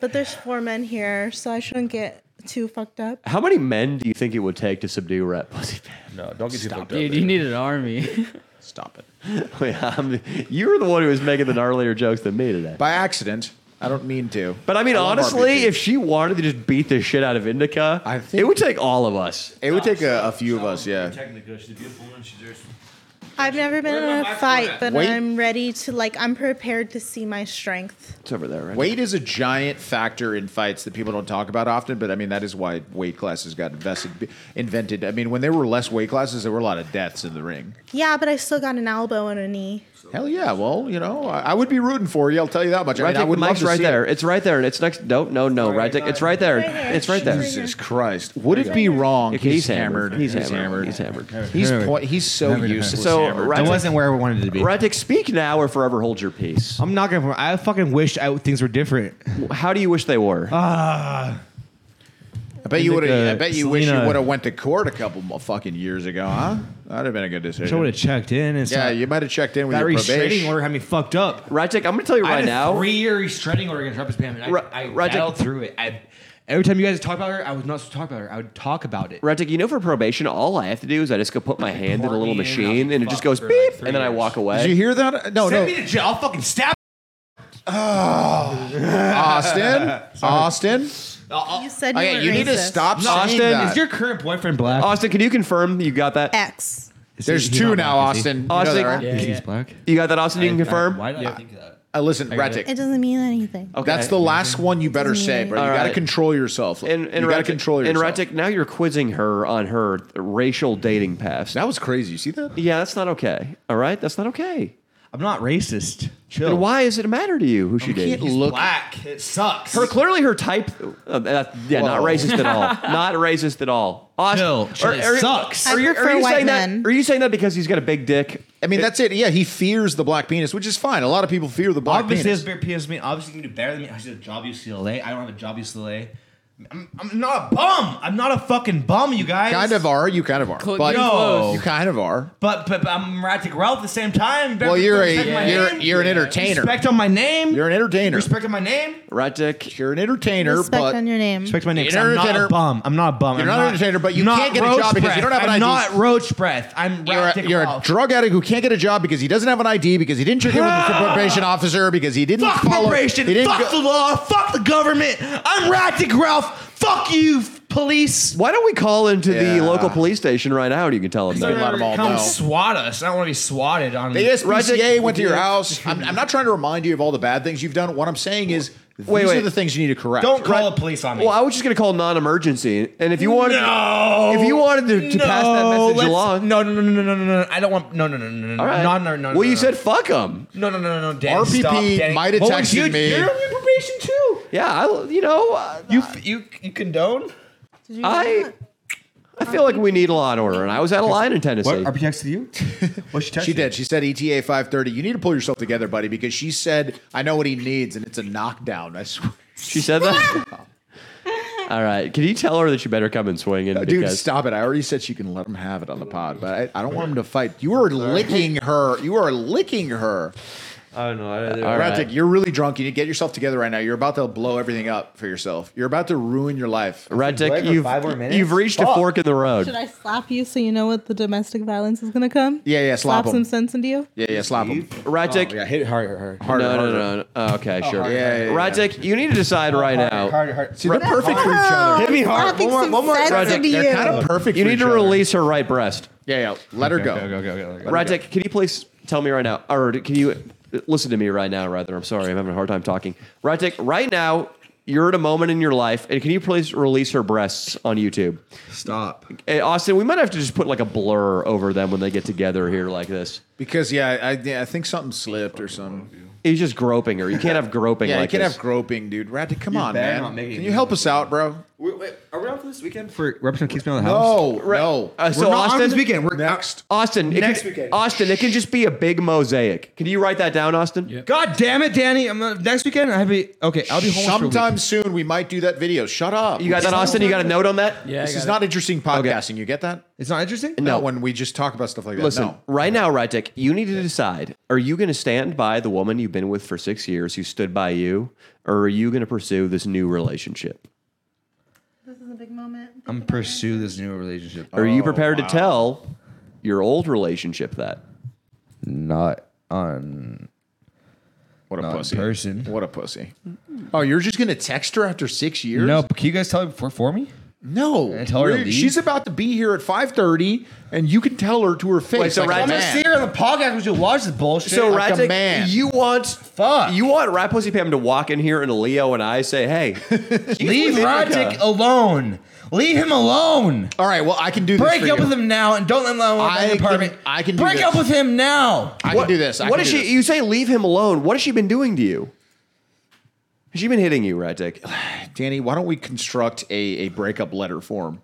But there's four men here, so I shouldn't get too fucked up.
How many men do you think it would take to subdue Rat Pussy Pam?
No, don't get too fucked
Dude, you need an army.
Stop it.
Wait, I'm, you were the one who was making the gnarlier jokes than me today.
By accident. I don't mean to.
But I mean,
I love
honestly,
RPGs.
if she wanted to just beat the shit out of Indica, I think it would take all of us.
It would take a, a few of us, yeah.
Technically, she's a beautiful woman. She deserves.
I've never been
Where am
in
I
a
at?
fight, but
Wait.
I'm ready to like. I'm prepared to see my strength.
It's over there, right?
Weight is a giant factor in fights that people don't talk about often, but I mean that is why weight classes got invested, invented. I mean, when there were less weight classes, there were a lot of deaths in the ring.
Yeah, but I still got an elbow and a knee.
Hell yeah! Well, you know, I, I would be rooting for you. I'll tell you that much. I,
Right
mean, I
Dick
would love
Mike's
to
right
see
there.
It.
It's right there. It's next. No, no, no. Right, Dick. It's right there. It's right there.
Jesus Christ! Would it be wrong?
Okay, he's
He's
hammered.
hammered.
He's hammered. He's hammered.
He's
Hammered.
po- he's so
Hammered,
useless.
hammered. So,
hammered.
right- I wasn't
where I wanted to be.
Right, Dick. Speak now or forever hold your peace.
I'm not gonna. I fucking wish I, things were different.
How do you wish they were?
Ah.
I bet you would have. I bet you wish you
Selena-
would have went to court a couple mo- fucking years ago, huh? That'd have been a good decision.
I would have checked in. And
yeah, you might have checked in with
that
your
restraining
probation.
order had me fucked up.
Ratek, I'm gonna tell you
I
right
had a
now-
Three-year restraining order against Rumpus Pam. and I,
Ra-
I
Ratek-
battled through it. I, every time you guys talk about her, I was not supposed to talk about her. I would talk about it.
Right, Dick. You know, for probation, all I have to do is I just go put my hand in a little
me in,
machine and it just goes beep, and then I walk away.
Did you hear that?
Oh,
No,
Send
no.
me to jail. I'll fucking stab.
Ah. Austin, Austin.
You said you,
Okay,
were
you need to
racist.
stop
No,
saying
Austin,
that.
is your
current boyfriend black?
Austin, can you confirm you got that?
X.
There's two now, Austin. You know
Austin,
that, right? Yeah,
He's black.
you got that, Austin? You can confirm.
Why did I think that?
Uh, listen,
I got
Ratic.
It doesn't mean anything.
Okay.
That's the last one you better
Yeah.
say, bro. You
All
got to
right.
control yourself.
And, and
you got to
Ratek-
control yourself.
And Ratek, now you're quizzing her on her racial dating past.
That was crazy. You see that?
Yeah, that's not okay. All right, that's not okay.
I'm not racist. Chill.
Then why does it matter to you who she
can't
dated?
look-
Black. It sucks.
Her clearly her type. Uh, that- yeah, not
Whoa.
racist at all. not racist at all. Austin,
Chill, chill, it sucks.
Are,
I
you-
prefer
are you
white
saying
men.
that? Are you saying that because he's got a big dick?
I mean, that's it. Yeah, he fears the black penis, which is fine. A lot of people fear the black
Obviously,
penis.
this big penis mean obviously you can do better than me. I should have a job UCLA. I don't have a job UCLA. I'm, I'm not a bum. I'm not a fucking bum, you guys.
Kind of are. You kind of are.
Cl-
But
you're close.
you kind of are.
But, but, but I'm Ratic Ralph at the same time. You better
Well, you're
respect my
a you're
name.
you're an entertainer.
Respect on my name.
You're an entertainer.
Respect on my name.
Ratic.
You're an entertainer,
Respect
but
on your name.
Respect my name. 'cause
You're
I'm
an
not a
entertainer.
bum. I'm not a bum.
You're
I'm
not an entertainer, but you
not
can't get a
roach
job because you don't have an
breath. I'm
ID.
not roach breath. I'm
You're a,
Ratic
you're a
Ralph.
drug addict who can't get a job because he doesn't have an ID because he didn't check in with the probation officer because he didn't
Fuck
follow.
probation.
He didn't
Fuck
go-
the law. Fuck the government. I'm Ratic Ralph. Fuck you, f- police.
Why don't we call into the
Yeah.
local police station right now and you can tell them that?
let 'em all
Come
know.
swat us. I don't want to be swatted on.
The SPCA
Roger-
went to your house. I'm, I'm not trying to remind you of all the bad things you've done. What I'm saying is, these
Wait, wait.
are the things you need to correct.
Don't call the police on me.
Well, I was just gonna call non-emergency, and if you wanted,
no.
if you wanted to, to pass that
No,
message
let's-
along,
No, no, no, no, no, no, no. I don't want. No, no, no, no, no.
all right.
No, no, no.
well,
no,
you
no.
said fuck them.
no, no, no, no, no. Danny,
RPP
stop, Danny.
might have
What was
texted
you-
me.
You're on your probation too.
Yeah, I, you know, uh,
You, you, you condone?
Did you do
I,
that?
I feel like we need a law and order, and I was out of line in Tennessee.
texted you? What she texted?
She did. She said E ETA 530. You need to pull yourself together, buddy, because she said, I know what he needs, and it's a knockdown. I swear.
She said that. All right. Can you tell her that you better come and swing in?
Dude,
because
stop it. I already said she can let him have it on the pod, but I, I don't want him to fight. You are licking her. You are licking her.
I don't know. I,
Uh,
All right.
Ratic, you're really drunk. You need to get yourself together right now. You're about to blow everything up for yourself. You're about to ruin your life.
Red Dick,
Wait for
you've
five more minutes?
you've reached a
Fuck.
fork in the road.
Should I slap you so you know what the domestic violence is gonna come?
Yeah, yeah, slap
slap
him.
some sense into you.
Yeah, yeah, slap him.
Red
Oh,
Dick,
Yeah, hit it hard, hard, hard.
Harder,
no, no,
harder.
no, no. Oh, okay, sure.
harder, Yeah, harder. yeah, Oh,
Rat Dick, you need to decide right now.
Hard, hard.
See, they're perfect for each other.
Hit me hard. One more, one more. Sense
Roger,
into
they're
you.
Kind of perfect.
You
for
need
each
to
other.
release her right breast.
Yeah, yeah. Let her go.
Go, go, go, go, go.
Rat Dick, can you please tell me right now, or can you uh, listen to me right now? Rather, I'm sorry, I'm having a hard time talking. Rat Dick, right now. You're at a moment in your life, and can you please release her breasts on YouTube?
Stop.
Hey, Austin, we might have to just put like a blur over them when they get together here like this.
Because yeah, I yeah, I think something slipped or something.
He's just groping her. You can't have groping
Yeah,
like
you can
this.
have groping, dude. Ratty, come
You
on,
better
man.
not make it
Can you help us out, bro?
Wait, wait, are we off this?
this weekend for representative keeps me out of the house?
No,
no.
Uh, so Austin,
this weekend we're
next. Austin, it
Next
can,
weekend.
Austin, it can just be a big mosaic. Can you write that down, Austin?
God damn it, Danny! I'm not, next weekend I have a okay. I'll be home
Sometime soon we might do that video. Shut up.
You got that, Austin? You got a note on that?
this is not interesting podcasting. You get that?
It's not interesting.
No.
when we just talk about stuff like that.
Listen,
no.
right now, Rytek, you need to decide: Are you going to stand by the woman you've been with for six years, who stood by you, or are you going to pursue this new relationship?
This is a big moment.
I'm pursue this new relationship.
Are
Oh,
you prepared to tell your old relationship that?
Not on.
What a
not in
pussy.
person.
What a pussy. Oh, you're just gonna text her after six years?
No, but can you guys tell her before for me?
No.
And tell her to
We're-
leave?
She's about to be here at 5:30, and you can tell her to her face.
so
like
Rytek-
a man.
See her on the podcast. We should watch this bullshit.
So
like a
Ratic,
man.
you want fuck. You want Rat Pussy Pam to walk in here and Leo and I say, "Hey,
Leave Roddick alone. Leave him alone.
All right. Well, I can do.
this
Break
for
up
you.
with him now and don't let him alone in
I
the
can-
apartment.
I can do
break
this.
up with him now.
I can do this. I
what
can
is
do
she?
this.
You say leave him alone. What has she been doing to you? Has she been hitting you, Ratic?
Danny, why don't we construct a, a breakup letter for him?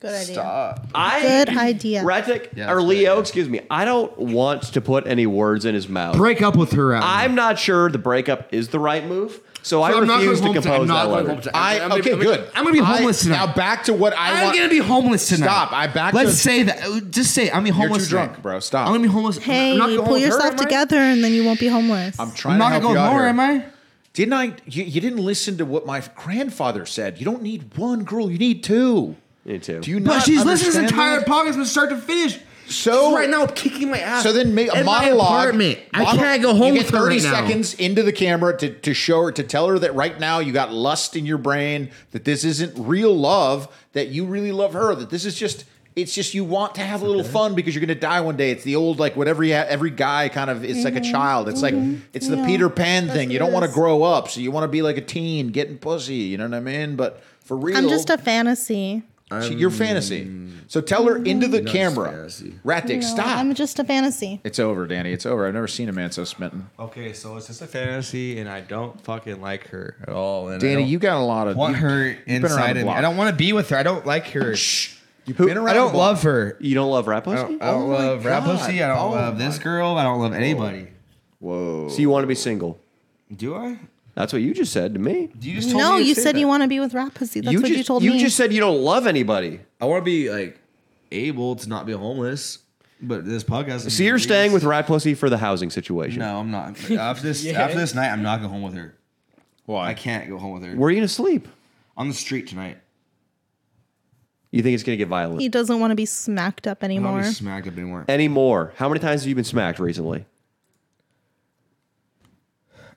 Good idea.
Stop.
I
Good idea.
Ratic or Leo? Excuse me. I don't want to put any words in his mouth.
Break up with her. Out.
I'm not sure the breakup is the right move, so, I
I'm not
refuse to
going home tonight.
compose
I'm not
that
going
letter.
home tonight.
I
I'm gonna
okay,
be- I'm gonna-
good.
I'm gonna be homeless
I-
tonight.
Now back to what I
I'm
want.
gonna be homeless tonight.
Stop. I back.
Let's
to,
say
uh,
that. Just say I'm gonna be
You're
homeless.
too drunk,
tonight.
bro. Stop.
I'm gonna be homeless.
Hey,
I'm not going
pull
with her,
yourself
am I?
together and then you won't be homeless.
I'm trying
I'm not
to
gonna go
help you out
nowhere,
here.
am I?
Didn't I? You, you didn't listen to what my grandfather said. You don't need one girl. You need two.
You too.
Do you
But
not?
she's listening to this entire
understand that?
podcast from start to finish.
So
She's right now kicking my ass.
So then make a
in my
monologue.
apartment. I
Mono-
can't go home
you
with
get
her
30
right now.
seconds into the camera to, to show her, to tell her that right now you got lust in your brain, that this isn't real love, that you really love her, that this is just, it's just you want to have a little fun because you're going to die one day. It's the old, like, what every, every guy kind of, it's like a child. It's like, it's the
Mm-hmm. Yeah.
Peter Pan
That's
thing.
what
You
it
don't want to
is.
grow up. So you want to be like a teen getting pussy. You know what I mean? But for real.
I'm just a Mm. fantasy.
she- your fantasy. So tell her into the camera. Rat dick,
Mm-hmm. No,
stop.
I'm just a fantasy.
It's over, Danny. It's over. I've never seen a man so smitten.
Okay, so it's just a fantasy, and I don't fucking like her at all. And I
Danny,
don't
you got a lot of
want
you-
her
you've been around
inside
the
of me. I
block.
don't want to be with her. I don't like her.
Shh. You've
Who-
been around
I
the
don't
block.
love her.
You don't love Rat
I
Pussy?
don't, I don't
Oh my
love Rat
God.
Pussy. I don't
Oh
love this girl. I don't love anybody.
Whoa.
So you want to be single?
Do I?
That's what you just said to me.
You just told
No,
me to
you
say
said
that.
you want to be with rap pussy. That's what
just,
you told me.
just said you don't love anybody.
I want to be like able to not be homeless, but this podcast.
So you're staying with Rat Pussy for the housing situation.
No, I'm not. After this,
Yeah.
after this night, I'm not going home with her. Why? I can't go home with her.
Where are you going to sleep?
on the street tonight.
You think it's going to get violent?
he doesn't want to be smacked up
I'm not
anymore.
gonna be smacked up anymore.
Anymore. How many times have you been smacked recently?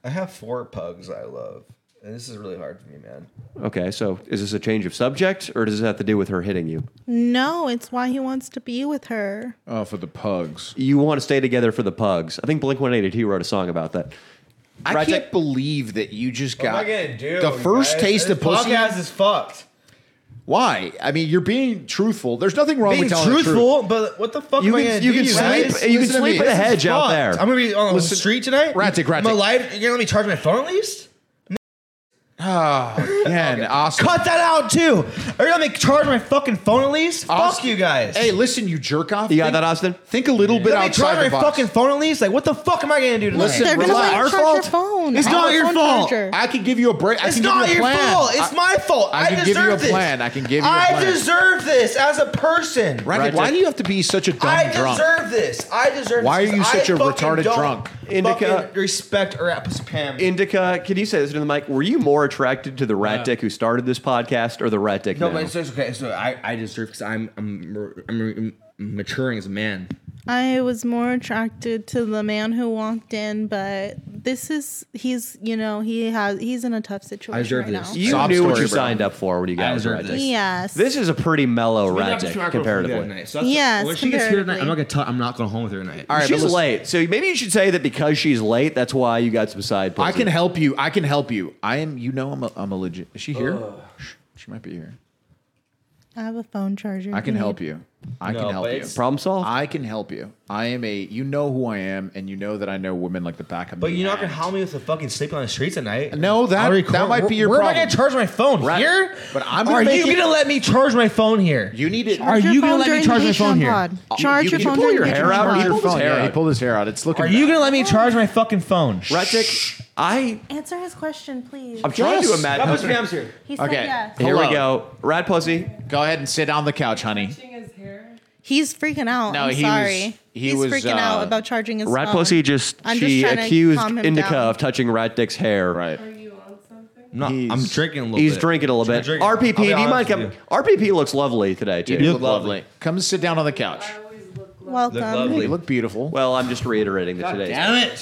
I have four pugs I love, and this is really hard for me, man.
Okay, so is this a change of subject or does this have to do with her hitting you?
no, it's why he wants to be with her.
Oh, for the pugs.
You want to stay together for the pugs. I think Blink 182 wrote a song about that.
I
Right,
can't believe that you just
What am I
got
gonna do,
the
you
first
guys?
taste
This
of pussy.
podcast is fucked.
Why? I mean, you're being truthful. There's nothing wrong with telling the truth.
but what the fuck
You can- you can sleep-
guys?
you can
Listen to
sleep
me.
in a
This is
hedge out
fucked.
there.
I'm gonna be on the
Listen-
street tonight.
Ratic, ratic.
My life. You're gonna let me charge my phone at least.
Oh, man, Austin.
Cut that out too. Are you gonna make charge my fucking phone at least? Fuck
Austin-
you guys.
Hey, listen, you jerk off.
You got
think,
that, Austin?
Think a little bit
let me
outside
charge
the
my
box.
fucking phone at least. Like, what the fuck am I gonna do tonight?
Listen,
They're gonna
relax.
let you
Our
charge your
fault.
phone.
It's
I'm
not
a
your
phone
fault.
charger.
I can give you a break. I
It's
can give
not
you a
your
plan.
fault. It's
I-
my fault. I,
I can
deserve
give you a
this.
plan. I can give you a
I
plan.
deserve this as a person.
Ratic, why do you have to be such a dumb
I
drunk?
deserve this. I deserve.
Why
this
are you
because
such
I
a
fucking
retarded
don't
drunk?
Indica-
fucking respect or pussy Pam.
Indica, can you say this into the mic? Were you more attracted to the rat dick who started this podcast or the rat dick
no,
now?
but it's, it's okay. So I, I deserve because I'm, I'm, I'm maturing as a man.
I was more attracted to the man who walked in, but this is he's you know he has he's in a tough situation
deserve
right
this.
now.
you
Sob
knew what
story,
you
bro.
signed up for when you got
I
with
deserve
rat
this.
dick.
Yes.
This is a pretty mellow rat dick
That
comparatively.
night. So that's-
Yes,
When she gets here tonight, I'm
comparatively.
not gonna talk. I'm not going home with her tonight.
All right, but
she's
listen-
late, so maybe you should say that because she's late, that's why you got some side. Pussy.
I can help you. I can help you. I am. You know, I'm a, I'm a legit. Is she here? Shh, She might be here.
I have a phone charger.
I
if
can
need.
help you. I
No,
can
but
help you.
it's-
Problem solved. I can help you. I am a. You know who I am, and you know that I know women like the back of.
But
my
you're not
hand.
gonna howl me with the fucking sleeping on the streets at night.
No, that-
I'll record-
that might
where-
be your
Where am I
problem.
gonna charge my phone here?
But I'm gonna
Are
make
you
it-
gonna let me charge my phone here?
You need it.
Are you gonna let me charge my phone here?
Uh,
Charge your phone during Patreon
He
Pod.
pulled his hair out. He pulled his hair out. It's looking. Are you
gonna let me charge my fucking phone?
Retic, I
Answer his question, please.
Uh,
I'm trying to imagine.
He said yes.
Here we go. Rat pussy.
Go ahead and sit down on the couch, honey.
He's freaking out.
No,
I'm
he was-
sorry.
he
He's
was,
freaking out
uh,
about charging his
Rat
phone.
pussy just
I'm
she
trying to
accused
calm him
Indica
down.
of touching Rat Dick's hair. Right.
No, I'm drinking a little
He's
bit.
drinking a little bit.
drinking.
RPP,
I'll be
do you mind
honest
coming?
with
RPP looks lovely today too.
You look lovely. Come sit down on the couch.
Welcome.
You look beautiful.
Well, I'm just reiterating that today.
Damn it!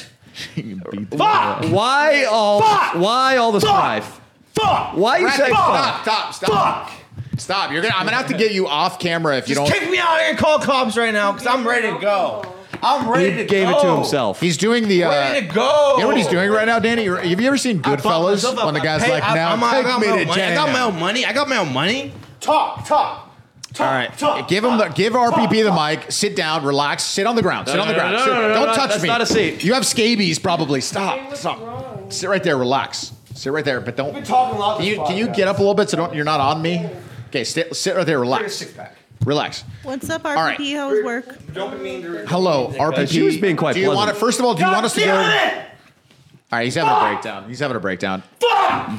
Fuck! Why all? Why all the strife?
Fuck!
Why you
Rat
say
Dick,
fuck?
stop? Stop! Stop! Stop! You're gonna. I'm gonna have to get you off camera if you
Just
don't.
kick me out here and call cops right now because I'm ready to go. I'm ready to go.
oh! He's doing the. Uh,
Ready to go.
You know what he's doing right now, Danny? You're- Have you ever seen Goodfellas? When the guy's like, "Now take me to
I got my
Django."
own money. I got my own money.
Talk, talk.
All right, give him the give RPP the mic. Sit down, relax, sit on the ground,
No,
sit on
no,
the
no,
ground.
no,
sit-
no, no,
Don't
no,
touch
that's
me.
not a seat.
You have scabies, probably. Stop, stop. Sit right there, relax. Sit right there, but don't.
been talking a lot
Can
this
you can you
podcast.
get up a little bit so don't, you're not on me? Okay, sit sit right there,
Bring a
relax.
six-pack.
Relax.
What's up,
All right.
RPP? How's work?
Hello, RPP.
She was being quite
Do you want it?
pleasant.
First of all, do you want us to go?
damn
All right, he's having a breakdown. He's having a breakdown.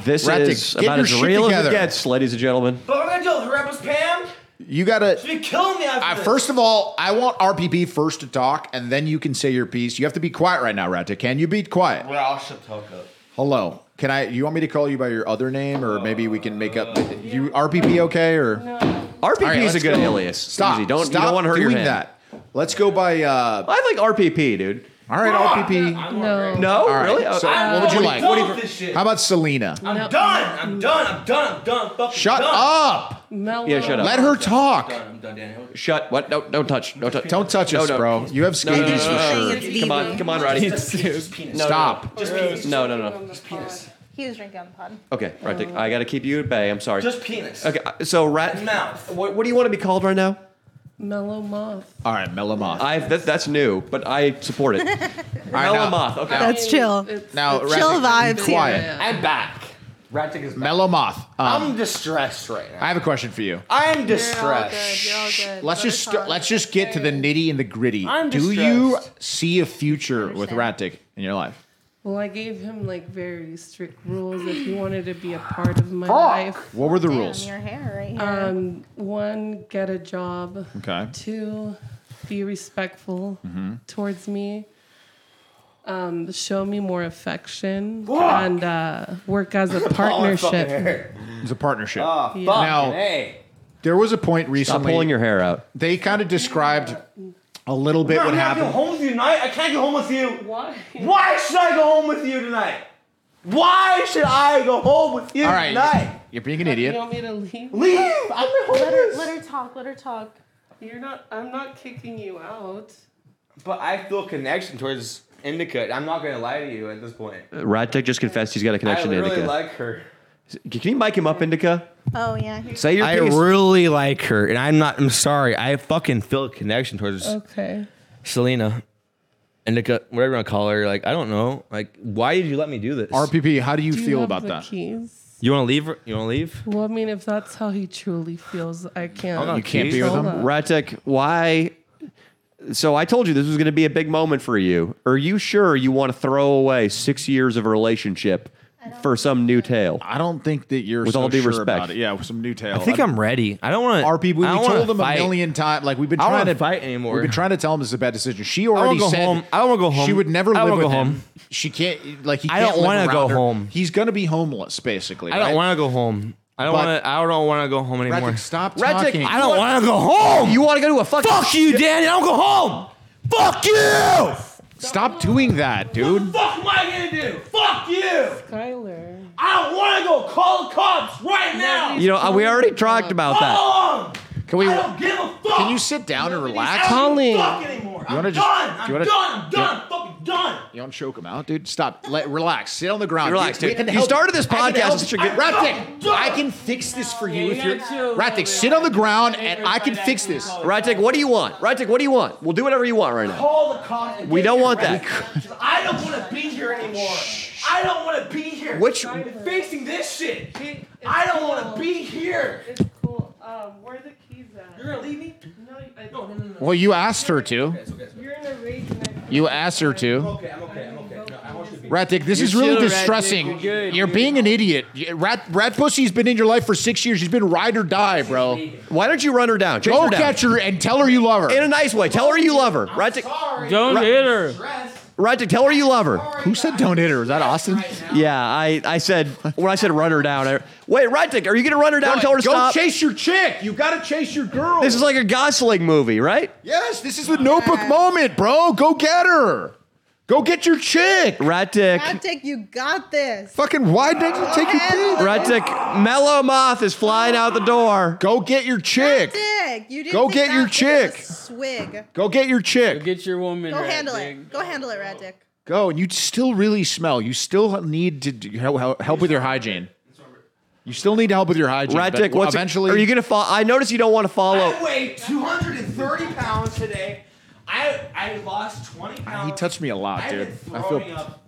This
Rat Dick,
is
get
about
your
as
shit
real
together.
as it gets, ladies and gentlemen.
But I'm gonna deal with her Rebels Pam.
You gotta.
She's been killing me. After
I,
this.
first of all, I want RPP first to talk, and then you can say your piece. You have to be quiet right now, Ratta. Can you be quiet?
Well, I'll shut the fuck up.
Hello. Can I? You want me to call you by your other name, or maybe we can make up? You RPP okay or?
RPP
All right,
is a
let's
good
go.
alias.
Stop.
Easy. Don't
Stop
you don't want to hurt your
doing
hand.
that. Let's go by. uh
I like RPP, dude.
All right, RPP.
No.
No,
All right,
really? Uh,
So,
I-
what would you like?
What do you-
How about Selena?
I'm done. I'm done. I'm done. I'm done. I'm fucking
Shut
done.
up.
Mellow.
Yeah, shut up.
Let her talk.
I'm done, Daniel.
Shut. What? No, don't touch. Don't touch.
Don't touch us,
No, no.
bro. You have
No, no, no,
scabies
no, no, no.
for sure.
Come on, come on, Roddy. No,
Stop.
No, no, no. no, no.
He was drinking on the pod.
Okay, right. Dick, I got to keep you at bay. I'm sorry.
Just penis.
Okay, uh, so rat
Mouth.
What, what do you want to be called right now?
Mellow moth.
All right, Melomoth.
I that, that's new, but I support it.
right, now-
Melomoth. Okay.
That's chill.
Now,
Chill
Ratic,
vibes
be
here.
Quiet.
I'm back. Rat Dick is back.
Mellow Moth. Um,
I'm distressed right now.
I have a question for you.
I am distressed.
Oh,
Let's just st- let's just get to the nitty and the gritty.
I'm
Do you see a future with Ratdick in your life?
Well, I gave him like very strict rules if he wanted to be a part of
Oh.
my life.
What were the rules?
Your hair right here.
Um, one, get a job.
Okay.
Two, be respectful
Mhm.
towards me. Um, show me more affection and uh, work as a partnership.
It's a partnership.
Oh, fucking
Now,
A.
there was a point recently.
pulling your hair out.
They kind of described a little bit what
I'm not going
happened.
home with you tonight. I can't go home with you.
Why?
Why should I go home with you tonight? Why should I go home with you
All right,
tonight?
you're being an
You
idiot.
want me to leave?
Leave. I'm
Let her, let her talk. Let her talk.
You're not. I'm not kicking you out.
But I feel connection towards Indica. I'm not gonna lie to you at this point.
Rat Dick just confessed he's got a connection
I
to
really
Indica.
like her.
Can you mic him up, Indica?
Oh yeah.
Say your
I
piece.
really like her, and I'm not. I'm sorry. I fucking feel a connection towards
Okay.
Selena, Indica, whatever you want to call her. Like I don't know. Like why did you let me do this?
RPP, how do you
Do
feel
have
about
the
that?
Keys.
You want to leave? her- You want to leave?
Well, I mean, if that's how he truly feels, I can't.
I'm not You
can't
be with
control that.
Rat Dick, why? So I told you this was going to be a big moment for you. Are you sure you want to throw away six years of a relationship for some new tale?
I don't think that you're
With
so
all due
sure
respect.
about it. Yeah, with some new tale.
I think I'm ready. I don't want to.
RPP, we
I don't wanna
told him
fight.
a million times. Like we've been
I don't
trying
wanna
to
fight anymore.
We've been trying to tell him this is a bad decision. She
wanna
already
go
said
home. I don't wanna go
She
home.
would never
I
live
don't
with
wanna go
him.
home.
She can't. Like he.
I
Can't
don't
want to
wanna go home.
He's gonna be homeless, basically.
I don't
right?
want to go home. I don't
But-
want to. I don't want to go home anymore.
Radcliffe, stop
Radcliffe,
talking.
I don't want to go home.
You want to go to a fucking
Fuck you, Danny. I don't go home. Fuck you.
Stop doing that, dude.
Fuck am I gonna do? Fuck you.
Skylar.
I don't want to go call the cops right now.
You know, we already talked about that.
Oh!
Call 'em.
Can we?
I don't give a fuck.
Can you sit down and relax?
I don't give
Colleen.
a fuck anymore.
You
I'm
wanna
done.
just-
I'm
you wanna-
done. I'm done. I'm fucking done.
You don't choke him out, dude. Stop. Let, relax. Sit on the ground.
Relax,
We
dude.
can
You
help
started this
I can
podcast
help-
that you're
I-
good-
Ratnik, I can fix this for you. if
you
you're,
gotta chill a little
Ratnik, sit on the ground and I can fix this.
Rytek, what do you want? Rytek, what do you want? We'll do whatever you want right now.
Call the cops. and
We
get
don't
your
want
rent.
that.
'Cause I don't want to be here anymore. I don't want to be here.
Which-
fixing this shit? I don't want to be here.
It's cool. Um, where are the keys at? You're gonna leave me? No, I, no, no, no,
Well, you asked her to.
You're in a rage. And I,
You asked her to.
I'm okay. I'm okay. No, I want you to
Ratnik, this is
You're
really
chill, Ratnik.
distressing.
You're good.
You're being an idiot. You- Rat Rat Pussy's been in your life for six years. She's been ride or die, bro.
Why don't you run her down? Chase
Go
her down.
catch her and tell her you love her.
In a nice way. Tell her you love her. Rytek,
Don't
Ry-
hit her.
Rytek, tell her you love her.
Who said don't hit her? Was that Austin?
Yeah, I, I said, when I said run her down, I, wait, Rytek, are you going to run her down and tell her to
Go
stop?
chase your chick. You gotta chase your girl.
This is like a Gosling movie, right?
yes. This is the Notebook moment, bro. Go get her. Go get your chick.
Rytek,
Tactic, you got this.
Fucking why did you take your dick?
Rytek, Mellow Moth is flying out the door.
Go get your chick.
Dick, you didn't
Go
think
get
that
your
was a
chick.
Swig.
Go get your chick.
Get your woman.
Go
right,
handle
Dig.
it. Go handle it, Rad Dick.
Go, Oh, and you still really smell. You still need to do- help, help, help with your hygiene. You still need help with your hygiene. but
Rytek, what's
eventually?
Are you going to follow? I notice you don't want to follow.
I weigh 230 pounds today. I I lost 20 pounds.
Ah, he touched me a lot,
I've
dude.
been
I
throwing
feel.
up.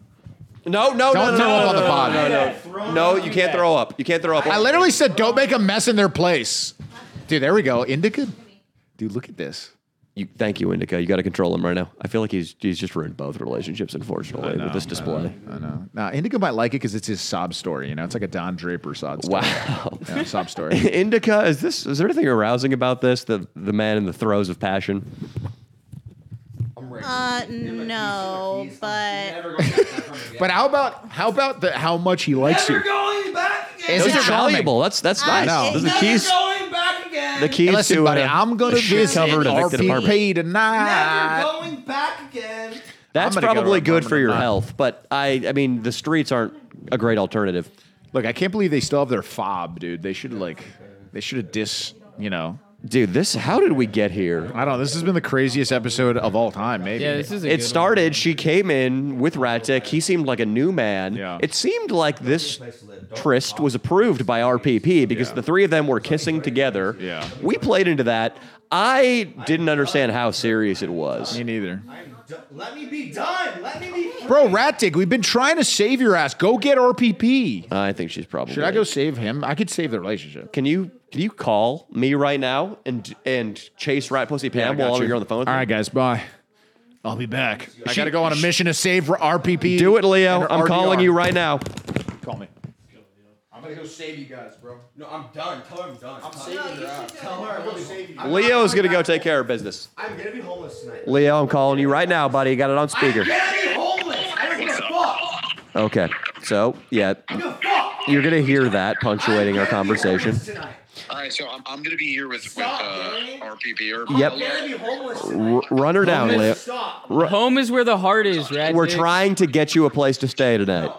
No, no,
Don't
no, no,
throw
no,
up
no,
on the
no,
pod.
No, no, no, no. you can't throw up. You can't throw up.
I literally said, "Don't make a mess in their place." Dude, there we go. Indica. Dude, look at this.
You, thank you, Indica. You got to control him right now. I feel like he's he's just ruined both relationships, unfortunately, with this display.
I know. Now, Indica might like it because it's his sob story. You know, it's like a Don Draper sob story.
Wow.
Yeah, sob story.
Indica, is this is there anything arousing about this? The the man in the throes of passion.
Uh, no, but
But how about how about the how much he likes you?
Going back again.
Is
Those
it
are
charming?
valuable. That's that's
I
nice.
know.
Those are the keys.
Going back again.
The keys
Hey, listen,
to
buddy,
uh,
I'm gonna
a shit
visit
covered evicted apartment.
RPP
Never
tonight.
going back again.
That's
I'm gonna go
probably
to
good for
apartment
your
tonight.
health, but I I mean the streets aren't a great alternative.
Look, I can't believe they still have their fob, dude. They should like, they should have dis. You know,
Dude, this how did we get here?
I don't. know. This has been the craziest episode of all time. Maybe.
Yeah, this is a
It
good
started. She came in with Ratek. He seemed like a new man.
Yeah.
It seemed like this tryst was approved by RPP because the three of them were kissing together.
Yeah.
We played into that. I didn't understand how serious it was.
Me neither.
Let me be done. Let me be.
Bro, Rattig, we've been trying to save your ass. Go get RPP.
I think she's probably.
Should I go save him? I could save the relationship.
Can you can you call me right now and and chase Rat Pussy Pam
I got
while
you.
you're on the phone? with
All
me?
right, guys, bye. I'll be back. I
She-
gotta go on a mission to save RPP.
Do it, Leo.
and her
I'm calling
RDR.
you right now.
Call me.
I'm gonna go save you guys, bro. No, I'm done. Tell her I'm done. I'm
Leo's gonna go take care of business.
I'm gonna be homeless tonight.
Leo, I'm calling you right now, buddy. Got it on
I'm
speaker.
gonna be homeless. I don't give a fuck.
Okay. So yeah,
I don't give a fuck.
You're gonna hear that punctuating our
I'm gonna be
conversation.
homeless tonight.
All right, so I'm, I'm going to be here with, with
Stop,
uh,
Danny.
RPP or
Yep.
I'm gonna be homeless tonight.
R- run her down, Leo.
Stop.
R-
Home is where the heart is, Rad.
we're
Dig.
trying to get you a place to stay tonight.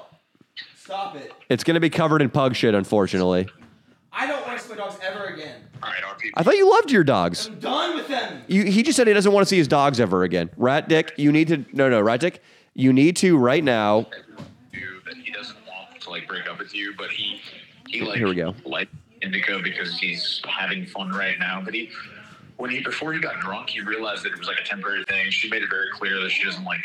Stop it.
It's gonna be covered in pug shit, unfortunately.
I don't want to see my dogs ever again.
All right, RPP.
I thought you loved your dogs.
I'm done with them.
You, he just said he doesn't want to see his dogs ever again. Rat Dick, you need to no no Rat Dick, you need to right now.
you that he doesn't want to like break up with you, but he he like
Here we go.
like Indigo because he's having fun right now. But he when he before he got drunk, he realized that it was like a temporary thing. She made it very clear that she doesn't like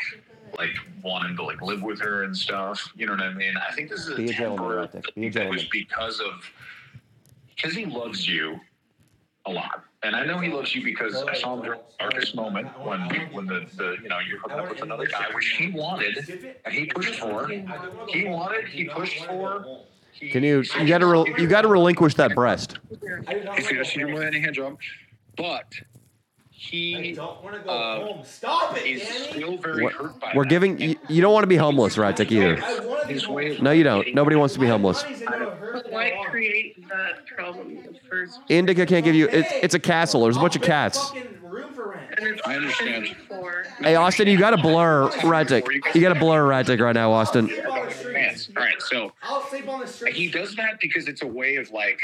like want him to like live with her and stuff. You know what I mean? I think this is a
Be a gentleman,
temporary
Ratnik. Be
thing
a
that was
gentleman.
because of because he loves you a lot. And I know he loves you because I saw him during the darkest moment when when the, the you know you're hooking up with another guy, which he wanted and he pushed for. He wanted, he pushed for.
Can you you gotta rel you gotta relinquish that breast.
He suggested you with any hand job, but
I
he
don't want to go
Uh,
home. Stop it,
is
Danny.
still very
We're,
hurt by
we're
that.
giving you, you don't want to be homeless, Rat Dick either.
I want to be
His
homeless.
way of-
No, you don't. Nobody wants to be homeless.
Johnny's in a hurt
Why
dog.
create that problem in the first
Indica can't give you. It's, it's a castle. There's a bunch of
There's
cats.
Fucking room for rent.
and it's
I understand.
before?
Hey Austin, you gotta blur Rat Dick. You gotta blur Rat Dick right now, Austin.
Sleep on the streets.
Fans. All right, so
I'll sleep on the streets.
he does that because it's a way of like,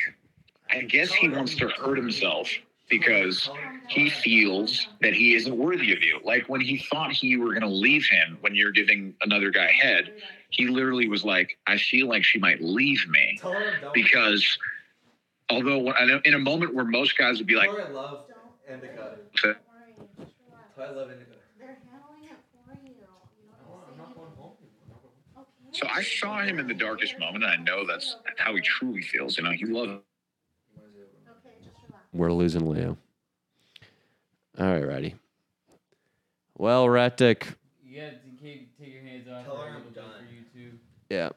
I guess he wants to hurt himself
because he feels that he isn't worthy of you. Like when he thought you were going to leave him when you're giving another guy head, he literally was like, I feel like she might leave me because although I know- in a moment where most guys would be like,
I love indica. I love indica.
So I saw him in the darkest moment, and I know that's how he truly feels. You know, he loves.
We're losing Leo. All right, righty. Well, Ratic.
You gotta take, take your hands off. her a little bit for you too.
Yeah.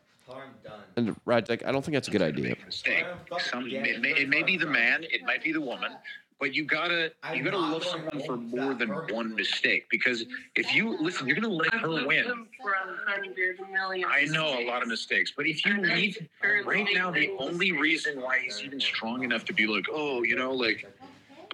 And Ratic, I don't think that's a good idea.
Mistake. Some, it, may, it may be the man, it might be the woman, but you gotta you gotta love someone for more than one mistake. Because if you listen, you're gonna let her win. I know a lot of mistakes, but if you leave right now, the only reason why he's even strong enough to be like, oh, you know, like,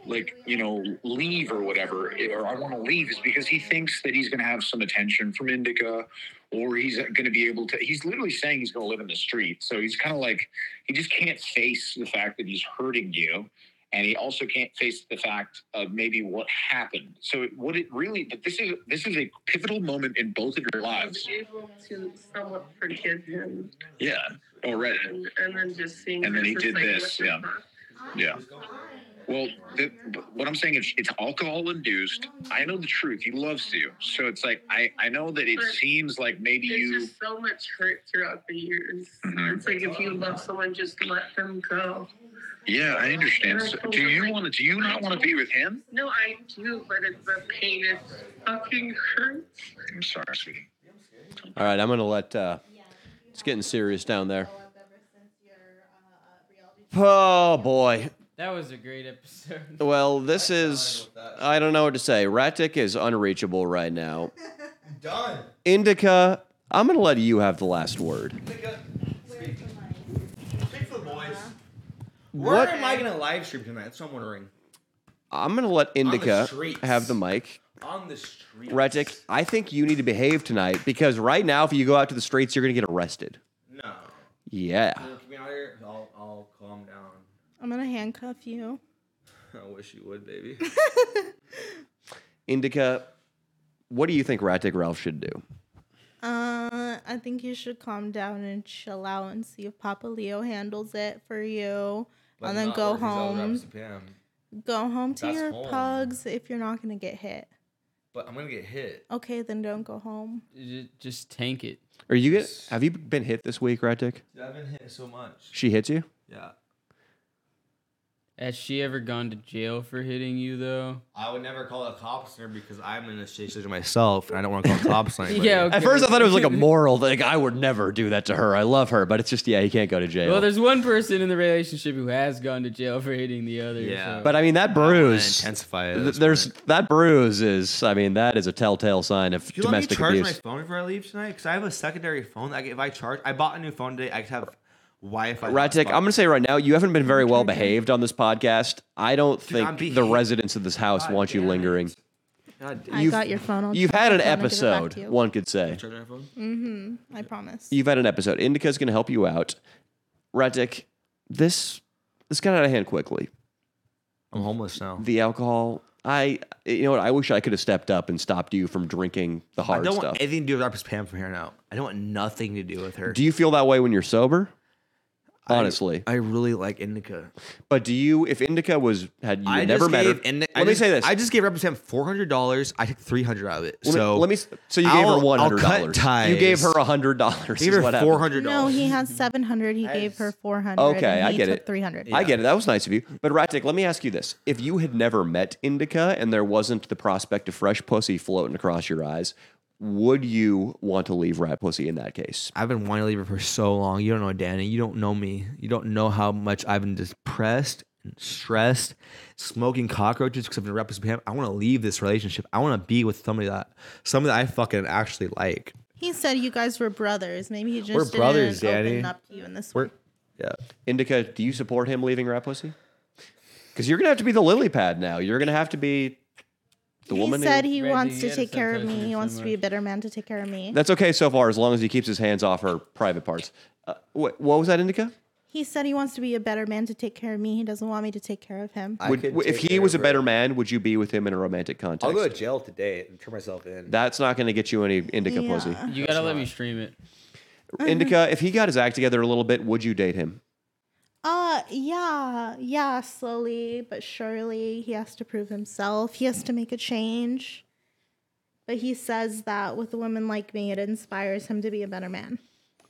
like you know, leave or whatever, or I want to leave, is because he thinks that he's going to have some attention from Indica, or he's going to be able to. He's literally saying he's going to live in the street, so he's kind of like he just can't face the fact that he's hurting you. And he also can't face the fact of maybe what happened. So it, what it really, but this is this is a pivotal moment in both of your lives.
able to somewhat forgive him,
Yeah, already.
and, and then just seeing.
And then he
this
did
as, like,
this. Yeah. Yeah. Well, the, what I'm saying is it's alcohol induced. I know the truth. He loves you. So it's like, I, I know that it
But
seems like maybe
There's
you.
just so much hurt throughout the years.
Mhm.
It's like if you love someone, just let them go.
Yeah, I understand. So do you want to, do you not want to be with him?
No, I do, but it's the pain it fucking hurts.
I'm sorry, sweetie.
All right, I'm going to let. Uh, it's getting serious down there. Oh, boy.
That was a great episode.
Well, this is. I don't know what to say. Ratic is unreachable right now.
Done.
Indica, I'm going to let you have the last word.
Speak for the boys. Where
What?
am I gonna live stream tonight? That's what I'm wondering.
I'm going to let Indica
streets.
have the mic.
On the street.
Ratic, I think you need to behave tonight because right now, if you go out to the streets, you're going to get arrested.
No.
Yeah.
Can we out here? I'll, I'll calm down.
I'm gonna handcuff you.
I wish you would, baby.
Indica, what do you think Ratic Ralph should do?
Uh, I think you should calm down and chill out and see if Papa Leo handles it for you, and then go home. Go home to
That's
your
home.
pugs if you're not gonna get hit.
But I'm gonna get hit.
Okay, then don't go home.
Just tank it.
Are you get? Have you been hit this week, Ratic?
Dude, I've been hit so much.
She hits you?
Yeah.
Has she ever gone to jail for hitting you though?
I would never call a cop on her because I'm in a situation myself and I don't want to call cops on anybody.
Yeah,
At first, I thought it was like a moral thing. I would never do that to her. I love her, but it's just yeah, you can't go to jail.
Well, there's one person in the relationship who has gone to jail for hitting the other. so-
but I mean that bruise.
intensify
th- there's that bruise is. I mean that is a telltale sign of
Do you
domestic
let me charge
abuse.
my phone before I leave tonight? Because I have a secondary phone. Like if I charge, I bought a new phone today. I could have Wi-Fi.
Ratic, I'm gonna say right now, you haven't been very well behaved on this podcast. I don't
I'm
think the residents of this house want you lingering.
I got your phone. I'll
You've
check
had
my
an
phone and give it back
episode,
to you.
one could say.
Mm-hmm. I promise.
You've had an episode. Indica's going to help you out. Ratic, this this got out of hand quickly.
I'm homeless now.
The alcohol. I you know what? I wish I could have stepped up and stopped you from drinking the
I
hard
don't
stuff.
want anything to do with Rapper's Pam from here now. I don't want nothing to do with her.
Do you feel that way when you're sober? Honestly,
I, really like indica.
But do you? If indica was had you
I
never
just
met her?
gave Indi-
let
I
me
just-
say this.
I just gave Rapper's Pam four hundred dollars. I took three hundred out of it.
Let me-
so
let me. So you gave
I'll-
her one
I'll
hundred
cut
dollars. You
ties.
gave her hundred dollars.
Gave her four hundred
No, he had seven hundred. He gave her four hundred.
Okay, I get it.
Three hundred.
I get it. That was nice of you. But Ratic, let me ask you this: If you had never met Indica and there wasn't the prospect of fresh pussy floating across your eyes, would you want to leave Rat Pussy in that case?
I've been wanting to leave her for so long. You don't know Danny. You don't know me. You don't know how much I've been depressed and stressed, smoking cockroaches because I've been representing him. I want to leave this relationship. I want to be with somebody that somebody that I fucking actually like.
He said you guys were brothers. Maybe he just
We're
didn't
brothers,
open
Daddy.
up to you in this.
We're yeah.
Indica, do you support him leaving Rat Pussy? Because you're gonna have to be the lily pad now. You're gonna have to be the
He
woman.
said
who,
he wants to take care of me. He wants to be a better man to take care of me.
That's okay so far, as long as he keeps his hands off her private parts. Uh, what, what was that, Indica?
He said he wants to be a better man to take care of me. He doesn't want me to take care of him.
Would, w- if he was a better man, would you be with him in a romantic context?
I'll go to jail today and turn myself in.
That's not going to get you any indica
Yeah.
pussy.
You gotta let me stream it.
Indica, if he got his act together a little bit, would you date him?
Uh, yeah, yeah, slowly but surely. He has to prove himself. He has to make a change. But he says that with a woman like me, it inspires him to be a better man.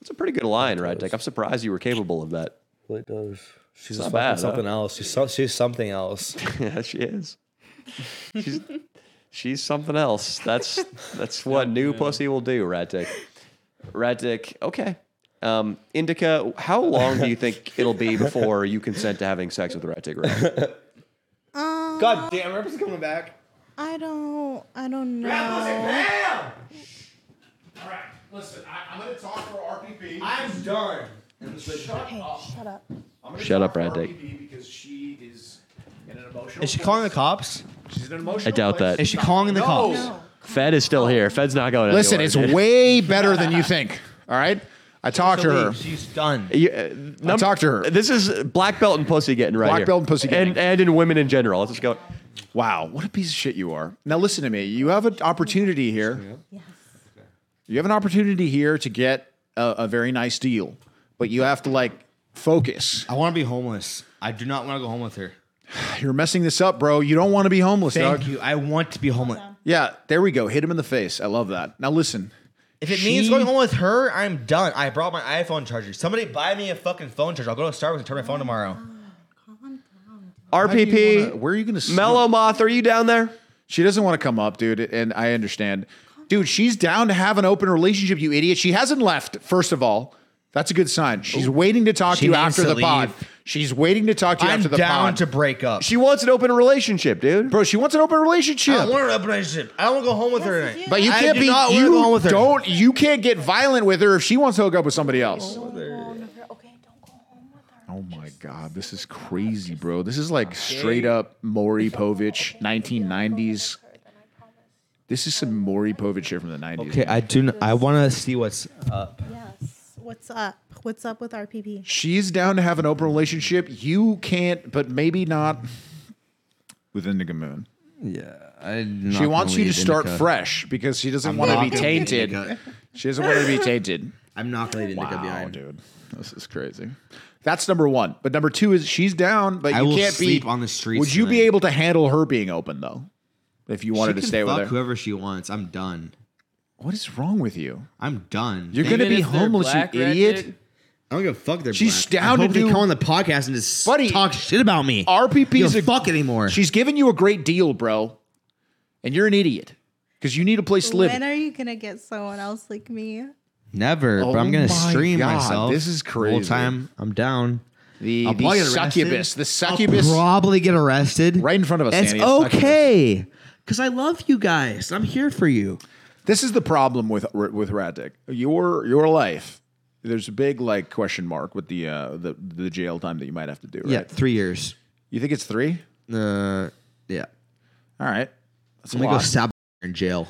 It's a pretty good line, right, Dick? I'm surprised you were capable of that.
Well, it does. She's
Not
just
bad, huh?
fucking something else. She's, so, she's something else.
yeah, she is. She's, she's something else. That's that's what new pussy will do, Rat Dick. Rat Dick, okay. Um, Indica, how long do you think it'll be before you consent to having sex with Rat Dick? Rat?
God damn, Rip is coming back.
I don't, I don't know.
Listen, I, am going to talk for RPP.
I'm done.
Shut up.
Shut up.
I'm
Shut up, Brad Dick.
Because she is in an emotional.
Is she calling the cops?
She's in an
I
emotional.
doubt that.
Is she calling the cops?
Fed is still here. Fed's not going.
Listen,
anywhere,
it's
dude.
way better than you think. All right, I talked to her.
She's done.
You, uh, num-
talk to her.
This is black belt and pussy getting right
Black
here.
belt and pussy getting.
and and in women in general. Let's just go.
Wow, what a piece of shit you are. Now listen to me. You have an opportunity here. Yes. You have an opportunity here to get a, a very nice deal, but you have to like focus. Ah,
I want to be homeless. I do not want to go home with her.
You're messing this up, bro. You don't want to be homeless,
Thank
dog.
you. I want to be homeless.
Yeah, there we go. Hit him in the face. I love that. Now listen.
If it
She-
means going home with her, I'm done. I brought my iPhone charger. Somebody buy me a fucking phone charger. I'll go to Starbucks and turn my phone tomorrow.
RPP.
where are you going to
Mellow Moth? Are you down there?
She doesn't want to come up, dude, and I understand. Dude, she's down to have an open relationship, you idiot. She hasn't left, first of all. That's a good sign. She's waiting to talk
Oh. She
to you
needs
after
to
the pod.
leave.
She's waiting to talk to you
I'm
after the
down
pod.
to break up.
She wants an open relationship, dude.
Bro, she wants an open relationship.
I want an open relationship. I don't want to go home with her tonight.
But you
I
can't
do
be
not wanna
you
go home with her.
don't you can't get violent with her if she wants to hook up with somebody else. Oh my god, this is crazy, bro. This is like straight up Maury Povich, 1990s. This is some Maury Povich shit from the 90s.
Okay, I do. Not, I want to see what's up.
Yes. What's up? What's up with RPP?
She's down to have an open relationship. You can't, but maybe not with Indigo Moon.
Yeah,
She wants you to start fresh because she doesn't want to be tainted. She doesn't want to be tainted.
I'm not going to leave
Wow, dude, this is crazy. That's number one. But number two is she's down, but
I
you
will
can't
sleep
be
on the streets
Would you be
tonight.
able to handle her being open though? If you wanted to stay with her,
whoever she wants. I'm done.
What is wrong with you?
I'm done.
You're gonna be homeless, you idiot.
I don't give a fuck. They're
She's
black.
down
I
to
hope they
do-
come on the podcast and just
Buddy,
talk shit about me.
RPP is
Give
a
a fuck anymore.
She's giving you a great deal, bro, and you're an idiot because you need a place to live.
When are you gonna get someone else like me?
Never,
Oh
but I'm gonna
my
stream
God,
myself.
this is
the
crazy.
Whole time I'm down.
The,
I'll
the
probably get arrested.
succubus, the succubus,
I'll probably get arrested
right in front of us.
It's
Danny, a succubus.
okay, because I love you guys. I'm here for you.
This is the problem with with Radic. Your your life. There's a big like question mark with the uh, the the jail time that you might have to do. Right?
Yeah, three years.
You think it's three?
Uh, yeah.
All right. That's a
I'm gonna go
lot.
stab in jail.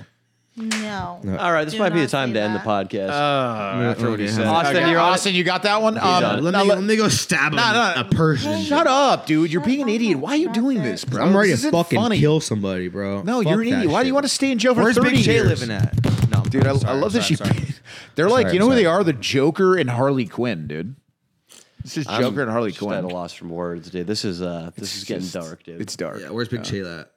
No.
All right, this might be the time to end the podcast.
after what he said.
Austin,
Okay.
you're on.
Austin, you got that one.
Let
Um,
me, let me go stab
Nah,
a-
nah.
a person.
shut up, dude. You're being an idiot. Why are you doing this, bro?
I'm ready
This
to
isn't
fucking
funny.
kill somebody, bro.
No,
Fuck
you're an
that
idiot. Why do you
shit.
want to stay in jail for
Where's
30
Big J
years?
living at? No,
Dude, I, I
sorry,
love that she.
sorry, sorry.
They're
I'm
like,
sorry,
you know
I'm
who they
sorry.
are? The Joker and Harley Quinn, dude. This is
I'm
Joker and Harley
just at a
Quinn.
loss from words, dude. This is uh, this is getting
just-
dark, dude.
It's dark.
Yeah, where's Big J at?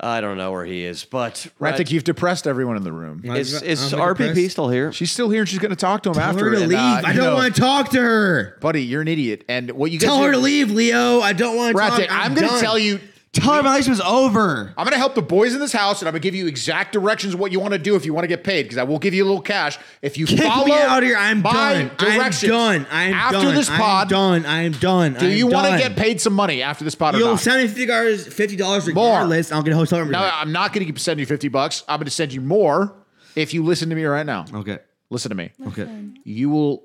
I don't know where he is, but
Right, Dick, you've depressed everyone in the room.
is is
I'm
RPP
depressed.
still here?
She's still here. and She's going to talk to him
Tell
after.
her to
and,
leave.
uh,
I don't
you know-
want to talk to her.
buddy. You're an idiot. And what you guys
Tell her
do-
to leave, Leo. I don't want to
Rat
talk.
Dick, I'm going to
done.
tell you.
Tell her my relationship's over.
I'm going to help the boys in this house, and I'm going to give you exact directions of what you want to do if you want to get paid, because I will give you a little cash if you
Kick
follow
me out of here. I'm
my
done. I'm
directions.
done. I'm
after
done.
this pod,
I'm done. I'm done.
do
I'm
you want to
done.
get paid some money after this pod or
You'll
not?
send me fifty dollars, fifty dollars
More.
regardless. I'll get a hotel room.
no, I'm not going to send you 50 bucks. I'm going to send you more if you listen to me right now.
okay.
Listen to me.
Okay.
You will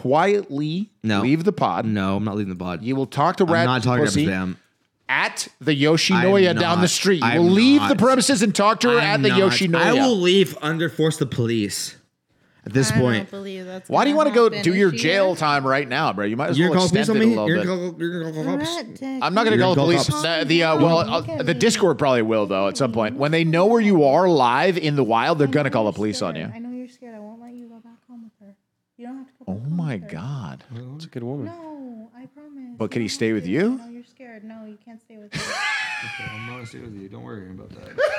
quietly
No.
leave the pod.
No, I'm not leaving the pod.
You will talk to
I'm
Rat
not talking
Pussy
to them.
at the Yoshinoya
I'm
down the
not.
street. You
I'm
will leave
not.
the premises and talk to her
I'm
at the
not.
Yoshinoya.
I will leave under force the police.
At this
I don't
point,
believe that's
Why do you
gonna
want to go
happen
do
if
your
she
jail
is-
time right now, bro? You might as
You're
well
gonna call
extend it
police
a little
on me. You're
bit.
gonna call, you're gonna call
I'm
cops.
not dick-
I'm not going to
You're
call the
gonna
police.
cops.
The, the, uh, well, uh, the Discord probably will though at some point when they know where you are live in the wild. They're going to call the police on you.
I know you're scared. I won't let you go back home with her. You don't have to go.
Oh my god,
that's a good woman.
No, I promise.
But can he stay with you?
No, you're scared. No, you can't stay with me.
I'm not stay with you. Don't worry about that.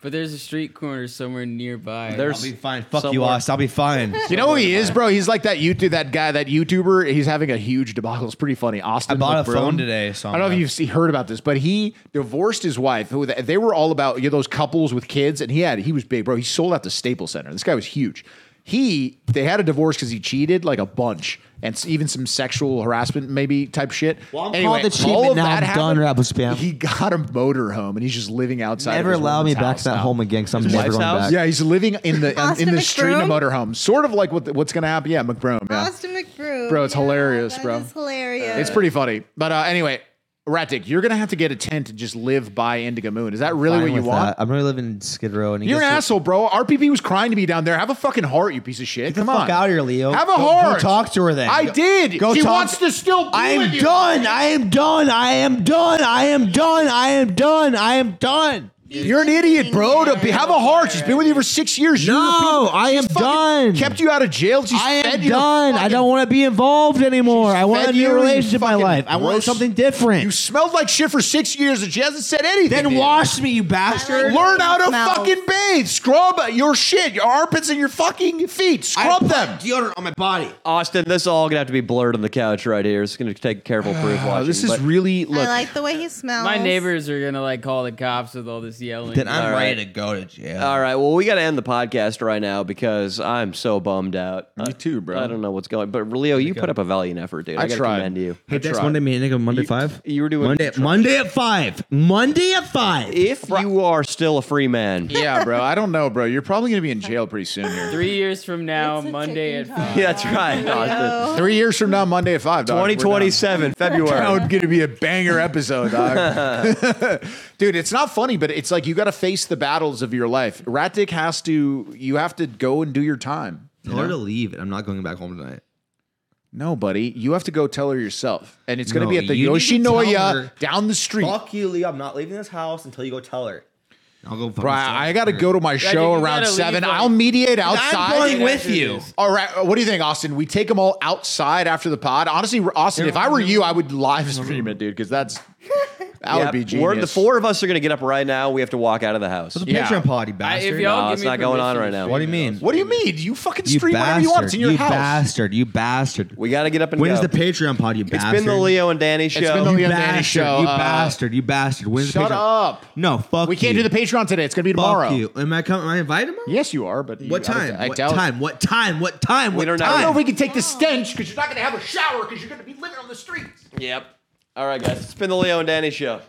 But there's a street corner somewhere nearby.
There's- I'll be fine. Fuck you, Oz. I'll be fine.
You know who he is, bro? He's like that YouTube, that guy, that YouTuber. He's having a huge debacle. It's pretty funny. Austin.
I bought a
LeBron.
phone today, so
I don't know
I'm
if you've see- heard about this, but he divorced his wife. Who they were all about, you know, those couples with kids, and he had he was big, bro. He sold out the Staples Center. This guy was huge. He they had a divorce because he cheated like a bunch, and s- even some sexual harassment maybe type shit.
Well, I'm
Anyway,
called the cheatment
all of
now.
that
I'm done,
happened.
Rebel Spam.
He got a motorhome, and he's just living outside. of
Never
his
allow me
woman's
back
house
to that
now.
home again. 'cause I'm
His
never
wife's
going
house?
back.
Yeah, he's living in the um, in, in
Austin
the street in a
McBroom?
motorhome, sort of like what the, what's going to happen. Yeah, McBrome. Yeah.
Austin McBrew.
Bro, it's hilarious,
that
bro.
is hilarious.
It's pretty funny. But uh, anyway, Rat Dick, you're gonna have to get a tent to just live by Indigo Moon. Is that really what you want?
I'm really living in Skid Row. And he
You're an
gets to-
asshole, bro. RPP was crying to me down there. Have a fucking heart, you piece of shit. Come
fuck
on,
out of here, Leo.
Have a
Go- go
heart.
talk to her then.
I
Go-
did.
go
She
talk-
wants to still. Be
I
with
am
you.
done. I am done. I am done. I am done. I am done. I am done.
You're an idiot, bro. To be, have a heart. She's been with you for six years. You
No,
repeat-
I am
She's fucking
done.
Kept you out of jail. She's
I
fed
am
you.
done. I don't want to be involved anymore. I want a
fed
new
you, you
relationship in my
fucking
life. I want
gross-
something different.
You smelled like shit for six years and she hasn't said anything.
Then
to you.
wash me, you bastard.
Learn how to
Smells.
fucking bathe. Scrub your shit, your armpits, and your fucking feet. Scrub them.
deodorant on my body.
Austin, this is all gonna have to be blurred on the couch right here. It's gonna take careful proof watching.
this is
but-
really
I like the way he smells.
My neighbors are gonna like call the cops with all this yelling.
Then I'm
All
ready
right.
to go to jail.
All right, well, we got to end the podcast right now because I'm so bummed out. Me
too, bro.
I don't know what's going. But Leo, you put up a valiant effort, dude. I,
I
gotta
tried.
commend you.
Hey, that's Monday meeting on Monday five.
You were doing
Monday. Monday at five. Monday at five.
If you are still a free man,
yeah, bro. I don't know, bro. You're probably gonna be in jail pretty soon here.
Three years from now, Monday at five.
Yeah, that's right, Austin.
Three years from now, Monday at five. Dog, We're done.
2027 February.
That would gonna be a banger episode, dog. dude. It's not funny, but it's like you got to face the battles of your life. Rat Dick has to. You have to go and do your time. you
Tell her
know?
to leave, and I'm not going back home tonight.
No, buddy. You have to go tell her yourself, and it's gonna
No,
be at the
you need to tell her-
Yoshinoya down the street.
Fuck you, Leo. I'm not leaving this house until you go tell her. I'll go.
Bro, I, I got to go to my
you
show around
gotta leave,
seven.
like-
I'll mediate
And I'm
outside.
going with you.
All right. uh, What do you think, Austin? We take them all outside after the pod. Honestly, Austin, if I were you, I would live stream it, dude, because that's that
Yeah,
would be genius.
We're, the four of us are gonna get up right now. We have to walk out of the house.
the Patreon pod, you bastard.
if y'all No, give it's me not going on permission right to now. stream
What do you mean?
What do you mean? You fucking
You
stream whatever you want. It's in your
bastard. You
house.
bastard. You bastard.
We gotta get up and
When's
go.
the Patreon pod, you
It's
bastard?
been the Leo and Danny show.
been the Leo
You
and Danny
bastard.
show,
You
uh,
bastard. You bastard. When's the
Shut
Patreon-
up.
No, fuck
We can't
you.
do the Patreon today. It's gonna be tomorrow.
Fuck you. Am I coming? Am I invited tomorrow?
Yes, you are. But you-
What
I don't-
time?
I
what,
doubt-
time? what time? What time? What
I don't know
time?
if we can take the stench because you're not gonna have a shower because you're gonna be living on the streets.
Yep. All right, guys. It's been the Leo and Danny show.